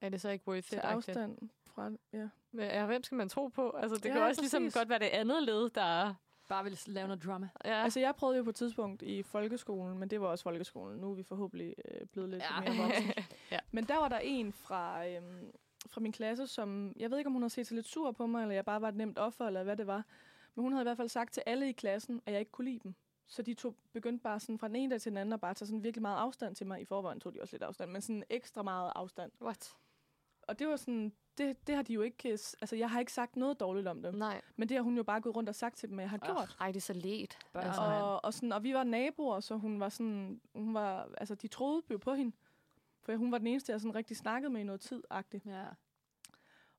Er det så ikke worth it? tage afstand fra det? Ja. Men, ja, hvem skal man tro på? Altså, det Ja, kan også ligesom præcis. godt være det andet led, der... Bare vil lave noget drama. Ja. Altså, jeg prøvede jo på et tidspunkt i folkeskolen, men det var også folkeskolen. Nu er vi forhåbentlig øh, blevet lidt ja. mere [laughs] voksne. Men der var der en fra, øhm, fra min klasse, som... Jeg ved ikke, om hun havde set sig lidt sur på mig, eller jeg bare var et nemt offer, eller hvad det var. Men hun havde i hvert fald sagt til alle i klassen, at jeg ikke kunne lide dem. Så de to begyndte bare sådan fra den ene dag til den anden at bare tage sådan virkelig meget afstand til mig. I forvejen tog de også lidt afstand, men sådan ekstra meget afstand. What? Og det var sådan, det, det har de jo ikke... øh, s- Altså, jeg har ikke sagt noget dårligt om dem. Nej. Men det har hun jo bare gået rundt og sagt til dem, at jeg har gjort. Ej, det er så let. Børn. Altså, Sådan. Og, og, sådan, og vi var naboer, så hun var sådan, hun var, altså de troede jo på hende. For hun var den eneste, jeg sådan rigtig snakkede med i noget tid, agtigt. Ja.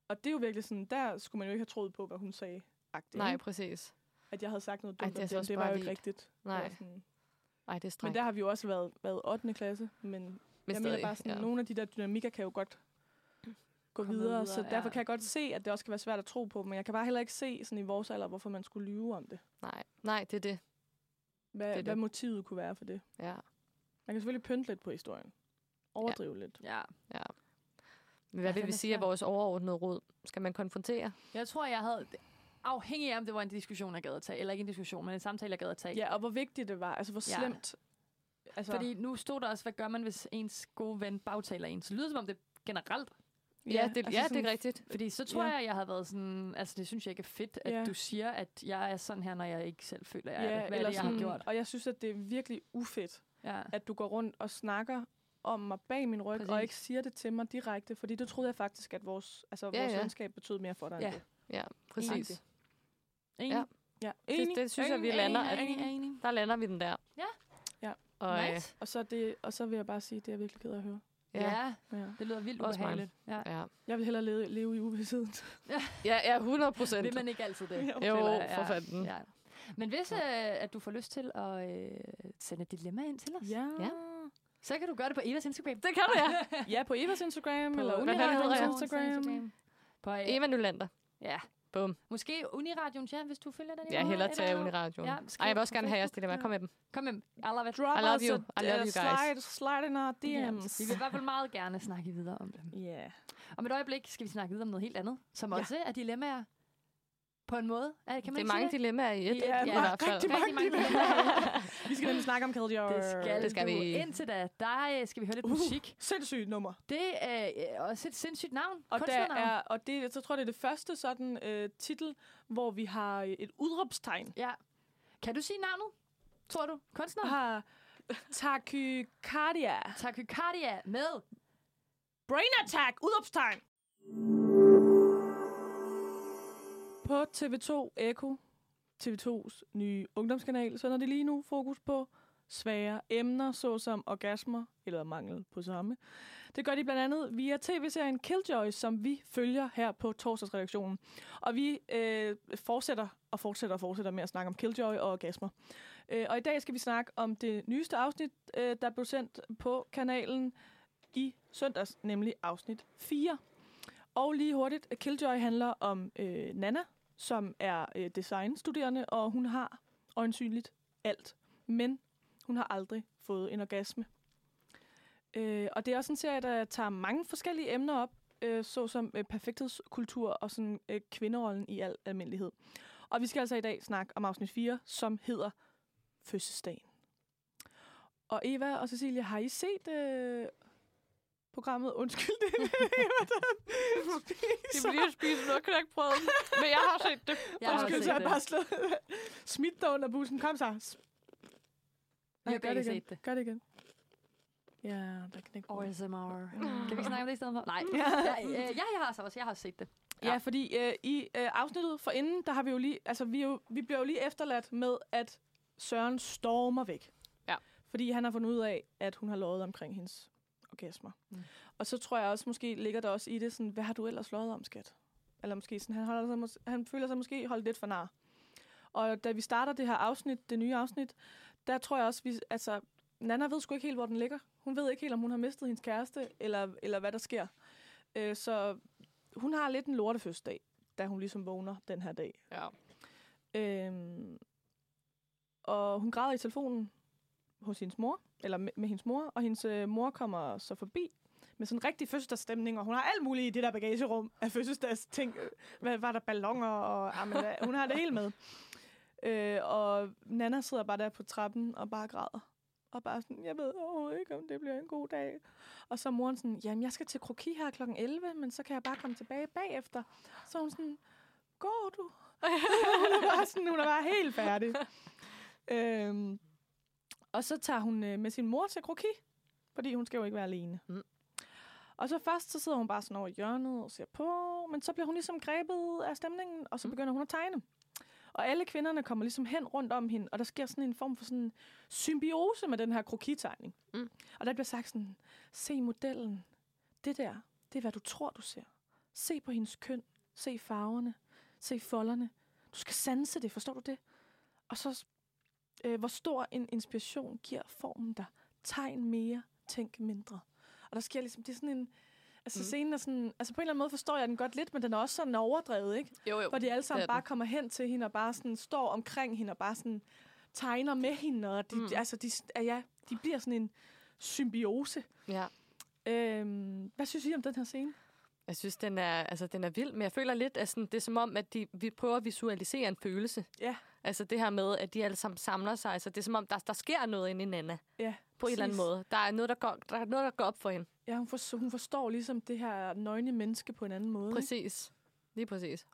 Og det er jo virkelig sådan, der skulle man jo ikke have troet på, hvad hun sagde, agtigt. nej, ikke? præcis. At jeg havde sagt noget Ej, dumt det er om så dem, også det var bare jo ikke vildt. rigtigt. Nej. Det var Sådan. Ej, det er strengt. Men der har vi jo også været, været 8. klasse, men, men jeg mener bare sådan, ja. nogle af de der dynamikker kan jo godt gå Komme videre, videre, videre, så ja. derfor kan jeg godt se, at det også kan være svært at tro på, men jeg kan bare heller ikke se sådan i vores alder, hvorfor man skulle lyve om det. Nej, nej, det er det. Hvad, er det det. hvad motivet kunne være for det. Ja. Man kan selvfølgelig pynte lidt på historien. Overdrive ja. lidt. ja. Men hvad den vil vi er sige af svær. vores overordnede råd? Skal man konfrontere? Jeg tror, jeg havde... Afhængig af, om det var en diskussion, jeg gad at tage. Eller ikke en diskussion, men en samtale, jeg gad at tage. Ja, og hvor vigtigt det var. Altså, hvor Ja. slemt. Altså, Fordi nu stod der også, hvad gør man, hvis ens gode ven bagtaler en? Så lyder det, som om det er generelt. Ja, det, ja, det altså sådan- er rigtigt. Fordi så tror Ja. ja. jeg, jeg har været sådan... Altså, det synes jeg ikke er fedt, at Ja. ja. du siger, at jeg er sådan her, når jeg ikke selv føler, jeg Ja, er det. Hvad er eller det, jeg har sådan- gjort? Og jeg synes, at det er virkelig ufedt, Ja. at du går rundt og snakker om mig bag min ryg, Præcis. og Præcis. ikke siger det til mig direkte, fordi det troede jeg faktisk, at vores, altså, Ja, ja, vores ja. ja. venskab betød mere for dig. end Ja. det. Ja, præcis. Enig. Enig. Ja. ja. Det, Enig. det synes jeg, vi lander. At, Enig, enig, enig. der lander vi den der. Ja. Ja. Og, øh, Nice. Og, så det, og så vil jeg bare sige, det er jeg virkelig ked af at høre. ja. Ja, Ja. det lyder vildt Også mig. ubehageligt. Ja. Ja. Jeg vil hellere leve, leve i uvidsheden. Ja, ja, 100 procent. Vil man ikke altid det? Jo, føler for jeg. fanden. Ja. Men hvis øh, at du får lyst til at øh, sende et dilemma ind til os, ja. Ja. så kan du gøre det på Evas Instagram. Det kan du, ja. ja, på Evas Instagram, På- på, eller hvad Uniradios hedder jeg? Instagram. På, øh, Eva Nylander. ja. Bum. Måske Uniradioen, ja, hvis du følger den. Jeg eller- hellere tage eller- Uniradioen. Ja, Ja, skriv Ej, jeg vil på også gerne have jeres Facebook. dilemma. Kom med dem. Kom med. I love it. Drop I love us you. a- I love uh, you guys. Slide, slide in our DM's. Vi vil i hvert fald meget gerne snakke videre om det. Yeah. Om et øjeblik skal vi snakke videre om noget helt andet, som Ja. også er dilemmaer på en måde. Er, kan man Det ikke er mange sige dilemmaer i et. Ja, i mange- hvert fald. rigtig mange dilemmaer. Vi skal nemlig snakke om Kill Your... det skal, Det skal du. vi. Indtil da, der øh, skal vi høre lidt Uh. musik. Sindssygt nummer. Det er øh, også et sindssygt navn. Og, der kunstnernavn. er, og det, så tror jeg, det er det første sådan øh, titel, hvor vi har øh, et udråbstegn. Ja. Kan du sige navnet? Tror du? Kunstner? Vi Ah. har Tachycardia. Tachycardia med. Brain Attack! Udråbstegn! På TV2 Echo, TV2's nye ungdomskanal, sender de lige nu fokus på svære emner, såsom orgasmer eller mangel på samme. Det gør de blandt andet via tv-serien Killjoy, som vi følger her på torsdagsredaktionen. Og vi øh, fortsætter og fortsætter og fortsætter med at snakke om Killjoy og orgasmer. Øh, og i dag skal vi snakke om det nyeste afsnit, øh, der blev sendt på kanalen i søndags, nemlig afsnit 4. Og lige hurtigt, Killjoy handler om øh, Nana, som er øh, designstuderende, og hun har øjensynligt alt. Men hun har aldrig fået en orgasme. Øh, og det er også en serie, der tager mange forskellige emner op, øh, såsom øh, perfekthedskultur og sådan, øh, kvinderollen i al almindelighed. Og vi skal altså i dag snakke om afsnit 4, som hedder Fødselsdagen. Og Eva og Cecilia, har I set øh, på programmet. Undskyld, det er elever, der Det spiser. bliver at spise noget knækbrød. [laughs] Men jeg har set det. Jeg har Undskyld, også så har set jeg det. bare slået. [laughs] Smidt dig under bussen. Kom så. S- Vi har gør det begge igen. set det. Gør det igen. Ja, der er knæk. Og ASMR. Kan vi ikke snakke om det i stedet for? [laughs] Nej. Ja, øh, ja, jeg har så også. Jeg har også set det. Ja, fordi øh, i øh, afsnittet for inden, der har vi jo lige, altså vi, er jo, vi bliver jo lige efterladt med, at Søren stormer væk. Ja. Fordi han har fundet ud af, at hun har lovet omkring hendes orgasmer. Mm. Mm. Og så tror jeg også, måske ligger der også i det sådan, hvad har du ellers lovet om, skat? Eller måske sådan, han, holder sig, mås- han føler sig måske holdt lidt for nar. Og da vi starter det her afsnit, det nye afsnit, der tror jeg også, vi, altså, Nana ved sgu ikke helt, hvor den ligger. Hun ved ikke helt, om hun har mistet hendes kæreste, eller, eller hvad der sker. Øh, så hun har lidt en lortefødselsdag, da hun ligesom vågner den her dag. Ja. Øhm, og hun græder i telefonen hos hendes mor, eller med, med hendes mor, og hendes øh, mor kommer så forbi med sådan en rigtig fødselsdagsstemning, og hun har alt muligt i det der bagagerum af fødselsdagsting. Øh, Hvad var der? Ballonger, og jamen, hvad, hun har det hele med. Øh, og Nana sidder bare der på trappen og bare græder. Og bare sådan, jeg ved overhovedet ikke, om det bliver en god dag. Og så er moren sådan, jamen jeg skal til kroki her kl. 11, men så kan jeg bare komme tilbage bagefter. Så er hun sådan, går du? [laughs] hun, er bare sådan, hun er bare helt færdig. øhm, og så tager hun øh, med sin mor til kroki, fordi hun skal jo ikke være alene. Mm. Og så først så sidder hun bare sådan over i hjørnet og ser på, men så bliver hun ligesom grebet af stemningen, og så Mm. begynder hun at tegne. Og alle kvinderne kommer ligesom hen rundt om hende, og der sker sådan en form for sådan symbiose med den her krokitegning. Mm. Og der bliver sagt sådan, se modellen, det der, det er hvad du tror, du ser. Se på hendes køn, se farverne, se folderne. Du skal sanse det, forstår du det? Og så, s- øh, hvor stor en inspiration giver formen dig? Tegn mere, tænk mindre. Og der sker ligesom, det er sådan en, altså Mm. mm. scenen er sådan, altså på en eller anden måde forstår jeg den godt lidt, men den er også sådan overdrevet, ikke? Jo, jo. Hvor de alle det er sammen den. bare kommer hen til hende og bare sådan står omkring hende og bare sådan tegner med hende, og de, Mm. mm. altså, de, s- ah ja, de bliver sådan en symbiose. Ja. Øhm, hvad synes I om den her scene? Jeg synes, den er, altså, den er vild, men jeg føler lidt, at sådan, det er som om, at de, vi prøver at visualisere en følelse. Ja. Altså det her med, at de alle sammen samler sig. Altså, det er som om, der, der sker noget inde i Nana. Ja, På en eller præcis. anden måde. Der er noget, der går, der er noget, der går op for hende. Ja, hun, for, hun forstår ligesom det her nøgne menneske på en anden måde. ikke? Præcis. Lige præcis.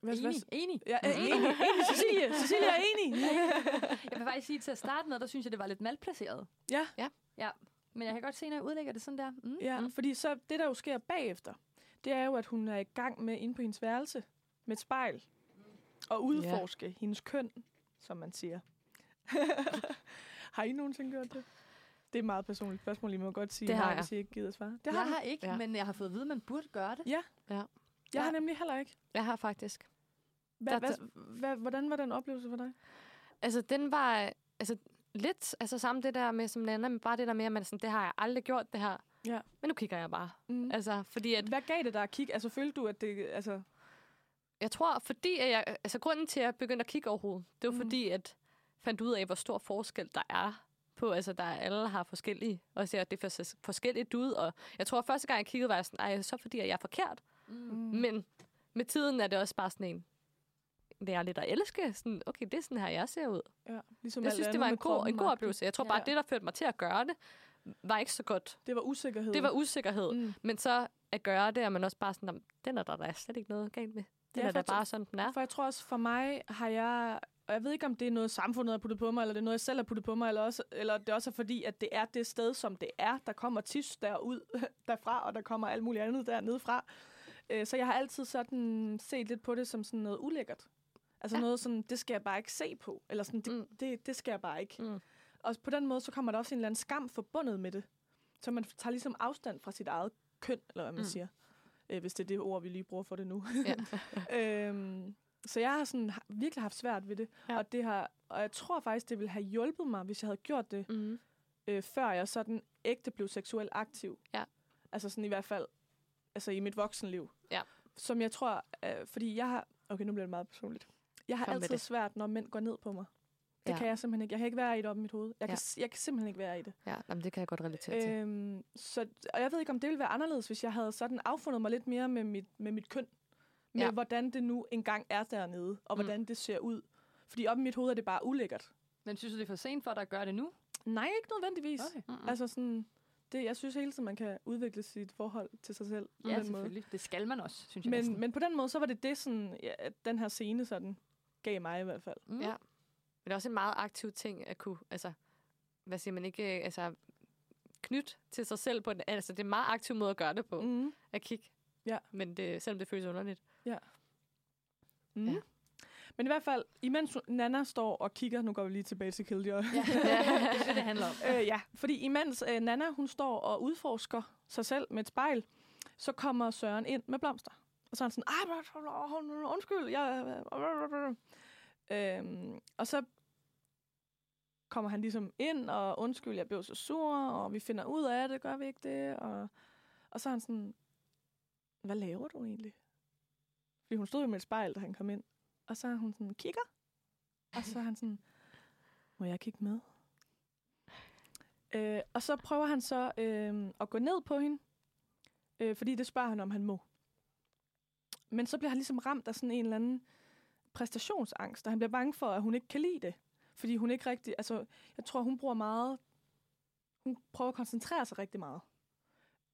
Hvad, Enig. Enig. Ja, mm. enig, enig, Cecilie. Cecilie er [laughs] enig. Jeg vil faktisk sige, til at starte med, der synes jeg, det var lidt malplaceret. Ja. Ja. Ja. Men jeg kan godt se, når jeg udlægger det sådan der. Mm. Ja, Mm. mm. fordi så det, der jo sker bagefter, det er jo, at hun er i gang med inde på hendes værelse med et spejl og udforske yeah. hendes køn, som man siger. [laughs] har I nogensinde gjort det? Det er et meget personligt spørgsmål, I må godt sige, Det har nej, jeg. hvis I ikke gider svare. Det har Jeg jeg, har ikke, Ja. ja. men jeg har fået at vide, at man burde gøre det. jeg har nemlig heller ikke. Jeg har faktisk. Hva, Der- hva, hva, hvordan var den oplevelse for dig? Altså, den var øh, altså, lidt altså, samme det der med som Nana, men bare det der med, at man er sådan, det har jeg aldrig gjort, det her. Ja. Men nu kigger jeg bare. Mm. Altså, fordi at, Hvad gav det dig at kigge? Altså, følte du, at det... Altså, jeg tror, fordi at jeg, altså, grunden til, at jeg begyndte at kigge overhovedet, det var mm. Mm. fordi, at fandt ud af, hvor stor forskel der er på, altså der er- alle har forskellige, og ser, at det ser forskelligt ud, og jeg tror, første gang jeg kiggede, var jeg sådan, ej, så fordi at jeg er forkert, Mm. Mm. Men med tiden er det også bare sådan en, det er lidt at elske. Sådan, okay, det er sådan her, jeg ser ud. ja, ligesom Jeg alt synes, det andet var en med god, en kroppen, god agtigt. oplevelse. Jeg tror bare, Ja. det, der førte mig til at gøre det, var ikke så godt. Det var usikkerhed. Det var usikkerhed. Mm. Mm. Men så at gøre det, er man også bare sådan, "Nå, den er der, der er slet ikke noget galt med. Den Ja, er der for- bare sådan, den er. For jeg tror også, for mig har jeg... Og jeg ved ikke, om det er noget, samfundet har puttet på mig, eller det er noget, jeg selv har puttet på mig, eller, også, eller det også er fordi, at det er det sted, som det er. Der kommer tis derud, [laughs] derfra, og der kommer alt muligt andet dernede fra. Øh, Så jeg har altid sådan set lidt på det som sådan noget ulækkert. Altså ja. noget sådan, det skal jeg bare ikke se på. Eller sådan, det, Mm. mm. det, det skal jeg bare ikke. Mm. Mm. Og på den måde, så kommer der også en eller anden skam forbundet med det. Så man tager ligesom afstand fra sit eget køn, eller hvad man Mm. mm. siger. Øh, Hvis det er det ord, vi lige bruger for det nu. Ja. [laughs] øhm, så jeg har sådan ha- virkelig haft svært ved det. Ja. Ja. Og, det har, og jeg tror faktisk, det ville have hjulpet mig, hvis jeg havde gjort det, Mm-hmm. Mm. øh, før jeg sådan ægte blev seksuelt aktiv. Ja. Altså sådan i hvert fald altså i mit voksenliv. Ja. Som jeg tror, øh, fordi jeg har... Okay, nu bliver det meget personligt. Jeg har Kom med altid det. svært, når mænd går ned på mig. Det Ja. ja. kan jeg simpelthen ikke. Jeg kan ikke være i det op i mit hoved. Jeg, Ja. kan, s- jeg kan simpelthen ikke være i det. Ja, jamen, det kan jeg godt relatere Øh. til. Øhm, så, og jeg ved ikke, om det ville være anderledes, hvis jeg havde sådan affundet mig lidt mere med mit, med mit køn. Med Ja. ja. hvordan det nu engang er dernede, og Mm. hvordan det ser ud. Fordi op i mit hoved er det bare ulækkert. Men synes du, det er for sent for dig at gøre det nu? Nej, ikke nødvendigvis. Okay. Altså sådan, det, jeg synes hele tiden, man kan udvikle sit forhold til sig selv på Ja, den måde. selvfølgelig. Det skal man også, synes jeg. Men, næsten. men på den måde, så var det det, sådan, ja, at den her scene sådan, gav mig i hvert fald. mm. Ja. Men det er også en meget aktiv ting at kunne, altså, hvad siger man ikke, øh, altså, knyt til sig selv på den, altså, det er en meget aktiv måde at gøre det på, mm. Mm. at kigge. Ja. Men det, selvom det føles underligt. Mm. Ja. Ja. Men i hvert fald, imens Nana står og kigger, nu går vi lige tilbage til Killjoy. Ja. [laughs] det er det, det handler om. øh, ja, fordi imens øh, Nana hun står og udforsker sig selv med et spejl, så kommer Søren ind med blomster. Og så er han sådan, Ej, bla, bla, bla, hold nu- undskyld, jeg... bla, bla, bla, bla." Øhm, og så kommer han ligesom ind, og undskyld, jeg blev så sur, og vi finder ud af det, gør vi ikke det? Og, og så er han sådan, hvad laver du egentlig? Fordi hun stod jo med et spejl, da han kom ind. Og så er hun sådan, kigger. Og så er han sådan, må jeg kigge med? Øh, og så prøver han så øh, at gå ned på hende, øh, fordi det spørger han, om han må. Men så bliver han ligesom ramt af sådan en eller anden præstationsangst, og han bliver bange for, at hun ikke kan lide det. Fordi hun ikke rigtig, altså jeg tror, hun bruger meget, hun prøver at koncentrere sig rigtig meget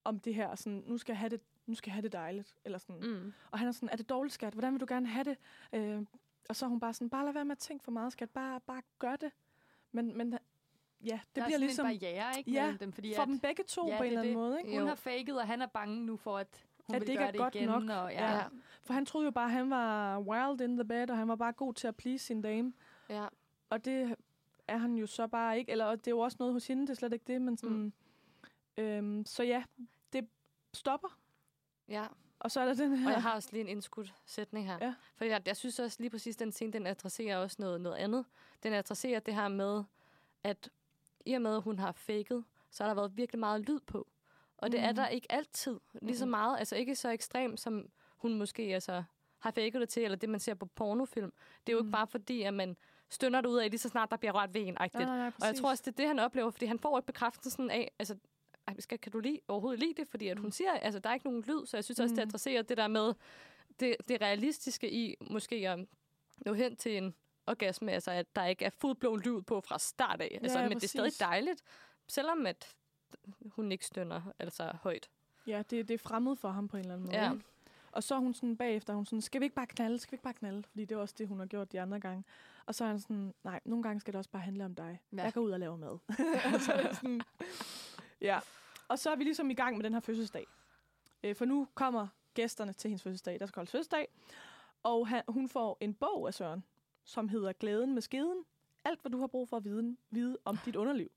om det her, sådan, nu skal jeg have det, nu skal jeg have det dejligt, eller sådan. Mm. Og han er sådan, er det dårligt, skat? Hvordan vil du gerne have det? Øh, og så er hun bare sådan, bare lad være med at tænke for meget, skat. Bare, bare gør det. Men, men ja, det der bliver er ligesom en barriere ikke, Ja, mellem dem, fordi for at dem begge to Ja, på en det eller er anden det. måde. Ikke? hun Jo. har faket, og han er bange nu for, at hun At vil det ikke gøre er det godt igen. nok. Og, ja. Ja. Ja. For han troede jo bare, at han var wild in the bed, og han var bare god til at please sin dame. Ja. Og det er han jo så bare ikke. Eller og det er jo også noget hos hende, det er slet ikke det. Men sådan, mm. øhm, så ja, det stopper. Ja, Og så er der den her... og jeg har også lige en indskudt sætning her. Ja. For jeg, jeg synes også lige præcis, den scene, den adresserer også noget, noget andet. Den adresserer det her med, at i og med, at hun har faked, så har der været virkelig meget lyd på. Og det er Mhm. der ikke altid lige så meget, altså ikke så ekstremt, som hun måske altså, har faket det til, eller det, man ser på pornofilm. Det er jo ikke Mhm. bare fordi, at man stønder det ud af, lige så snart der bliver rørt ved en. nej, nej, nej, Og jeg tror også, det er det, han oplever, fordi han får et bekræftelsen af, altså, "Ej, skal, kan du lige, overhovedet lide det? Fordi at hun siger, altså, der er ikke nogen lyd, så jeg synes også, det Mm. adresserer det der med det, det realistiske i måske at nå hen til en orgasme, altså at der ikke er fuldblåen lyd på fra start af. Altså, Ja, men det er stadig præcis. dejligt, selvom at hun ikke stønner altså højt. Ja, det, det er fremmed for ham på en eller anden måde. Ja. ikke? Og så er hun sådan bagefter, hun sådan, skal vi ikke bare knalde, skal vi ikke bare knalde? Fordi det er også det, hun har gjort de andre gange. Og så er han sådan, nej, nogle gange skal det også bare handle om dig. Ja. Ja. Jeg går ud og laver mad. [laughs] og så er det sådan, ja. Og så er vi ligesom i gang med den her fødselsdag. Øh, for nu kommer gæsterne til hendes fødselsdag. Der skal holdes fødselsdag. Og han, hun får en bog af Søren, som hedder Glæden med skeden. Alt, hvad du har brug for at vide, vide om dit underliv.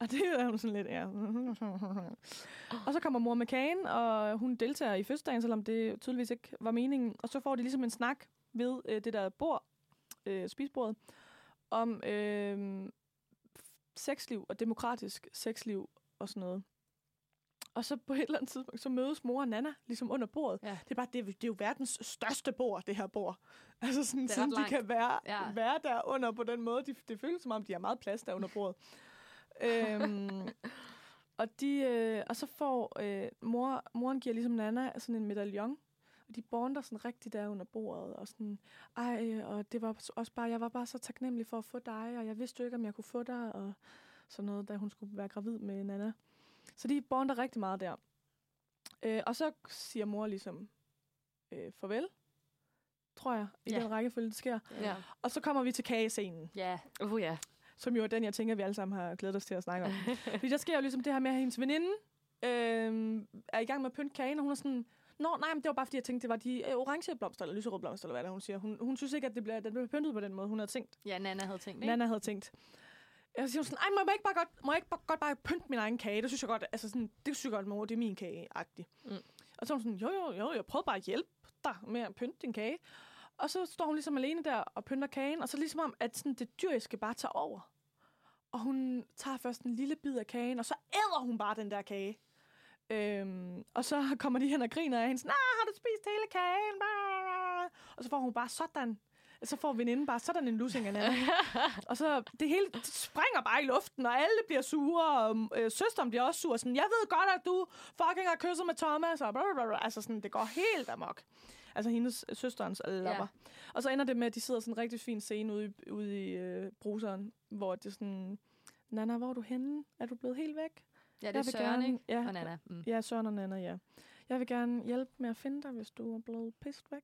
og det er hun sådan lidt, ja. Og så kommer mor med kagen, og hun deltager i fødselsdagen, selvom det tydeligvis ikke var meningen. Og så får de ligesom en snak ved øh, det der bord, øh, spisbordet, om øh, sexliv og demokratisk sexliv og sådan noget. Og så på et eller andet tidspunkt, så mødes mor og Nana ligesom under bordet. Ja. Det er bare, det, er- det er jo verdens største bord, det her bord. Altså sådan, Det er sådan ret de kan være, Ja. ja. være der under på den måde. De, det føles som om, de har meget plads der under bordet. øhm, og, de, øh, og så får øh, mor, moren giver ligesom Nana sådan en medaljon, og de bonder sådan rigtig der under bordet, og sådan, ej, og det var s- også bare, jeg var bare så taknemmelig for at få dig, og jeg vidste jo ikke, om jeg kunne få dig, og sådan noget, da hun skulle være gravid med Nana. Så de bonder rigtig meget der. Øh, og så siger mor ligesom, øh, farvel, tror jeg, i Ja. ja. den rækkefølge, det sker. Ja. Og så kommer vi til kagescenen ja. Uh, ja. som jo er den, jeg tænker, vi alle sammen har glædet os til at snakke om. Fordi der sker jo ligesom det her med, at hendes veninde øh, er i gang med at pynte kagen, og hun er sådan, Nå, nej, men det var bare, fordi jeg tænkte, det var de øh, orange blomster, eller lyserøde blomster, eller hvad det er, hun siger. Hun, hun synes ikke, at det bliver, den bliver pyntet på den måde, hun havde tænkt. ja, Nana havde tænkt, ikke? Nana havde tænkt. Og så siger hun sådan, ej, må jeg ikke bare godt, må jeg ikke bare, godt bare pynte min egen kage? Det synes jeg godt, altså sådan, det synes jeg godt, mor, det er min kage -agtig. Mm. Mm. Og så er hun sådan, jo, jo, jo, jeg prøvede bare at hjælpe dig med at pynte din kage. Og så står hun ligesom alene der og pynter kagen, og så ligesom om, at sådan, det dyriske bare tager over. Og hun tager først en lille bid af kagen, og så æder hun bare den der kage. Øhm, og så kommer de hen og griner af hende, sådan, ah, har du spist hele kagen? Og så får hun bare sådan, så får veninden bare sådan en lussing af Nana. Og så det hele det springer bare i luften, og alle bliver sure, og øh, søsteren bliver også sur. Sådan, jeg ved godt, at du fucking har kysset med Thomas, og blablabla. Altså sådan, det går helt amok. Altså hendes øh, søsterens lapper. Ja. Ja. Og så ender det med, at de sidder sådan en rigtig fin scene ude i, ude i øh, bruseren, hvor det er sådan, Nana, hvor er du henne? Er du blevet helt væk? Ja, det er Søren, ikke? Ja, Og Nana. Mm. Ja, Søren og Nana, ja. Jeg vil gerne hjælpe med at finde dig, hvis du er blevet pist væk.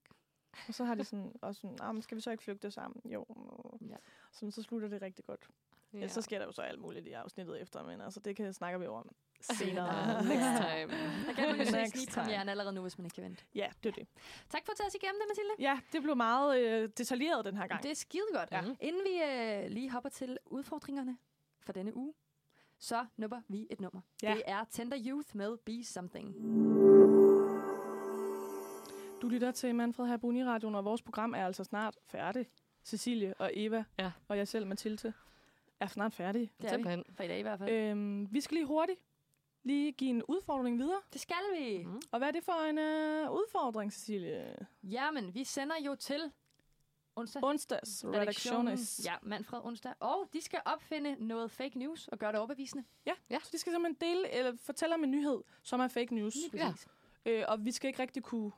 Og så har de sådan, og sådan, "Ah, men skal vi så ikke flygte sammen? Jo. Ja. Ja. Sådan, så slutter det rigtig godt. Ja. Ja, så sker der jo så alt muligt i afsnittet efter, men altså, det kan snakker vi om [laughs] senere. Next time. Der kan man jo se [laughs] Next snitpremieren allerede nu, hvis man ikke kan vente. ja, det er det. Tak for at tage os igennem det, Mathilde. Ja, det blev meget øh, detaljeret den her gang. Det er skide godt. Ja. Ja. Inden vi øh, lige hopper til udfordringerne for denne uge, så nupper vi et nummer. Ja. Ja. Det er Tender Youth med Be Something. Du lytter til Manfred her på Uniradion, og vores program er altså snart færdig. Cecilie og Eva Ja. og jeg selv, Mathilde, er snart færdige. Det er vi. Simpelthen. For i dag i hvert fald. Øh. Øhm, vi skal lige hurtigt lige give en udfordring videre. Det skal vi. Mm. Og hvad er det for en øh, udfordring, Cecilie? Jamen, vi sender jo til onsdag. Onsdags redaktiones. Ja, Manfred onsdag. Og de skal opfinde noget fake news og gøre det overbevisende. ja. Så de skal simpelthen dele, eller fortælle om en nyhed, som er fake news. Ja. Øh, og vi skal ikke rigtig kunne,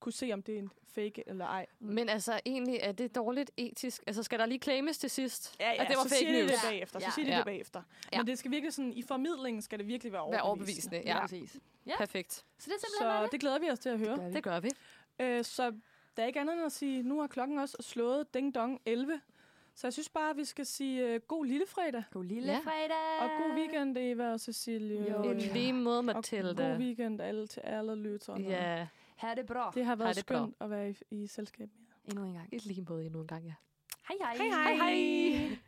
kunne se, om det er en fake eller ej. Mm. Men altså, egentlig er det dårligt etisk. Altså, skal der lige claimes til sidst? ja at det var Altså, så fake siger de news. det bagefter. Ja, Så siger de ja. det bagefter. Ja. Men det skal virkelig sådan, i formidlingen skal det virkelig være Vær overbevisende. overbevisende. Ja. Ja, ja. præcis. Perfekt. Så det er simpelthen Så bare det glæder vi os til at høre. det. Det gør vi. Øh, så der er ikke andet end at sige, nu har klokken også slået ding dong 11. Så jeg synes bare, at vi skal sige øh, god lille fredag. God lille Ja. fredag. Og god weekend, Eva og Cecilie. Jo, I og ja. lige måde, god Mathilde. weekend alle til alle lytterne. Ja, Ha' det bra. Det har været Ha' det bra. skønt at være i, i selskab med jer. Endnu en gang. i lige måde endnu en gang, ja. Hej hej. Hej, hej.